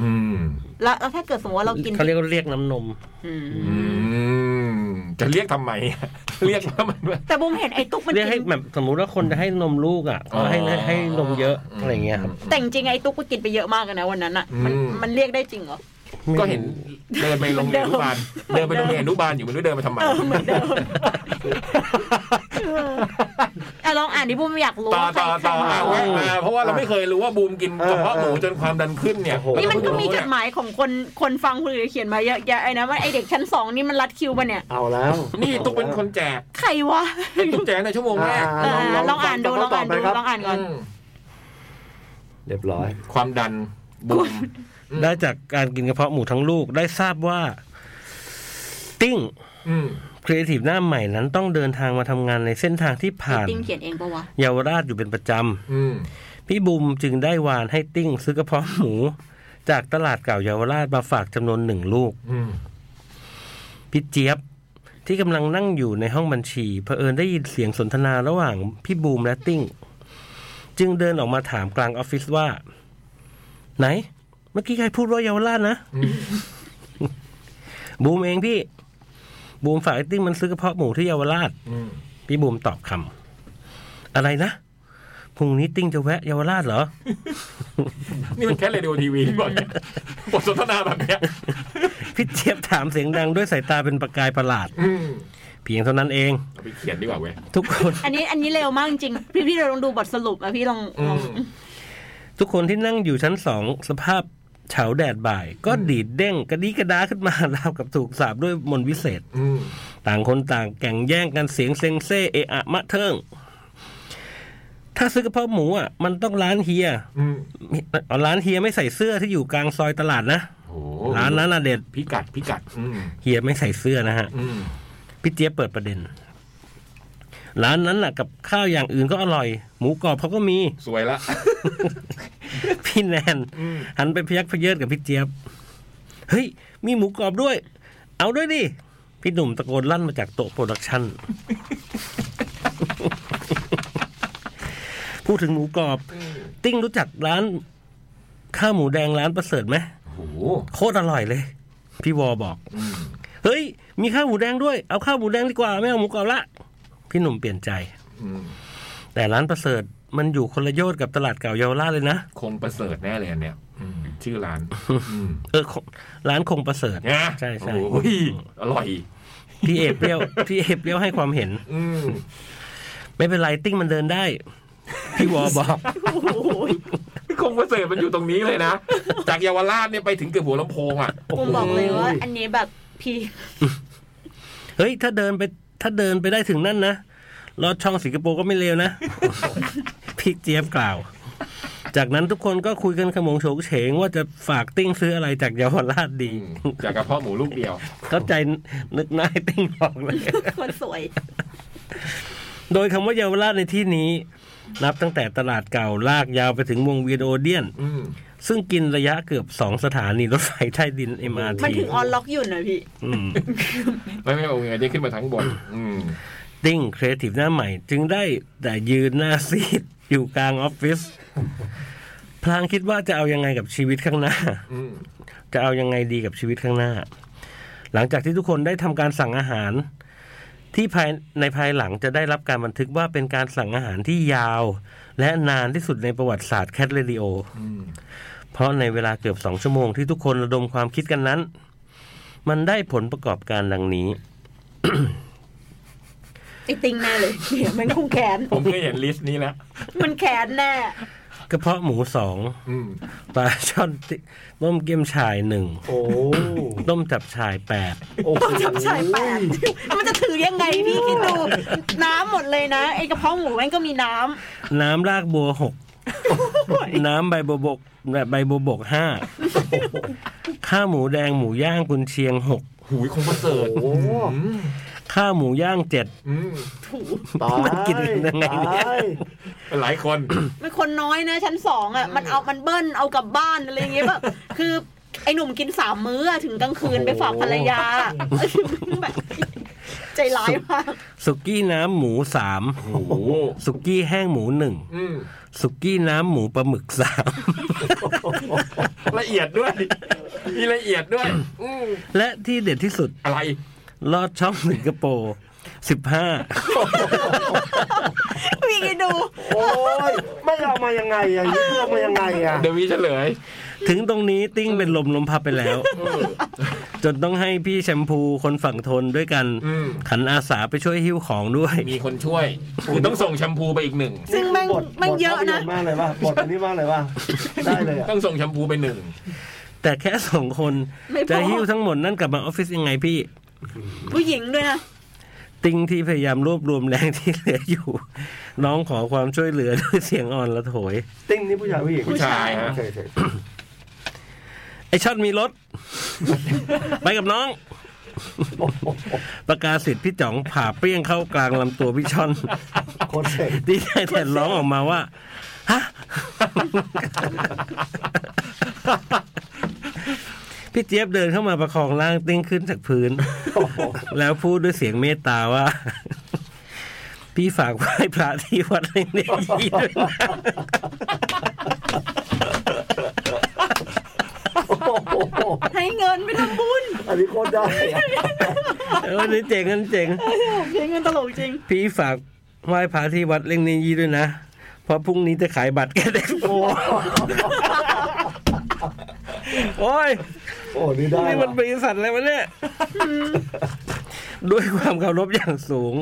อืม แล้วแล้วถ้าเกิดสมมติว่าเรากิน เขาเรียกว่าเรียกน้ำนม อืม อืมจะเรียกทำไม เรียกว่ามันว่า แต่บูมเห็นไอ้ตุ๊กมัน เรียกให้ กิน แบบสมมุติว่าคนจะให้นมลูกอ่ะ อ๋อ ก็ให้ให้ให้นมเยอะอะไรอย่างเงี้ยครับ แต่จริงๆไอ้ตุ๊กก็กินไปเยอะมากเลยนะวันนั้นอ่ะมัน อืม มันเรียกได้จริงเหรอ ก็เห็นเดินไปโรงเรียนอนุบา ลเดินไปโรงเรียนอนุบาลอยู่ไม่รู้เดินมาทำไม เออเหมือนเดิม อ่ะลองอ่านดิบูมอยากรู้ ต่อ ว่าใคร ต่อ ใคร ต่อ มา เอาแวะมาเพราะว่าเราไม่เคยรู้ว่าบูมกินกระเพาะหมูจนความดันขึ้นเนี่ย นี่มันก็มีจ เพิ่ ด งรู้ หมายของคนคนฟังคนอื่นเขียนมาเยอะแยะไอ้นะว่าไอเด็กชั้นสองนี่มันรัดคิวปะเนี่ย เอาแล้ว เนี่ยนี่ตุ๊กเป็นคนแจก ใครวะ ตุ๊กแจกในชั่วโมงแร อ่าก เออล ล อ อง ง อ่านดูลอง ฟั อ่าน ต่ไป ดู ครับ ลองอ่านก่อน อืม เรียบร้อย ความดันบูม ได้จากการกินกระเพาะหมูทั้งลูกได้ทราบว่า ติ้ง อืม ครีเอทีฟหน้าใหม่นั้นต้องเดินทางมาทำงานในเส้นทางที่ผ่าน ติ้งเขียนเองปะวะ เยาวราชอยู่เป็นประจ อืม ำพี่บุมจึงได้วานให้ติ้งซื้อกระเพาะหมู จากตลาดเก่าเยาวราชมาฝากจำนวนหนึ่งลูก อืม พี่เจี๊ยบที่กำลังนั่งอยู่ในห้องบัญชีเผอิญได้ยินเสียงสนทนาระหว่างพี่บูมและติ้ง จึงเดินออกมาถามกลางออฟฟิศว่า ไหน เมื่อกี้ใครพูดว่าเยาวราชนะ บูมเองพี่ บูมฝากไอ้ติ้งมันซื้อกระเพาะหมูที่เยาวราช อืม พี่บูมตอบคำอะไรนะพรุ่งนี้ติ้งจะแวะเยาวราชเหรอ นี่มันแค่เรดิโอทีวีที่บอกเนี่ยบทสนทนาแบบเนี้ย พี่เจี๊ยบถามเสียงดังด้วยสายตาเป็นประกายประหลาด อืม เพียงเท่านั้นเอง เอาไปเขียนดีกว่าเว้ย ทุกคน อันนี้อันนี้เร็วมากจริงพี่พี่เราลองดูบทสรุปอ่ะพี่ลอง อื ลอง ม ทุกคนที่นั่งอยู่ชั้นสองสภาพเฉาแดดบ่าย ก็ดีดเด้งกระดีกระดาขึ้นมาราวกับถูกสาบด้วยมนต์วิเศษ อืม ต่างคนต่างแก่งแย่งกันเสียงเซ็งเซ่เอะอะมะเทิง ถ้าซื้อกระเพาะหมูอ่ะมันต้องร้านเฮีย อืม เอาร้านเฮียไม่ใส่เสื้อที่อยู่กลางซอยตลาดนะ โอ้ ร้านนั้นน่ะเด็ด พิกัดพิกัด อืม เฮียไม่ใส่เสื้อนะฮะ อืม พี่เจี๊ยบเปิดประเด็น ร้านนั้นน่ะกับข้าวอย่างอื่นก็อร่อย หมูกรอบเขาก็มี สวยละ พี่แนนหันไปพยักพยเยิดกับพี่เจี๊ยบ เฮ้ย มีหมูกรอบด้วย เอาด้วยดิ พี่หนุ่มตะโกนลั่นมาจากโต๊ะโปรดักชั่น พูดถึงหมูกรอบ ติ้งรู้จักร้าน ข้าวหมูแดงร้านประเสริฐไหม โอ้โห โคตรอร่อยเลย พี่วอบอก อืม เฮ้ย มีข้าวหมูแดงด้วย เอาข้าวหมูแดงดีกว่าไม่เอาหมูกรอบละ พี่หนุ่มเปลี่ยนใจ อืม แต่ร้านประเสริฐมันอยู่คนละโยชน์กับตลาดเก่าเยาวราชเลยนะ คงประเสริฐแน่เลยอันเนี่ยอืมชื่อร้านอืม เออคงร้านคงประเสริฐ นะ ใช่ใช่ โอ้ยอร่อย พี่เอเปรี้ยวพี่เอเปรี้ยวให้ความเห็น อืม ไม่เป็นไรติ้งมันเดินได้ พี่วอบอก คงประเสริฐมันอยู่ตรงนี้เลยนะ จากเยาวราชเนี่ยไปถึงเกือบหัวลำโพงอ่ะ ผมบอกเลยว่า อันนี้แบบพี่ เฮ้ย ถ้าเดินไปถ้าเดินไปได้ถึงนั่นนะลอดช่องสิงคโปร์ก็ไม่เลวนะ พี่เจี๊ยบกล่าว จากนั้นทุกคนก็คุยกันขโมงโฉงเฉงว่าจะฝากติ้งซื้ออะไรจากเยาวราชดี อืมจากกระเพาะหมูลูกเดียว เข้าใจนึกหน้าให้ติ้งบอกเลย คนสวย โดยคำว่าเยาวราชในที่นี้ นับตั้งแต่ตลาดเก่าลากยาวไปถึงวงเวียนโอเดียน อืม ซึ่งกินระยะเกือบสองสถานีรถไฟใต้ดิน มัน MRT ถึงออนล็อกอยู่นะพี่ อืม ไม่ไม่โอเคได้ขึ้นมาทั้งบน อืม ติ้งครีเอทีฟหน้าใหม่ จึงได้แต่ยืนหน้าซีด อยู่กลางออฟฟิศ พลางคิดว่าจะเอายังไงกับชีวิตข้างหน้า อืม จะเอายังไงดีกับชีวิตข้างหน้า หลังจากที่ทุกคนได้ทำการสั่งอาหาร ที่ภายในภายหลังจะได้รับการบันทึกว่าเป็นการสั่งอาหารที่ยาว และนานที่สุดในประวัติศาสตร์แคทเรดิโอ อืม เพราะในเวลาเกือบสองชั่วโมงที่ทุกคนระดมความคิดกันนั้น มันได้ผลประกอบการดังนี้ ไอติงแน่เลยเดี๋ยวมันคงแขน ผมเคยเห็นลิสต์นี้แล้ว มันแขนแน่ กระเพาะหมูสอง อืม ปลาช่อน ติต้มเกี๊ยมฉายหนึ่ง โอ้ ต้มจับชายแปด โอ้โห จับชายแปดมันจะถือยังไงพี่คิดดู น้ำหมดเลยนะไอกระเพาะหมูแม่งก็มีน้ น้ำรากบัวหกน้ำใบบัวบกแบบใบบัวบกห้าข้าวหมูแดงหมูย่างกุนเชียงหก หูยคงประเสริฐ โอ้โห อืม ข้าวหมูย่างเจ็ด อืม ตาย มันกินกันยังไงเนี่ย ตา เป็นหลายคน ำมันคนน้อยนะชั้นสองอ่ะมันเอามันเบิ้ลเอากลับบ้านอะไรอย่างเงี้ยแบบคือไอหนุ่มกินสามมื้ออะถึงกลางคืนไปฝากภรร ยาแบบใจร้ายมาก สุกี้น้ำหมูสาม โอ้โห สุกี้แห้งหมูหนึ่ง อืม สุกี้น้ำหมูปลาหมึกสาม ละเอียดด้วย มีละเอียดด้วย อืม และที่เด็ดที่สุด อะไร ลอดช่องสิงคโปร์สิบห้า พี่คิดดู โอ้ยไม่เอามายังไงอ่ะยึดเอามายังไงอ่ะ เดี๋ยวมีเฉลย ถึงตรงนี้ติ้งเป็นลมลมพับไปแล้ว จนต้องให้พี่แชมพูคนฝั่งทนด้วยกัน อืม ขันอาสาไปช่วยหิ้วของด้วย มีคนช่วยคือต้องส่งแชมพูไปอีกหนึ่ง ซึ่งแม่ง บท แม่งเยอะนะ บทภาพยนตร์มากเลยว่ะบทอันนี้มากเลยว่ะได้เลยอ่ะ ต้องส่งแชมพูไปหนึ่ง แต่แค่สองคน ไม่พอ จะหิ้วทั้งหมดนั่นกลับมาออฟฟิศยังไงพี่ ผู้หญิงด้วยนะ ติ้งที่พยายามรวบรวมแรงที่เหลืออยู่ น้องขอความช่วยเหลือด้วยเสียงอ่อนละโถย ติ้งนี่ผู้ชายผู้หญิง ผู้ชายฮะ โอเคโอเค ไอช่อนมีรถ ไปกับน้อง ประกาศสิทธิ์พี่จ๋องผ่าเปรี้ยงเข้ากลางลำตัวพี่ช่อน โคตรเจ๋ง ดีใจแทนร้องออกมาว่าฮะ พี่เจี๊ยบเดินเข้ามาประคองร่างติ้งขึ้นจากพื้น โอ้โห แล้วพูดด้วยเสียงเมตตาว่า พี่ฝากไหว้พระที่วัดเล่งเดียวยี่ด้วยนะ ให้เงินไปทำบุญ อันนี้โคตรได้อะ เออนี่เจ๋งกันเจ๋ง เสียเงินตลกจริง พี่ฝากไหว้พระที่วัดเล่งเนียยี่ด้วยนะเพราะพรุ่งนี้จะขายบัตรแกได้โอ้ โอ้ย โอ้นี่ได้ นี่มันบ ว่ะ ริษัทอะไรวะเนี่ย ด้วยความเคารพอย่างสูง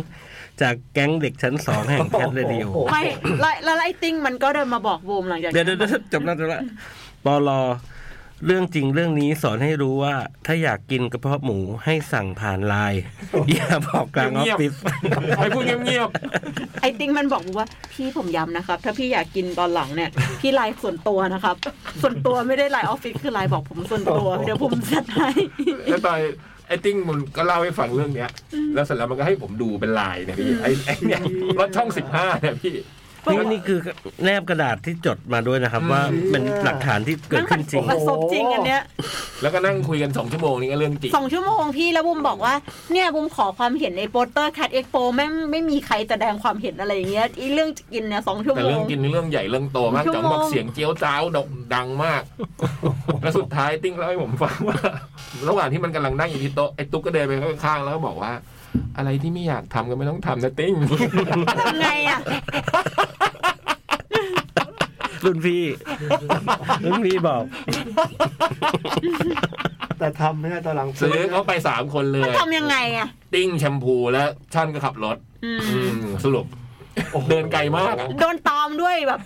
จากแก๊งเด็กชั้นสองแห่ งแคทเรดิโอ ไม่แล้วแล้วไอติ้งมันก็เดินมาบอกบูมหลังจาก เดี๋ยว นั้น เดี๋ยวเดี๋ยวจบแล้วจบแล้วปอลอเรื่องจริงเรื่องนี้สอนให้รู้ว่า ถ้าอยากกินกระเพาะหมูให้สั่งผ่านไลน์ อย่าบอกกลางออฟฟิศ ให้พูดเงียบ ไอติ้งมันบอกบูมว่าพี่ผมย้ำนะครับ ถ้าพี่อยากกินตอนหลังเนี่ย พี่ไลน์ส่วนตัวนะครับ ส่วนตัวไม่ได้ไลน์ออฟฟิศคือไลน์บอกผมส่วนตัว เดี๋ยวผมจัดให้ ๆแล้วตอนไอ้ติ้งมันก็เล่าให้ฟังเรื่องเนี้ย แล้วเสร็จแล้วมันก็ให้ผมดูเป็นลายเนี่ยพี่ ไอ้ไอ้เนี่ยรถช่องสิบห้าเนี่ยพี่ นี่นี่คือแนบกระดาษที่จดมาด้วยนะครับ ว่าเป็นหลักฐานที่เกิดขึ้นจริง ประสบจริงอันเนี้ย แล้วก็นั่งคุยกันสองชั่วโมงนี่ก็เรื่องจริง สองชั่วโมงพี่แล้วบุมบอกว่า เนี่ยบุมขอความเห็นในโปสเตอร์แคดเอ็กโปแม่งไม่มีใครแสดงความเห็นอะไรอย่างเงี้ยอีเรื่องกินเนี่ยสองชั่ว แต่ โม เรื่อง งกินนี่เรื่องใหญ่เรื่องโตมาก ชั่ว จัง โมบองกเสียงเจี๊ยวจ้าวดงดังมาก แล้วสุดท้ายติ้งเล่าให้ผมฟังว่า ระหว่างที่มันกำลังนั่งอยู่ที่โต๊ะไอ้ตุ๊กก็เดินไปข้างๆแล้วก็บอกว่า อะไรที่ไม่อยากทำก็ไม่ต้องทำนะติ้ง ทำไงอ่ะ รุ่นพี่ รุ่นพี่บอก แต่ทำไม่ได้ตอนหลัง ซื้อเขาไปสามคนเลย ทำยังไงอ่ะ ติ้งแชมพูแล้วชั่นก็ขับรถ อืม อืมสรุปเดินไกลมากอะ โดนตามด้วยแบบ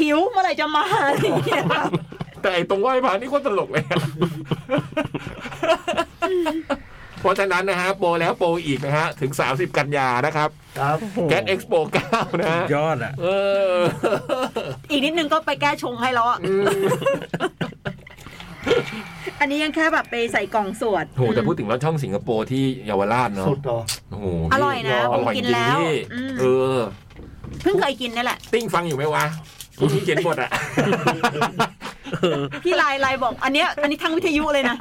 หิวเมื่อไหร่จะมาอะไรอย่างเงี้ยแบบ แต่ไอ้ตรงไหว้พระนี่โคตรตลกเลย อะเพราะฉะนั้นนะฮะโปรแล้วโปรอีกนะฮะ ถึง 30 กันยานะครับ ครับ แก๊สเอ็กซ์โป9นะฮะ ยอดอ่ะ เออ อีกนิดนึงก็ไปแก้ชงให้แล้วอ่ะอันนี้ยังแค่แบบไปใส่กล่องสวด โหแต่พูดถึงร้านช่องสิงคโปร์ที่เยาวราชเนาะ สุดเหรอ โอ้โห อร่อยนะ อ บุม ร่อยจ กิน ริง แล้ว พี่ อืม เออ เพิ่งเคยกินนี่แหละ ติ้งฟังอยู่ไหมวะพรุ่งนี้เขียนบท อะ พี่ไลน์ไลน์บอก อันเนี้ยอันนี้ทั้งวิทยุเลย นะ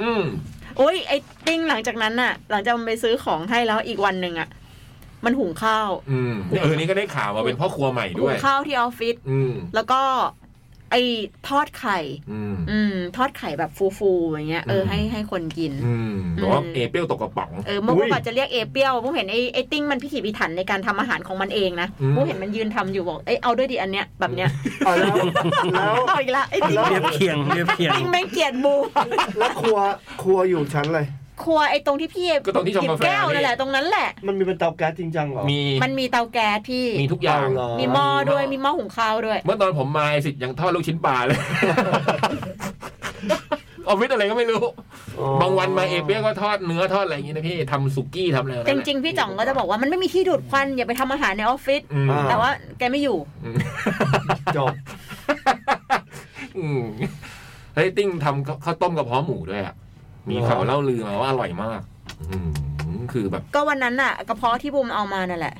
อืม โอ้ยไอ้ติ้งหลังจากนั้นน่ะ หลังจากมันไปซื้อของให้แล้วอีกวันหนึ่งอ่ะ มันหุงข้าว อืมเออนี่ก็ได้ข่าวว่าเป็นพ่อครัวใหม่ หุ ด้วย งข้าวที่ออฟฟิศ อืม แล้วก็ ไอ้ทอดไข่ อืม อืม ทอดไข่แบบฟูๆอย่างเงี้ยเออ อืม ให้ให้คนกิน อืมบอกว่าเอเปี้ยวตกกระป๋อง เออเมื่อ อุ๊ วาย นจะเรียกเอเปรียวผมเห็นไอ้ไอ้ติ้งมันพิถีพิถันในการทำอาหารของมันเองนะ อืม ผมเห็นมันยืนทำอยู่บอกเอ้ยเอาด้วยดิอันเนี้ยแบบเนี้ย เอาแล้วแล้ว เอาอีกละไอ้ติ้ง เรียบเคียง เรียบเคียง ติ้งแม่งเกลียดบู แล้วครัวครัวอยู่ชั้นอะไร ครัวไอ้ตรงที่พี่ ก็ตรงที่ชงกาแฟ แก้วนั่นแหละตรงนั้นแหละ มันมีเป็นเตาแก๊สจริงจังเหรอ มี มันมีเตาแก๊สพี่ มีทุกอย่าง เอาเหรอ มีหม้อด้วยมีหม้อหุงข้าวด้วย เมื่อตอนผมมาไอ้สิทธิ์ยังทอดลูกชิ้นปลาเลย ออฟฟิศอะไรก็ไม่รู้ อ๋อบ างวันมาเอเปี้ยก็ทอดเนื้อทอดอะไรอย่างงี้นะพี่ทำสุกี้ทำอะไร จริง ๆ พี่จ่องก็จะบอกว่ามันไม่มีที่ดูดควันอย่าไปทำอาหารในออฟฟิศ อืม า แต่ว่าแกไม่อยู่ จบ อืมเฮ้ยติ้งทำข้าวต้มกระเพาะหมูด้วยอ่ะ มีข่าวเล่าลือมาว่าอร่อยมาก อืมคือแบบ ก็วันนั้นน่ะกระเพาะที่บุมเอามานั่นแหละ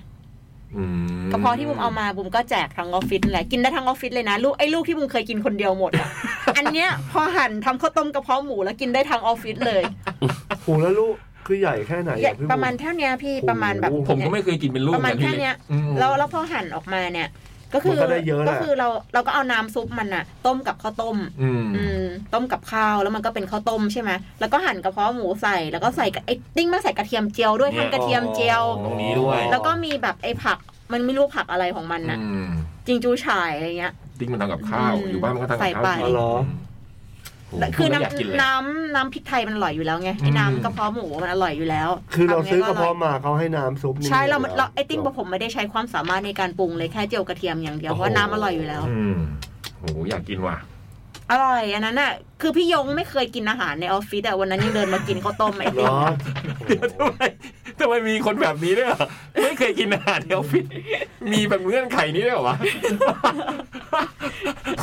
อืม กระเพาะที่บุมเอามาบุมก็แจกทางออฟฟิศแหละกินได้ทางออฟฟิศเลยนะลูกไอ้ลูกที่บุมเคยกินคนเดียวหมด อะ อันเนี้ยพอหั่นทำข้าวต้มกระเพาะหมูแล้วกินได้ทางออฟฟิศเลย หูแล้วลูกคือใหญ่แค่ไหน ใหญ่ อ่ะพี่ ประมาณ บุ๋ เท่าเนี้ยพี่ประมาณแบบ โอ้โห ผมก็ไม่เคยกินเป็นลูก ประมาณ กั แค่ พี่ เนี้ย อืม แล้วแล้วพอหั่นออกมาเนี่ย ก็คือ มันก็ได้เยอะแหละ ก็คือเราเราก็เอาน้ำซุปมันน่ะ ต้มกับข้าวต้ม อืม อืมต้มกับข้าวแล้วมันก็เป็นข้าวต้มใช่ไหมแล้วก็หั่นกระเพาะหมูใส่แล้วก็ใส่กระไอ้ติ้งมาใส่กระเทียมเจียวด้วยทำกระเทียมเจียว ตรงนี้ด้วย แล้วก็มีแบบไอ้ผักมันไม่รู้ผักอะไรของมันนะ อืม จิงจูฉ่ายอะไรเงี้ย ติ้งมันทำกับข้าว อืม อยู่บ้านมันก็ทำ ใส่ กับข้าวกินไปอ๋อเหรอ โโห แต่คืพูดอแล้วยากกินเลย น้ำน้ำน้ำพริกไทยมันอร่อยอยู่แล้วไงไอ้ อืม น้ำกระเพาะหมูมันอร่อยอยู่แล้ว คือเรา ทำไง ซื้อกระเพาะ ย มาเขาให้น้ำซุปนี่ ใช่เรา ยู่แล้ว เราไอ้ติ้งบอกผมไม่ได้ใช้ความสามารถในการปรุงเลยแค่เจียวกระเทียมอย่างเดียวเพราะว่าน้ำอร่อยอยู่แล้ว อืมโอ้โหอยากกินว่ะ อร่อยอันนั้นอ่ะคือพี่ยงไม่เคยกินอาหารในออฟฟิศแต่วันนั้นยังเดินมากินข้าวต้มไอ้ เหร ติ้ง อ ทำไมทำไมมีคนแบบนี้ด้วยเหรอไม่เคยกินอาหารในออฟฟิศมีแบบเงื่อนไขนี้ด้วยเหรอวะ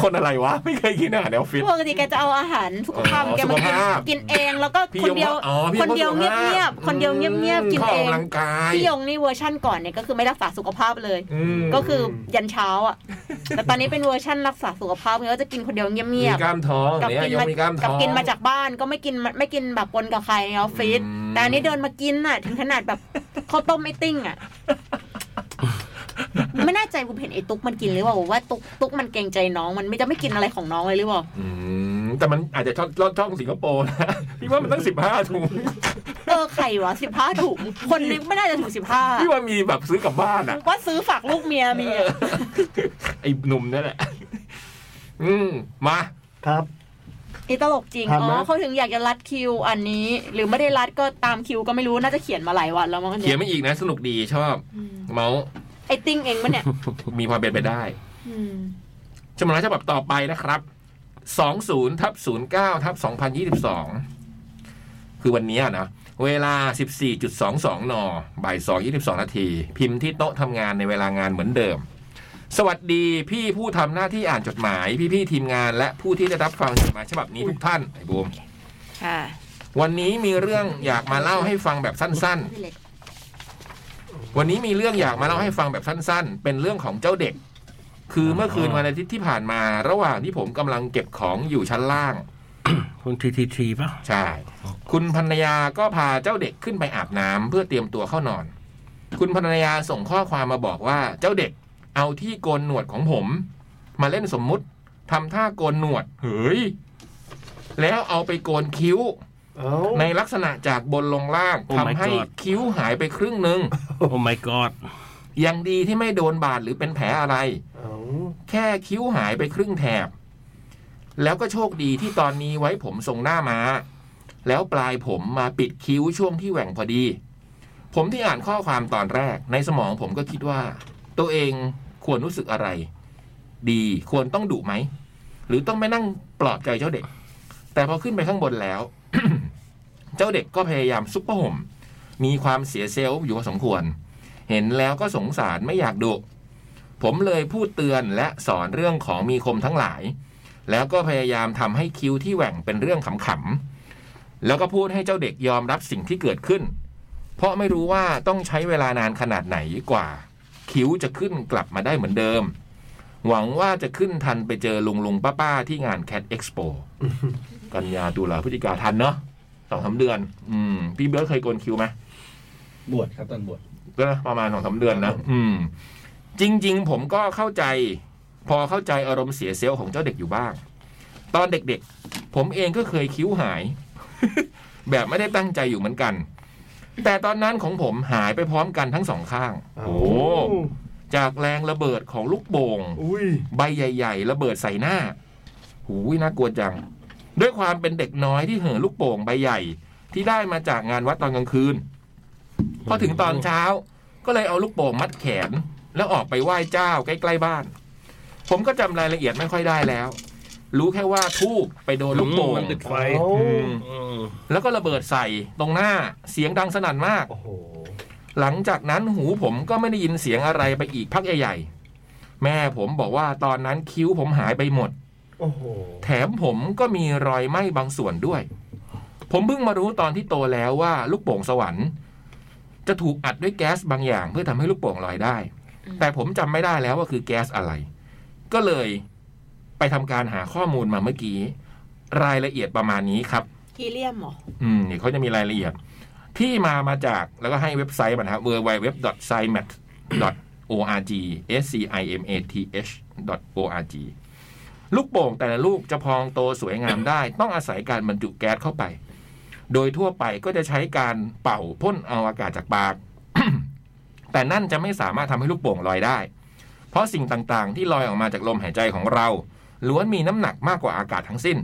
คนอะไรวะ ไม่เคยกินอาหารในออฟฟิศ ปกติแกจะเอาอาหารสุขภาพ อ๋อ แกมา สุข กิน ภาพ กินเองแล้วก็ พี่ คน ยง เดียว ว่าอ๋อพี่ยง คนเดียว ว่าสุขเงียบ ภาพ เงียบๆคนเดียวเงียบเงียบๆกิน เขาอ เอ อก ง กำลังกาย พี่ยงนี่เวอร์ชั่นก่อนเนี่ยก็คือไม่รักษาสุขภาพเลย อืม ก็คือยันเช้าอ่ะแต่ตอนนี้เป็นเวอร์ชั่นรักษาสุขภาพไงก็จะกินคนเดียวเงียบ มี เงียบ กล้ามท้อง ๆกับ เนี่ย กิน ยัง มา มีกล้าม กับ ท้อง กินมาจากบ้านก็ไม่กินไม่กินแบบปนกับใครในออฟฟิศ อืม แต่อันนี้เดินมากินน่ะ ถึงขนาดแบบข้าวต้มไม่ติ้ง อ่ะไม่แน่ใจผมเห็นไอ้ตุ๊กมันกินหรือเปล่าว่าตุ๊กตุ๊กมันเกรงใจน้องมันไม่จะไม่กินอะไรของน้องเลยหรือเปล่า อืมแต่มันอาจจะชอบลอดช่องสิงคโปร์นะ พี่ว่ามันตั้งสิบห้าถุง เออไข่วะสิบห้าถุง คนนึงไม่น่าจะถึงสิบห้า พี่ว่ามีแบบซื้อกลับบ้านอ่ะ ว่าซื้อฝากลูกเมียมีอะ ไอ้หนุ่มนั่นแหละ อืมมา ครับ นี่ตลกจริง ครับ อ๋อ นะ เขาถึงอยากจะรัดคิวอันนี้ หรือไม่ได้รัดก็ตามคิวก็ไม่รู้น่าจะเขียนมาหลายวันแล้วมั้ง เขี เนี่ย นไม่อีกนะ สนุกดีชอบ เมาส์ ไอติ้งเองมันเนี่ย มีความเป็นไปได้ อืม จำนวนฉบับต่อไปนะครับ 20ทับ09ทับ2022 คือวันนี้นะ เวลา 14.22 น บ่าย 2 22 นาที พิมพ์ที่โต๊ะทำงานในเวลางานเหมือนเดิม สวัสดีพี่ผู้ทำหน้าที่อ่านจดหมาย พี่ ๆ ทีมงานและผู้ที่ได้รับฟังจดหมายฉบับนี้ทุกท่าน ไอ้บูม ค่ะ วันนี้มีเรื่องอยากมาเล่าให้ฟังแบบสั้น พี่เล็ก ๆ วันนี้มีเรื่องอยากมาเล่าให้ฟังแบบสั้น ๆ เป็นเรื่องของเจ้าเด็ก คือเมื่อคืนวันอาทิตย์ที่ผ่านมา ระหว่างที่ผมกำลังเก็บของอยู่ชั้นล่าง คุณทีทีทีป่ะ ใช่ คุณภรรยาก็พาเจ้าเด็กขึ้นไปอาบน้ำเพื่อเตรียมตัวเข้านอน คุณภรรยาส่งข้อความมาบอกว่าเจ้าเด็กเอาที่โกนหนวดของผม มาเล่นสมมุติทำท่าโกนหนวด เฮ้ย แล้วเอาไปโกนคิ้ว เอ้า ในลักษณะจากบนลงล่าง Oh ทำ my ให้ God คิ้วหายไปครึ่งหนึ่ง โอ้ my god ยังดีที่ไม่โดนบาดหรือเป็นแผลอะไร เอ้า แค่คิ้วหายไปครึ่งแถบ แล้วก็โชคดีที่ตอนนี้ไว้ผมทรงหน้ามา้า แล้วปลายผมมาปิดคิ้วช่วงที่แหว่งพอดี ผมที่อ่านข้อความตอนแรก ในสมองผมก็คิดว่า ตัวเองควรรู้สึกอะไร ดีควรต้องดุไหม หรือต้องไปนั่งปลอบใจเจ้าเด็ก แต่พอขึ้นไปข้างบนแล้ว เจ้าเด็กก็พยายามซุปเปอร์ห่มมีความเสียเซลล์อยู่พอสมควร เห็นแล้วก็สงสารไม่อยากดุ ผมเลยพูดเตือนและสอนเรื่องของมีคมทั้งหลาย แล้วก็พยายามทำให้คิ้วที่แหว่งเป็นเรื่องขำๆ แล้วก็พูดให้เจ้าเด็กยอมรับสิ่งที่เกิดขึ้น เพราะไม่รู้ว่าต้องใช้เวลานานขนาดไหนกว่า คิ้วจะขึ้นกลับมาได้เหมือนเดิม หวังว่าจะขึ้นทันไปเจอลุงลุงป้าป้าๆที่งานแคดเอ็กซ์โปกันยาตุลาพฤศจิกาทันเนาะสองสามเดือน อืมพี่เบิร์ดเคยโกนคิ้วไหม บวชครับตอนบวช ก็ประมาณสองสาเดือนนะอืม จริง ๆ ผมก็เข้าใจ พอเข้าใจอารมณ์เสียเซลล์ของเจ้าเด็กอยู่บ้าง ตอนเด็กๆ ผมเองก็เคยคิ้วหาย แบบไม่ได้ตั้งใจอยู่เหมือนกัน แต่ตอนนั้นของผมหายไปพร้อมกันทั้งสองข้าง เา โอ้จากแรงระเบิดของลูกโป่ง อุ้ย ใบใหญ่ๆ ระเบิดใส่หน้า หูยน่ากลัวจัง ด้วยความเป็นเด็กน้อยที่เห่อลูกโป่งใบใหญ่ ที่ได้มาจากงานวัดตอนกลางคืน พอถึงตอนเช้า ก็เลยเอาลูกโป่งมัดแขน แล้วออกไปไหว้เจ้าใกล้ๆบ้าน ผมก็จำรายละเอียดไม่ค่อยได้แล้ว รู้แค่ว่าทูบไปโดนลูกโป่ง มันติดไฟ เอ้า อืมแล้วก็ระเบิดใส่ตรงหน้าเสียงดังสนั่นมาก โอ้โห หลังจากนั้นหูผมก็ไม่ได้ยินเสียงอะไรไปอีกพักใหญ่ๆ แม่ผมบอกว่าตอนนั้นคิ้วผมหายไปหมด โอ้โห แถมผมก็มีรอยไหม้บางส่วนด้วย ผมเพิ่งมารู้ตอนที่โตแล้วว่าลูกโป่งสวรรค์ จะถูกอัดด้วยแก๊สบางอย่างเพื่อทำให้ลูกโป่งลอยได้ อืม แต่ผมจำไม่ได้แล้วว่าคือแก๊สอะไร ก็เลยไปทำการหาข้อมูลมาเมื่อกี้ รายละเอียดประมาณนี้ครับ ฮีเลียมเหรอ อืมเดี๋ยวเขาจะมีรายละเอียด ที่มามาจากแล้วก็ให้เว็บไซต์มันนะครับ www.scimat.org s c i m a t h .org ลูกโป่งแต่ละลูกจะพองโตสวยงามได้ ต้องอาศัยการบรรจุแก๊สเข้าไป โดยทั่วไปก็จะใช้การเป่าพ่นเอาอากาศจากปาก แต่นั่นจะไม่สามารถทำให้ลูกโป่งลอยได้ เพราะสิ่งต่างๆ ที่ลอยออกมาจากลมหายใจของเรา ล้วนมีน้ำหนักมากกว่าอากาศทั้งสิ้น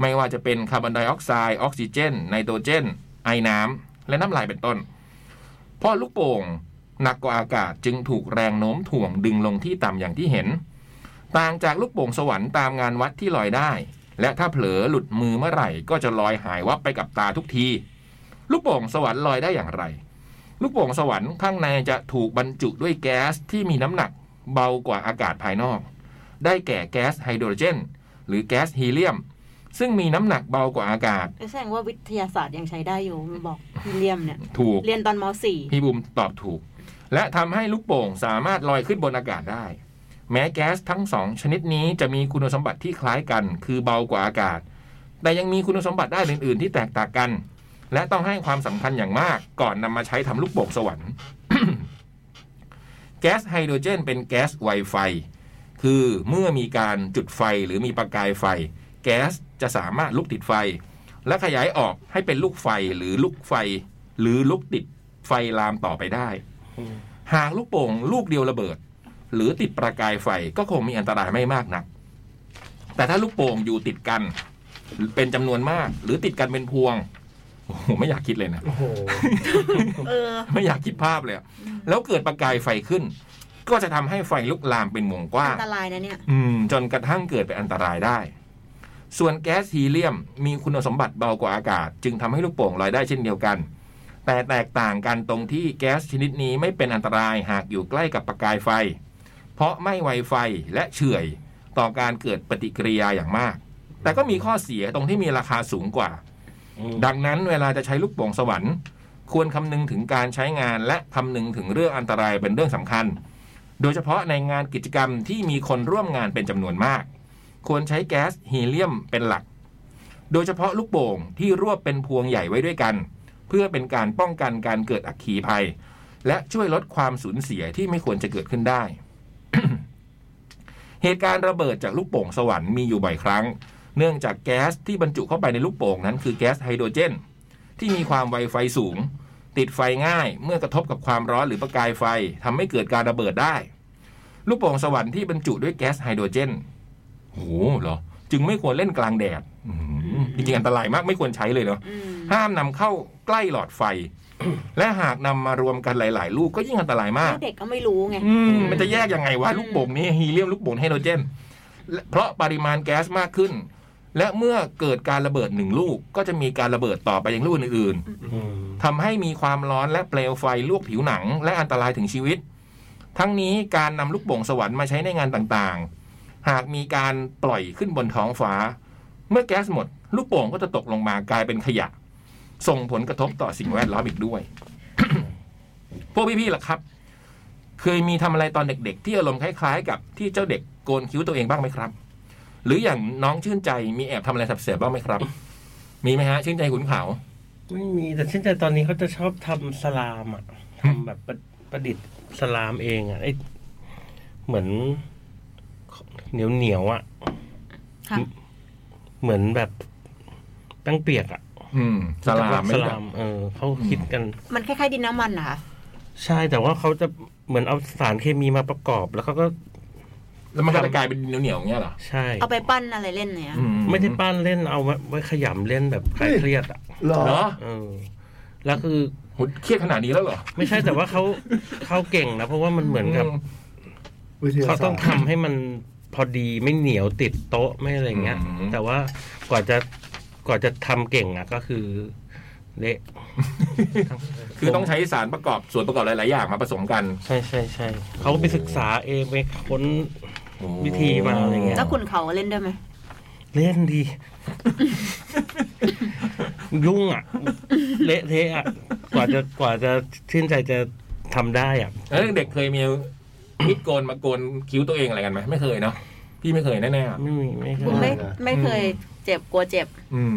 ไม่ว่าจะเป็นคาร์บอนไดออกไซด์ออกซิเจนไนโตรเจน ไอน้ำและน้ำลายเป็นต้น เพราะลูกโป่งหนักกว่าอากาศจึงถูกแรงโน้มถ่วงดึงลงที่ต่ำอย่างที่เห็น ต่างจากลูกโป่งสวรรค์ตามงานวัดที่ลอยได้ และถ้าเผลอหลุดมือเมื่อไหร่ ก็จะลอยหายวับไปกับตาทุกที ลูกโป่งสวรรค์ลอยได้อย่างไร ลูกโป่งสวรรค์ข้างในจะถูกบรรจุด้วยแก๊สที่มีน้ำหนักเบากว่าอากาศภายนอก ได้แก่แก๊สไฮโดรเจน หรือแก๊สฮีเลียม ซึ่งมีน้ำหนักเบากว่าอากาศ แสดงว่าวิทยาศาสตร์ยังใช้ได้อยู่มันบอกฮีเลียมเนี่ย ถูก เรียนตอนมสี่ พี่บุมตอบถูก และทำให้ลูกโป่งสามารถลอยขึ้นบนอากาศได้ แม้แก๊สทั้งสองชนิดนี้จะมีคุณสมบัติที่คล้ายกัน คือเบากว่าอากาศ แต่ยังมีคุณสมบัติด้านอื่น ๆ ที่แตกต่างกัน และต้องให้ความสำคัญอย่างมากก่อนนำมาใช้ทำลูกโป่งสวรรค์ แก๊สไฮโดรเจนเป็นแก๊สไวไฟ คือเมื่อมีการจุดไฟหรือมีประกายไฟ แก๊สจะสามารถลุกติดไฟ และขยายออกให้เป็นลูกไฟหรือลูกไฟ หรือลุกติดไฟลามต่อไปได้ หากลูกโป่งลูกเดียวระเบิด หรือติดประกายไฟก็คงมีอันตรายไม่มากนัก แต่ถ้าลูกโป่งอยู่ติดกัน เป็นจำนวนมาก หรือติดกันเป็นพวงโอ้โหไม่อยากคิดเลยนะ โอ้โห เออ ไม่อยากคิดภาพเลยอะแล้วเกิดประกายไฟขึ้น ก็จะทำให้ไฟลุกลามเป็นวงกว้า อั ง นตรายนะเนี่ย อืมจนกระทั่งเกิดเป็นอันตรายได้ ส่วนแก๊สฮีเลียมมีคุณสมบัติเบากว่าอากาศ จึงทำให้ลูกโป่งลอยได้เช่นเดียวกัน แต่แตกต่างกันตรงที่แก๊สชนิดนี้ไม่เป็นอันตรายหากอยู่ใกล้กับประกายไฟ เพราะไม่ไวไฟและเฉื่อยต่อการเกิดปฏิกิริยาอย่างมาก แต่ก็มีข้อเสียตรงที่มีราคาสูงกว่า ดังนั้นเวลาจะใช้ลูกโป่งสวรรค์ ควรคำนึงถึงการใช้งานและคำนึงถึงเรื่องอันตรายเป็นเรื่องสำคัญ โดยเฉพาะในงานกิจกรรมที่มีคนร่วมงานเป็นจำนวนมาก ควรใช้แก๊สฮีเลียมเป็นหลัก โดยเฉพาะลูกโป่งที่รวบเป็นพวงใหญ่ไว้ด้วยกัน เพื่อเป็นการป้องกันการเกิดอัคคีภัย และช่วยลดความสูญเสียที่ไม่ควรจะเกิดขึ้นได้ เหตุการณ์ระเบิดจากลูกโป่งสวรรค์มีอยู่บ่อยครั้ง เนื่องจากแก๊สที่บรรจุเข้าไปในลูกโป่งนั้นคือแก๊สไฮโดรเจน ที่มีความไวไฟสูง ติดไฟง่ายเมื่อกระทบกับความร้อนหรือประกายไฟทำให้เกิดการระเบิดได้ ลูกโป่งสวรรค์ที่บรรจุด้วยแก๊สไฮโดรเจนโอ้โหเหรอ จึงไม่ควรเล่นกลางแดดอืมจริงๆอันตรายมากไม่ควรใช้เลยเนาะ อืม ห้ามนำเข้าใกล้หลอดไฟ และหากนำมารวมกันหลาย ๆ ลูกก็ยิ่งอันตรายมาก แล้วเด็กก็ไม่รู้ไง อืมมันจะแยกยังไงว่าลูกโป่งนี้ฮีเลียมลูกโป่งไฮโดรเจนและเพราะปริมาณแก๊สมากขึ้น และเมื่อเกิดการระเบิดหนึ่งลูก ก็จะมีการระเบิดต่อไปยังลูกอื่นๆทำให้มีความร้อนและเปลวไฟลวกผิวหนัง และอันตรายถึงชีวิต ทั้งนี้การนำลูกโป่งสวรรค์มาใช้ในงานต่างๆ หากมีการปล่อยขึ้นบนท้องฟ้า เมื่อแก๊สหมด ลูกโป่งก็จะตกลงมากลายเป็นขยะ ส่งผลกระทบต่อสิ่งแวดล้อมอีกด้วย พวกพี่ๆล่ะครับ เคยมีทำอะไรตอนเด็กๆ ที่อารมณ์คล้ายๆ กับที่เจ้าเด็กโกนคิ้วตัวเองบ้างไหมครับ หรืออย่างน้องชื่นใจมีแอบทำอะไรสับเสียบ้างไหมครับ มีไหมฮะชื่นใจขุนเขาว ไม่มีแต่เช่นใจตอนนี้เขาจะชอบทำสลามอ่ะทำแบบประประดิษฐ์สลามเองอ่ะไอเหมือนเหนียวเหนียวๆอ่ะ ค่ะ เหมือนแบบแป้งเปียกอ่ะ อืมสลามไหมคสลา รับ มเออเขาคิดกัน มันคล้ายๆดินน้ำมันนะคะ ใช่แต่ว่าเขาจะเหมือนเอาสารเคมีมาประกอบ แล้วเขาก็ แล้วมันก็จะกลายเป็นเหนียวๆอย่างเงี้ยเหรอ ใช่ เอาไปปั้นอะไรเล่นเนี่ย อื ไม่ได้ปั้นเล่นเอาไว้ไว้ขยำเล่นแบบคลายเครียดอ่ะ หรอ เหรอ เออ แล้วคือ โหเครียดขนาดนี้แล้วเหรอ ไม่ใช่แต่ว่าเขาเขาเก่งนะเพราะว่ามันเหมือนกับ อืม วิทยา เขา ศา ต้ ส อ ต ง ร์ ทำให้มันพอดีไม่เหนียวติดโต๊ะไม่อะไรเงี้ย อืม แต่ว่ากว่าจะกว่าจะทำเก่งอ่ะก็คือเละ คือต้องใช้สารประกอบส่วนประกอบหลายๆอย่างมาผสมกัน ใช่ใช่ใช่เขาไปศึกษาเองไปค้น วิธีมาอะไรเงี้ย แล้วคุณเขาเล่นด้วยไหม เล่นดี ยุ่งอ่ะ เละเทะอ่ะ กว่าจะกว่าจะชื่นใจจะทำได้อ่ะ แล้วเด็กๆเคยมีมิดโกนมาโกนคิ้วตัวเองอะไรกันไหมไม่เคยเนาะพี่ไม่เคยแน่ๆอะ ไม่มีไม่เค ไม่ ย ไม่เคยเจ็บกลัวเจ็บ อืม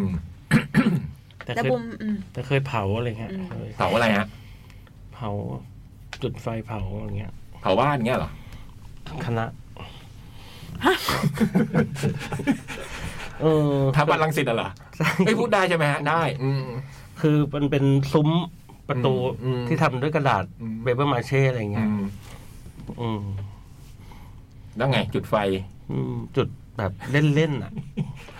แต่ แล้ว เคย บุมอืม แต่เคยเผาอะไรเงี้ย อืม เคย เผาอะไรฮะ เผาจุดไฟเผาอะไรเงี้ย เผาบ้านเงี้ยเหรอ คณะ เออ ทาบันลังสิตอ่ะเหรอ ใช่ ไม่พูดได้ใช่ไหมฮะ ได้ อืม คือมันเป็นซุ้มประตู อืมอืม ที่ทำด้วยกระดาษ อืม เบเบอร์มาเช่อะไร อื เงี้ย ม อืม แล้วไงจุดไฟ อืมจุดแบบเล่นๆอ่ะ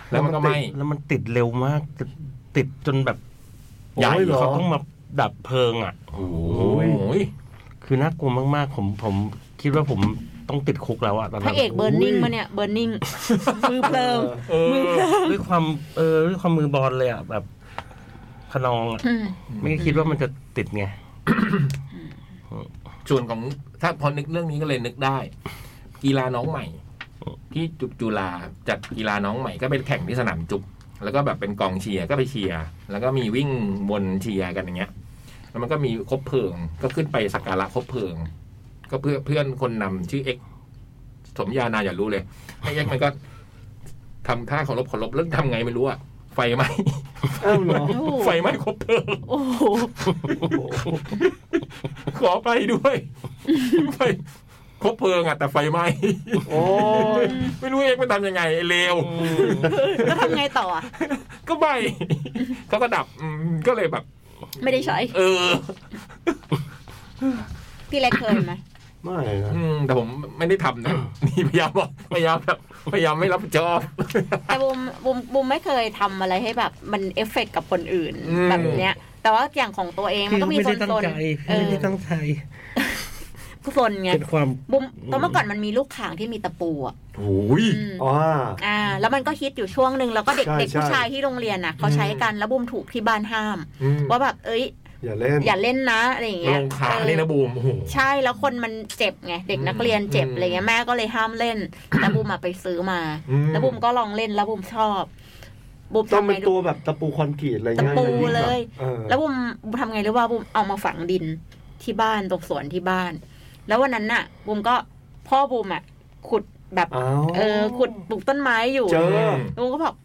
แล้วมันก็ไหม้ ติดแล้วมันติดเร็วมากติดติดจนแบบ ใหญ่ โอ้ยเขาต้องมาดับเพลิงอ่ะ โอ้ย คือน่ากลัวมากๆ ผมผมคิดว่าผมต้องติดคุกแล้วอ่ะตอน พ นั้ ระ น เอกเบิร์นนิ่งมาเนี่ยเบิร์นนิ่งมือเพลิงมือเพลิง ด้วยความเออด้วยความมือบอลเลยอ่ะแบบขนองอะ อืม ไม่คิดว่ามันจะติดไง ส่วนของถ้าพอนึกเรื่องนี้ก็เลยนึกได้ กีฬาน้องใหม่ ที่จุจุฬาจัดกีฬาน้องใหม่ก็เป็นแข่งที่สนามจุก แล้วก็แบบเป็นกองเชียร์ก็ไปเชียร์แล้วก็มีวิ่งวนเชียร์กันอย่างเงี้ย แล้วมันก็มีคบเพลิงก็ขึ้นไปสักการะคบเพลิง ก็เพื่อเพื่อนคนนำชื่อเอ็กสมญานามอย่ารู้เลยไอ้เอ็กมันก็ทำท่าเคารพเคารพแล้วทำไงไม่รู้อะไฟไหม อ้าวเหรอ โอ้โห ไฟไหม้ครบเพลิง โอ้โห ขอไปด้วย ไฟครบเพลิงอะแต่ไฟไหม้ โอ้ย ไม่รู้เองมันทำยังไงไอ้เลว แล้วทำไงต่ออะ ก็ไป เขาก็ดับอืมก็เลยแบบ ไม่ได้ใช้ เออ พี่เล็กเคยไหม ไม่นะ อืมแต่ผมไม่ได้ทำนะ นี่พยายามบอกพยายามแบบพยายามไม่รับผิดชอบ แต่บุมบุมบุมไม่เคยทำอะไรให้แบบมันเอฟเฟกต์กับคนอื่น อืม แบบเนี้ย แต่ว่าอย่างของตัวเองมันก็มี ไม่ โซ ได้ น ตั้ โซ ง น ใจ เอ ไม่ อ ได้ตั้งใจ โซนไง เป็นความ บุมตอนเมื่อก่อนมันมีลูกข่างที่มีตะปูอ่ะ โอ้ย อืม อ๋อ อ่าแล้วมันก็ฮิตอยู่ช่วงหนึ่งแล้วก็เด็ก ใช่ เด็ก ใช่ ผู้ชายที่โรงเรียนน่ะเขาใช้กันแล้วบุมถูกที่บ้านห้าม ว่าแบบเอ้ย อย่าเล่น อย่าเล่นนะอะไรอย่างเงี้ ล ย งขา ออ เลยนะบูมโอ้โห ใช่แล้วคนมันเจ็บไงเด็กนักเรียนเจ็บอะไรเงี้ยแม่ก็เลยห้ามเล่น แล้วบุมมาไปซื้อมา อืม แล้วบุมก็ลองเล่นแล้วบุมชอบ บุม ต้อง ทำไง เป็นตัวแบบตะปูคอนกรีตอะไร ตะ เงี้ย ปู ง เล แบบ ย เออ แล้วบุมบุมทำไงหรือว่าบุมเอามาฝังดินที่บ้านตรงสวนที่บ้าน แล้ววันนั้นน่ะบุมก็พ่อบุมอ่ะขุดแบบ อ้าว เออขุดปลูกต้นไม้อยู่ เจอ ลุงก็บอก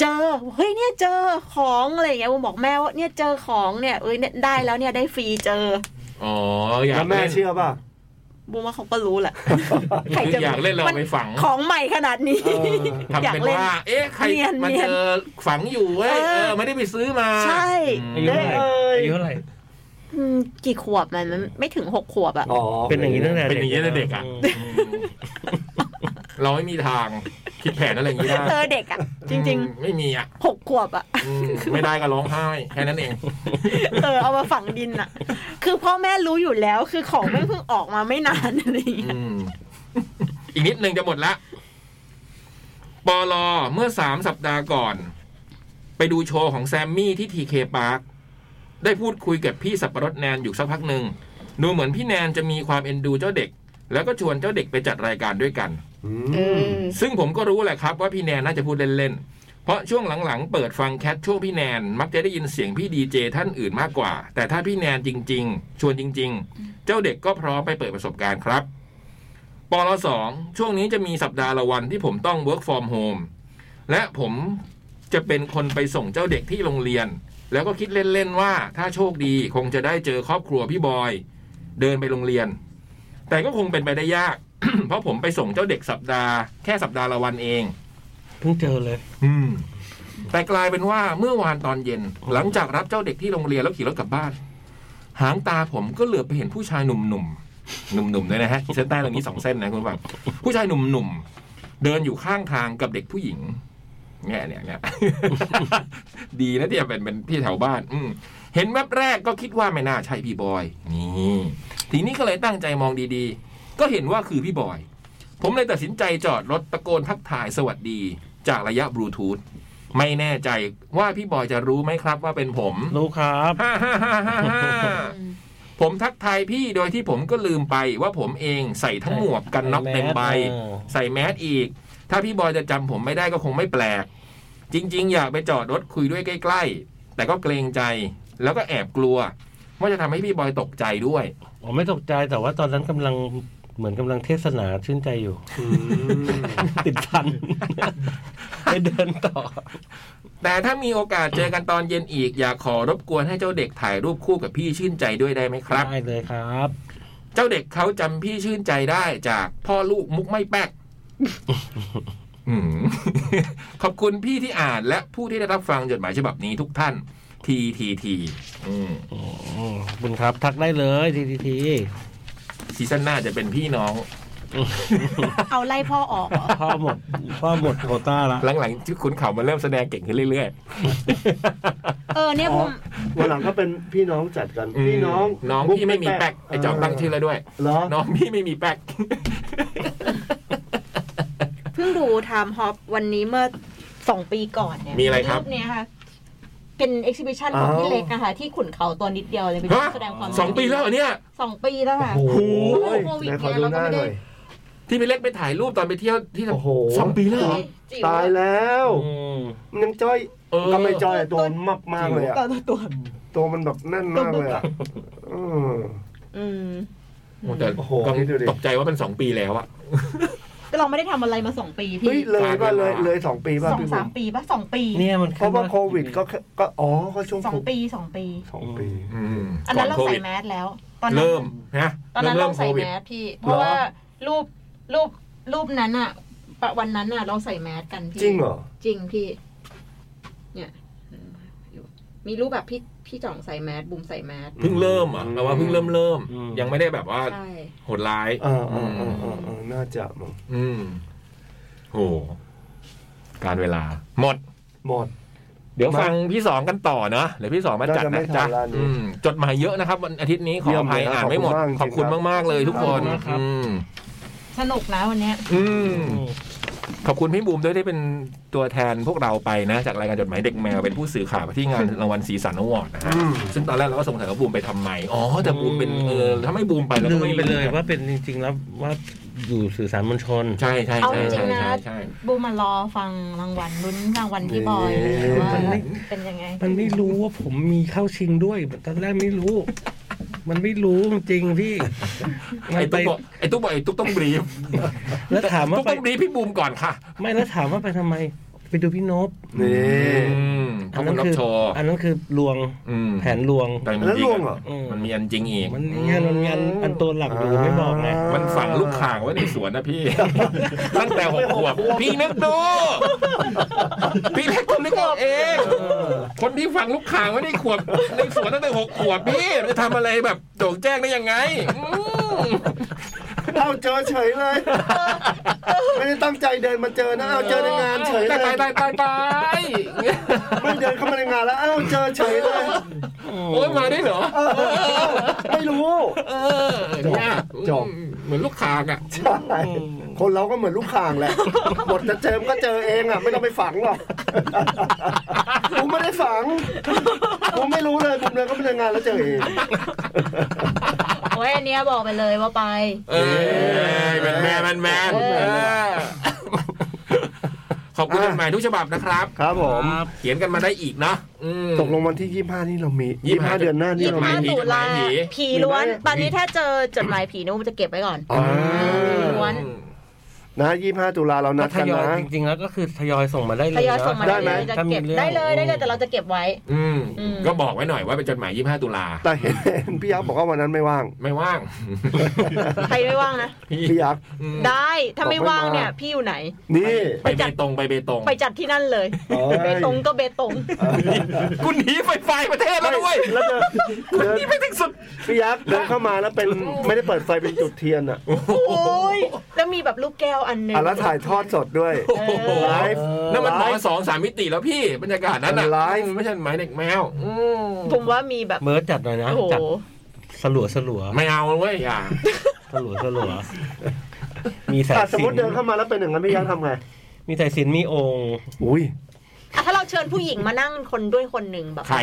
เจอเฮ้ยเนี่ยเจอของอะไรอย่างเงี้ยลุงบอกแม่ว่าเนี่ยเจอของเนี่ยเอ้ยเนี่ยได้แล้วเนี่ยได้ฟรีเจอ อ๋ออยาก แล้วแม่ เล่น เชื่อป่ะ บุมว่าเขาก็รู้ แหละใคร คือ จะ อยากเล่นเรา มัน ไปฝัง ของใหม่ขนาดนี้ เออ ทำ อยาก เป็น เล่น ว่า เอ๊ะใคร เนียน มัน เนียน เจอฝังอยู่เว้ย เออ เออไม่ได้ไปซื้อมา ใช่ อายุ อื เท่าม ไหร่อายุเท่าไหร่ อืมกี่ขวบมันมันไม่ถึงหกขวบอะ อ๋อ เป็นอย่างนี้ตั้งแต่ เป็นอย่างนี้ตั้งแต่เด็กอ่ะอืม เราไม่มีทางคิดแผนอะไรอย่างนี้ได้ เจอเด็กอะจริง ๆไม่มีอ่ะ ๆหกขวบอะ อืมไม่ได้ก็ร้องไห้แค่นั้นเอง เออเอามาฝังดินอะคือพ่อแม่รู้อยู่แล้วคือของไม่งเพิ่งออกมาไม่นานอะไรอย่างเงี้ย อืมอีกนิดหนึ่งจะหมดละปอลอเมื่อสามสัปดาห์ก่อน ไปดูโชว์ของแซมมี่ที่ทีเคพาร์คได้พูดคุยกับพี่สับปะรดแนนอยู่สักพักหนึ่งดูเหมือนพี่แนนจะมีความเอ็นดูเจ้าเด็ก แล้วก็ชวนเจ้าเด็กไปจัดรายการด้วยกัน อืม อืม ซึ่งผมก็รู้แหละครับว่าพี่แนนน่าจะพูดเล่นๆ เพราะช่วงหลังๆ เปิดฟังแคทช่วงพี่แนน มักจะได้ยินเสียงพี่ดีเจท่านอื่นมากกว่า แต่ถ้าพี่แนนจริงๆ ชวนจริง ๆ เจ้าเด็กก็พร้อมไปเปิดประสบการณ์ครับปลสองช่วงนี้จะมีสัปดาห์ละวันที่ผมต้อง work from home และผมจะเป็นคนไปส่งเจ้าเด็กที่โรงเรียน แล้วก็คิดเล่นๆว่าถ้าโชคดีคงจะได้เจอครอบครัวพี่บอย เดินไปโรงเรียน แต่ก็คงเป็นไปได้ยาก เพราะผมไปส่งเจ้าเด็กสัปดาห์แค่สัปดาห์ละวันเอง เพิ่งเจอเลย อืม แต่กลายเป็นว่าเมื่อวานตอนเย็น หลังจากรับเจ้าเด็กที่โรงเรียนแล้วขี่รถกลับบ้าน หางตาผมก็เหลือบไปเห็นผู้ชายหนุ่มๆหนุ่มๆด้วยนะฮะขีดเส้นใต้เรื่องนี้สองเส้นนะคุณผู้ฟังผู้ชายหนุ่มๆเดินอยู่ข้างทางกับเด็กผู้หญิงเนี่ยเนี่ยเนี่ย ดีนะที่เป็นเป็นที่แถวบ้าน อืมเห็นแวบแรกก็คิดว่าไม่น่าใช่พี่บอย นี่ทีนี้ก็เลยตั้งใจมองดีๆ ก็เห็นว่าคือพี่บอย ผมเลยตัดสินใจจอดรถตะโกนทักทายสวัสดีจากระยะบลูทูธไม่แน่ใจว่าพี่บอยจะรู้ไหมครับว่าเป็นผม รู้ครับ ฮ่าฮ่าฮ่าฮ่าฮ่า ผมทักทายพี่โดยที่ผมก็ลืมไปว่าผมเองใส่ทั้งหมวกกันน็อกเต็มใบ ใส่แมสอีก ถ้าพี่บอยจะจำผมไม่ได้ก็คงไม่แปลก จริง ๆ อยากไปจอดรถคุยด้วยใกล้ ๆ แต่ก็เกรงใจ แล้วก็แอบกลัว ว่าจะทำให้พี่บอยตกใจด้วย ผมไม่ตกใจแต่ว่าตอนนั้นกำลังเหมือนกำลังเทศนาชื่นใจ อยู่ อืม ติด พัน ไปเดินต่อ แต่ถ้ามีโอกาสเจอกันตอนเย็นอีก อยากขอรบกวนให้เจ้าเด็กถ่ายรูปคู่กับพี่ชื่นใจด้วยได้ไหมครับ ได้เลยครับ เจ้าเด็กเขาจำพี่ชื่นใจได้จากพ่อลูกมุกไม่แป๊ก อืม ขอบคุณพี่ที่อ่านและผู้ที่ได้รับฟังจดหมายฉบับนี้ทุกท่าน ทีทีทีอืม อืมขอบคุณครับทักได้เลยทีทีที ซีซั่นหน้าจะเป็นพี่น้อง เอาไล่พ่อออกเหรอ พ่อหมดพ่อหมดโควต้าละ หลังๆที่คุณเขามาเริ่มแสดงเก่งขึ้นเรื่อย เออเนี่ยบุม วันหลังก็เป็นพี่น้องจัดกัน ๆ พี่น้อง น้อง บุ๊ พี่ไม่มีแป๊กไอจอมตั้งชื่อแล้วด้วย เหรอ น้องพี่ไม่มีแป๊ก เพิ่งดูไทม์ฮอปวันนี้เมื่อสองปีก่อนเนี่ย มีอะไรครับ ปเนี่ยค่ะ เป็นเอ็กซิบิชันของพี่เล็กนะคะที่ขุนเขาตัวนิดเดียวเลยไป ฮะ แสดงความ สองปีแล้วเหรอเนี่ย สองปีแล้วค่ะ โอ้โห โควิด ไหน เนี่ย ขอดูหน้าหน่อย ที่พี่เล็กไปถ่ายรูปตอนไปเที่ยวที่ทำ โอ้โห สองปีแล้วเหรอ จิ๋ ตายแล้วมันยังจ้อย เออ ก็ไม่จ้อยตัวมันมับมากเลยอะ ตัวตัวตัว ตัวมันแบบแน่นมากเลยอะอืม อืม โอ้แต่ โอ้โห ก็ คิดดูดิ ตกใจว่าเป็นสองปีแล้วอะ ก็เราไม่ได้ทำอะไรมาสองปี เฮ้ย พี่ เลยป่ะเลย ผ่านเวลา เลยสองปีป่ะ สอง พี่ สา บุ๋ ม ม ปีปะสองปี เนี่ยมัน เพราะว่าโควิดก็แค่ก็อ๋อก็ช่วง สอง โควิด ปีสองปี สองปี อืม อันนั้นเรา ก่โค ใส่ วิด แมสแล้ว ตอนนั้น เริ่มนะ ตอนนั้น เริ่ เรา มโค ใส่ วิด แมสพี่ เพราะว่ารูปรูปรูปนั้นอะปะวันนั้นอะเราใส่แมสกันพี่ จริงเหรอ จริงพี่ เนี่ย มีรูปแบบพี่พี่จ่องใส่แมสบุมใส่แมส เพิ่งเริ่มอะเราว่าเพิ่งเริ่มเริ่ม อืม ยังไม่ได้แบบว่า ใช่ โหดร้าย เออเออเออเออเออน่าจะมั้ง อืมโหการเวลา หมด หมด เดี๋ยวฟังพี่สองกันต่อเนอะเดี๋ยวพี่สองมาจัด น่าจะไม่ นะจ๊ะ ทันแล้วนี่ อืมจดหมายเยอะนะครับ วันอาทิตย์นี้ขอ เยี่ย อ ม ภัย เลยครับ อ่านไม่หมด ข ข อบอบ คุ คุณ ณมากจริงๆ มาก ๆ เลยทุกคน ขอบคุณมากครับ อืม สนุกนะวันเนี้ย อืม ขอบคุณพี่บูมด้วยที่เป็นตัวแทนพวกเราไปนะ จากรายการจดหมายเด็กแมวเป็นผู้สื่อข่าวที่ งานรางวัลสีสันอวอร์ดนะฮะซึ่งตอนแรกเราก็สงสัยว่าบูมไปทำไมอ๋อแต่บูมเป็นเออถ้าไม่บูมไปเรา ลื ก็ ม ไม่ ไปเลยว่าเป็นจริง ๆ แล้วว่าอยู่สื่อสารมวลชน ใช่ใช่ เอาจ ใช่ ริ ใช่ งๆนะ ใช่ใช่ บูมมารอฟังรางวัลลุ้นรางวัลพี่บอยว่าเป็นยังไง มันไม่รู้ว่าผมมีเข้าชิงด้วยตอนแรกไม่รู้ มันไม่รู้จริงๆพี่ ไอ้ตุ๊กบอกไอ้ตุ๊กบอกไอ้ตุ๊กต้องบรีฟ แล้วถามว่า ตุ๊ก ไป ต้องบรีฟพี่บูมก่อนค่ะ ไม่แล้วถามว่าไปทำไม ไปดูพี่นบ นี่ อืมขอบคุณรับ คื โชว์ อันนั้นคือลวง อืม แผนลวง แต่ อันนั้น จงลวงเหรอ เออ มันมีอันจริงอีก มันมีงานมันงานอันตัวหลักอยู่ไม่บอกไง มันฝังลูกข่างไว้ในสวนนะ พี่ ตั้งแต่หกขวบพี่นึกดูพี่เล็กคนนึกเอาเอง คนที่ฟังลูกข่างไว้ในขวบในสวนตั้งแต่หกขวบพี่จะทำอะไรแบบโจ่งแจ้งได้ยังไงอืม เอาเจอเฉยเลย ไม่ได้ตั้งใจเดินมาเจอนะเอาเจอในงานเฉยเล ตาย ยตายตายตาย ไม่เดินเข้ามาในงานแล้วเอาเจอเฉยเลย โอ้ยมาได้เหรอ เออไม่รู้ เออเนี่ย จบ เหมือนลูกคางอ่ะ ใช่คนเราก็เหมือนลูกข่างแหละบทจะเจอมนก็เจอเองอ่ะ ไม่ต้องไปฝังหรอกผมไม่ได้ฝังผมไม่รู้เลยผมเดินเข้าไปในงานแล้วเจอเอง โอ้ยอันเนี้ยบอกไปเลยว่าไป เออเป็นแมนแมนแมน เออ เออขอบคุณจดหมายทุกฉบับนะครับ ครับผม เขียนกันมาได้อีกเนาะอืม ตกลงวันที่ยี่ห้านี่เรามี ยี่ ยี่ สิบห้า ห้าเดือนหน้านี่ ยี่ เรา ห้า มี ตุลา ผี ผีล้วน มีไหม ตอนนี้ถ้าเจอจดหมายผีนู้จะเก็บไว้ก่อน อ่า ล้วน นะยี่ห้าตุลาเรานัด ท กัน ยอย นะ จริง ๆ แล้วก็คือทยอยส่งมาได้เลย ทยอยส่งมาได้ นะ เล ได้ ย ไหม จะ ถ้า เก็บ มีรื่อง ได้เลยได้เลยแต่เราจะเก็บไว้ อืม อืม ก็บอกไว้หน่อยว่าเป็นจดหมาย 25 ตุลา แต่เห็นพี่ยักษ์บอกว่าวันนั้นไม่ว่าง ไม่ว่าง ใครไม่ว่างนะ พี่ยักษ์ อืม ได้ถ้าไม่ว่าง บอกไม่มา เนี่ยพี่อยู่ไหน นี่ ไปเบตงไปเบตง ไปจัดที่นั่นเลย โอ้ย เบตงก็เบตง กูหนีไฟไฟประเทศแล้วด้วย แล้วเดินเดิน หนี่ไปถึงสุด พี่ยักษ์เดินเข้ามาแล้วเป็นไม่ได้เปิดไฟเป็นจุดเทียนอ่ะ โอ้ยแล้วมีแบบลูกแก้วอันหนึง อ่ะแล้วถ่ายทอดสดด้วย โอ้โห ไลฟ์ นั่นมันหมอสองสามมิติแล้วพี่บรรยากาศนั้นอ่ะ ไลฟ์ ไม่ใช่หมายเด็กแมวอืม ผมว่ามีแบบ เมิร์ดจัดหน่อยนะ โอ้โห จัดสลัวสลัว ไม่เอาเว้ยอย่า สลัวสลัวมีสาย อ่ะสม สิ ม น ติเดินเข้ามาแล้วเป็นอย่างนั้นพี่ยักษ์ทำไง มีสายสินมีองค์ อุ้ย อ่ะถ้าเราเชิญผู้หญิงมานั่งคนด้วยคนหนึ่งแบบ ใคร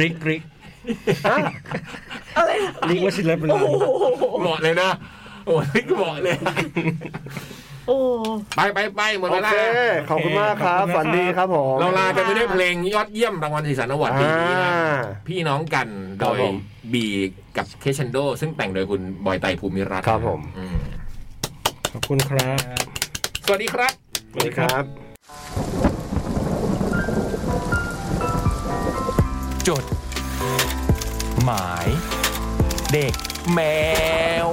ริกริก อะไร ริกวชิรเป็น โอ้โห เหมาะเลยนะโอ้ยเหมาะเลย โอ้โห ไปไปไปหมด โอ เวลา เค ขอบคุณมากครับ ฝันดีครับผม เราลากันไปด้วยเพลงยอดเยี่ยมรางวัลสีสันอวอร์ดปีนี้นะ อ่า พี่น้องกันโด ครับ ย ผม บีกับเคชันโด ซึ่งแต่งโดยคุณบอยไตรภูมิรัตน์ ครับผม อืม ขอบคุณครับ สวัสดีครับ สวัสดีครับ จด หมาย เด็กแมว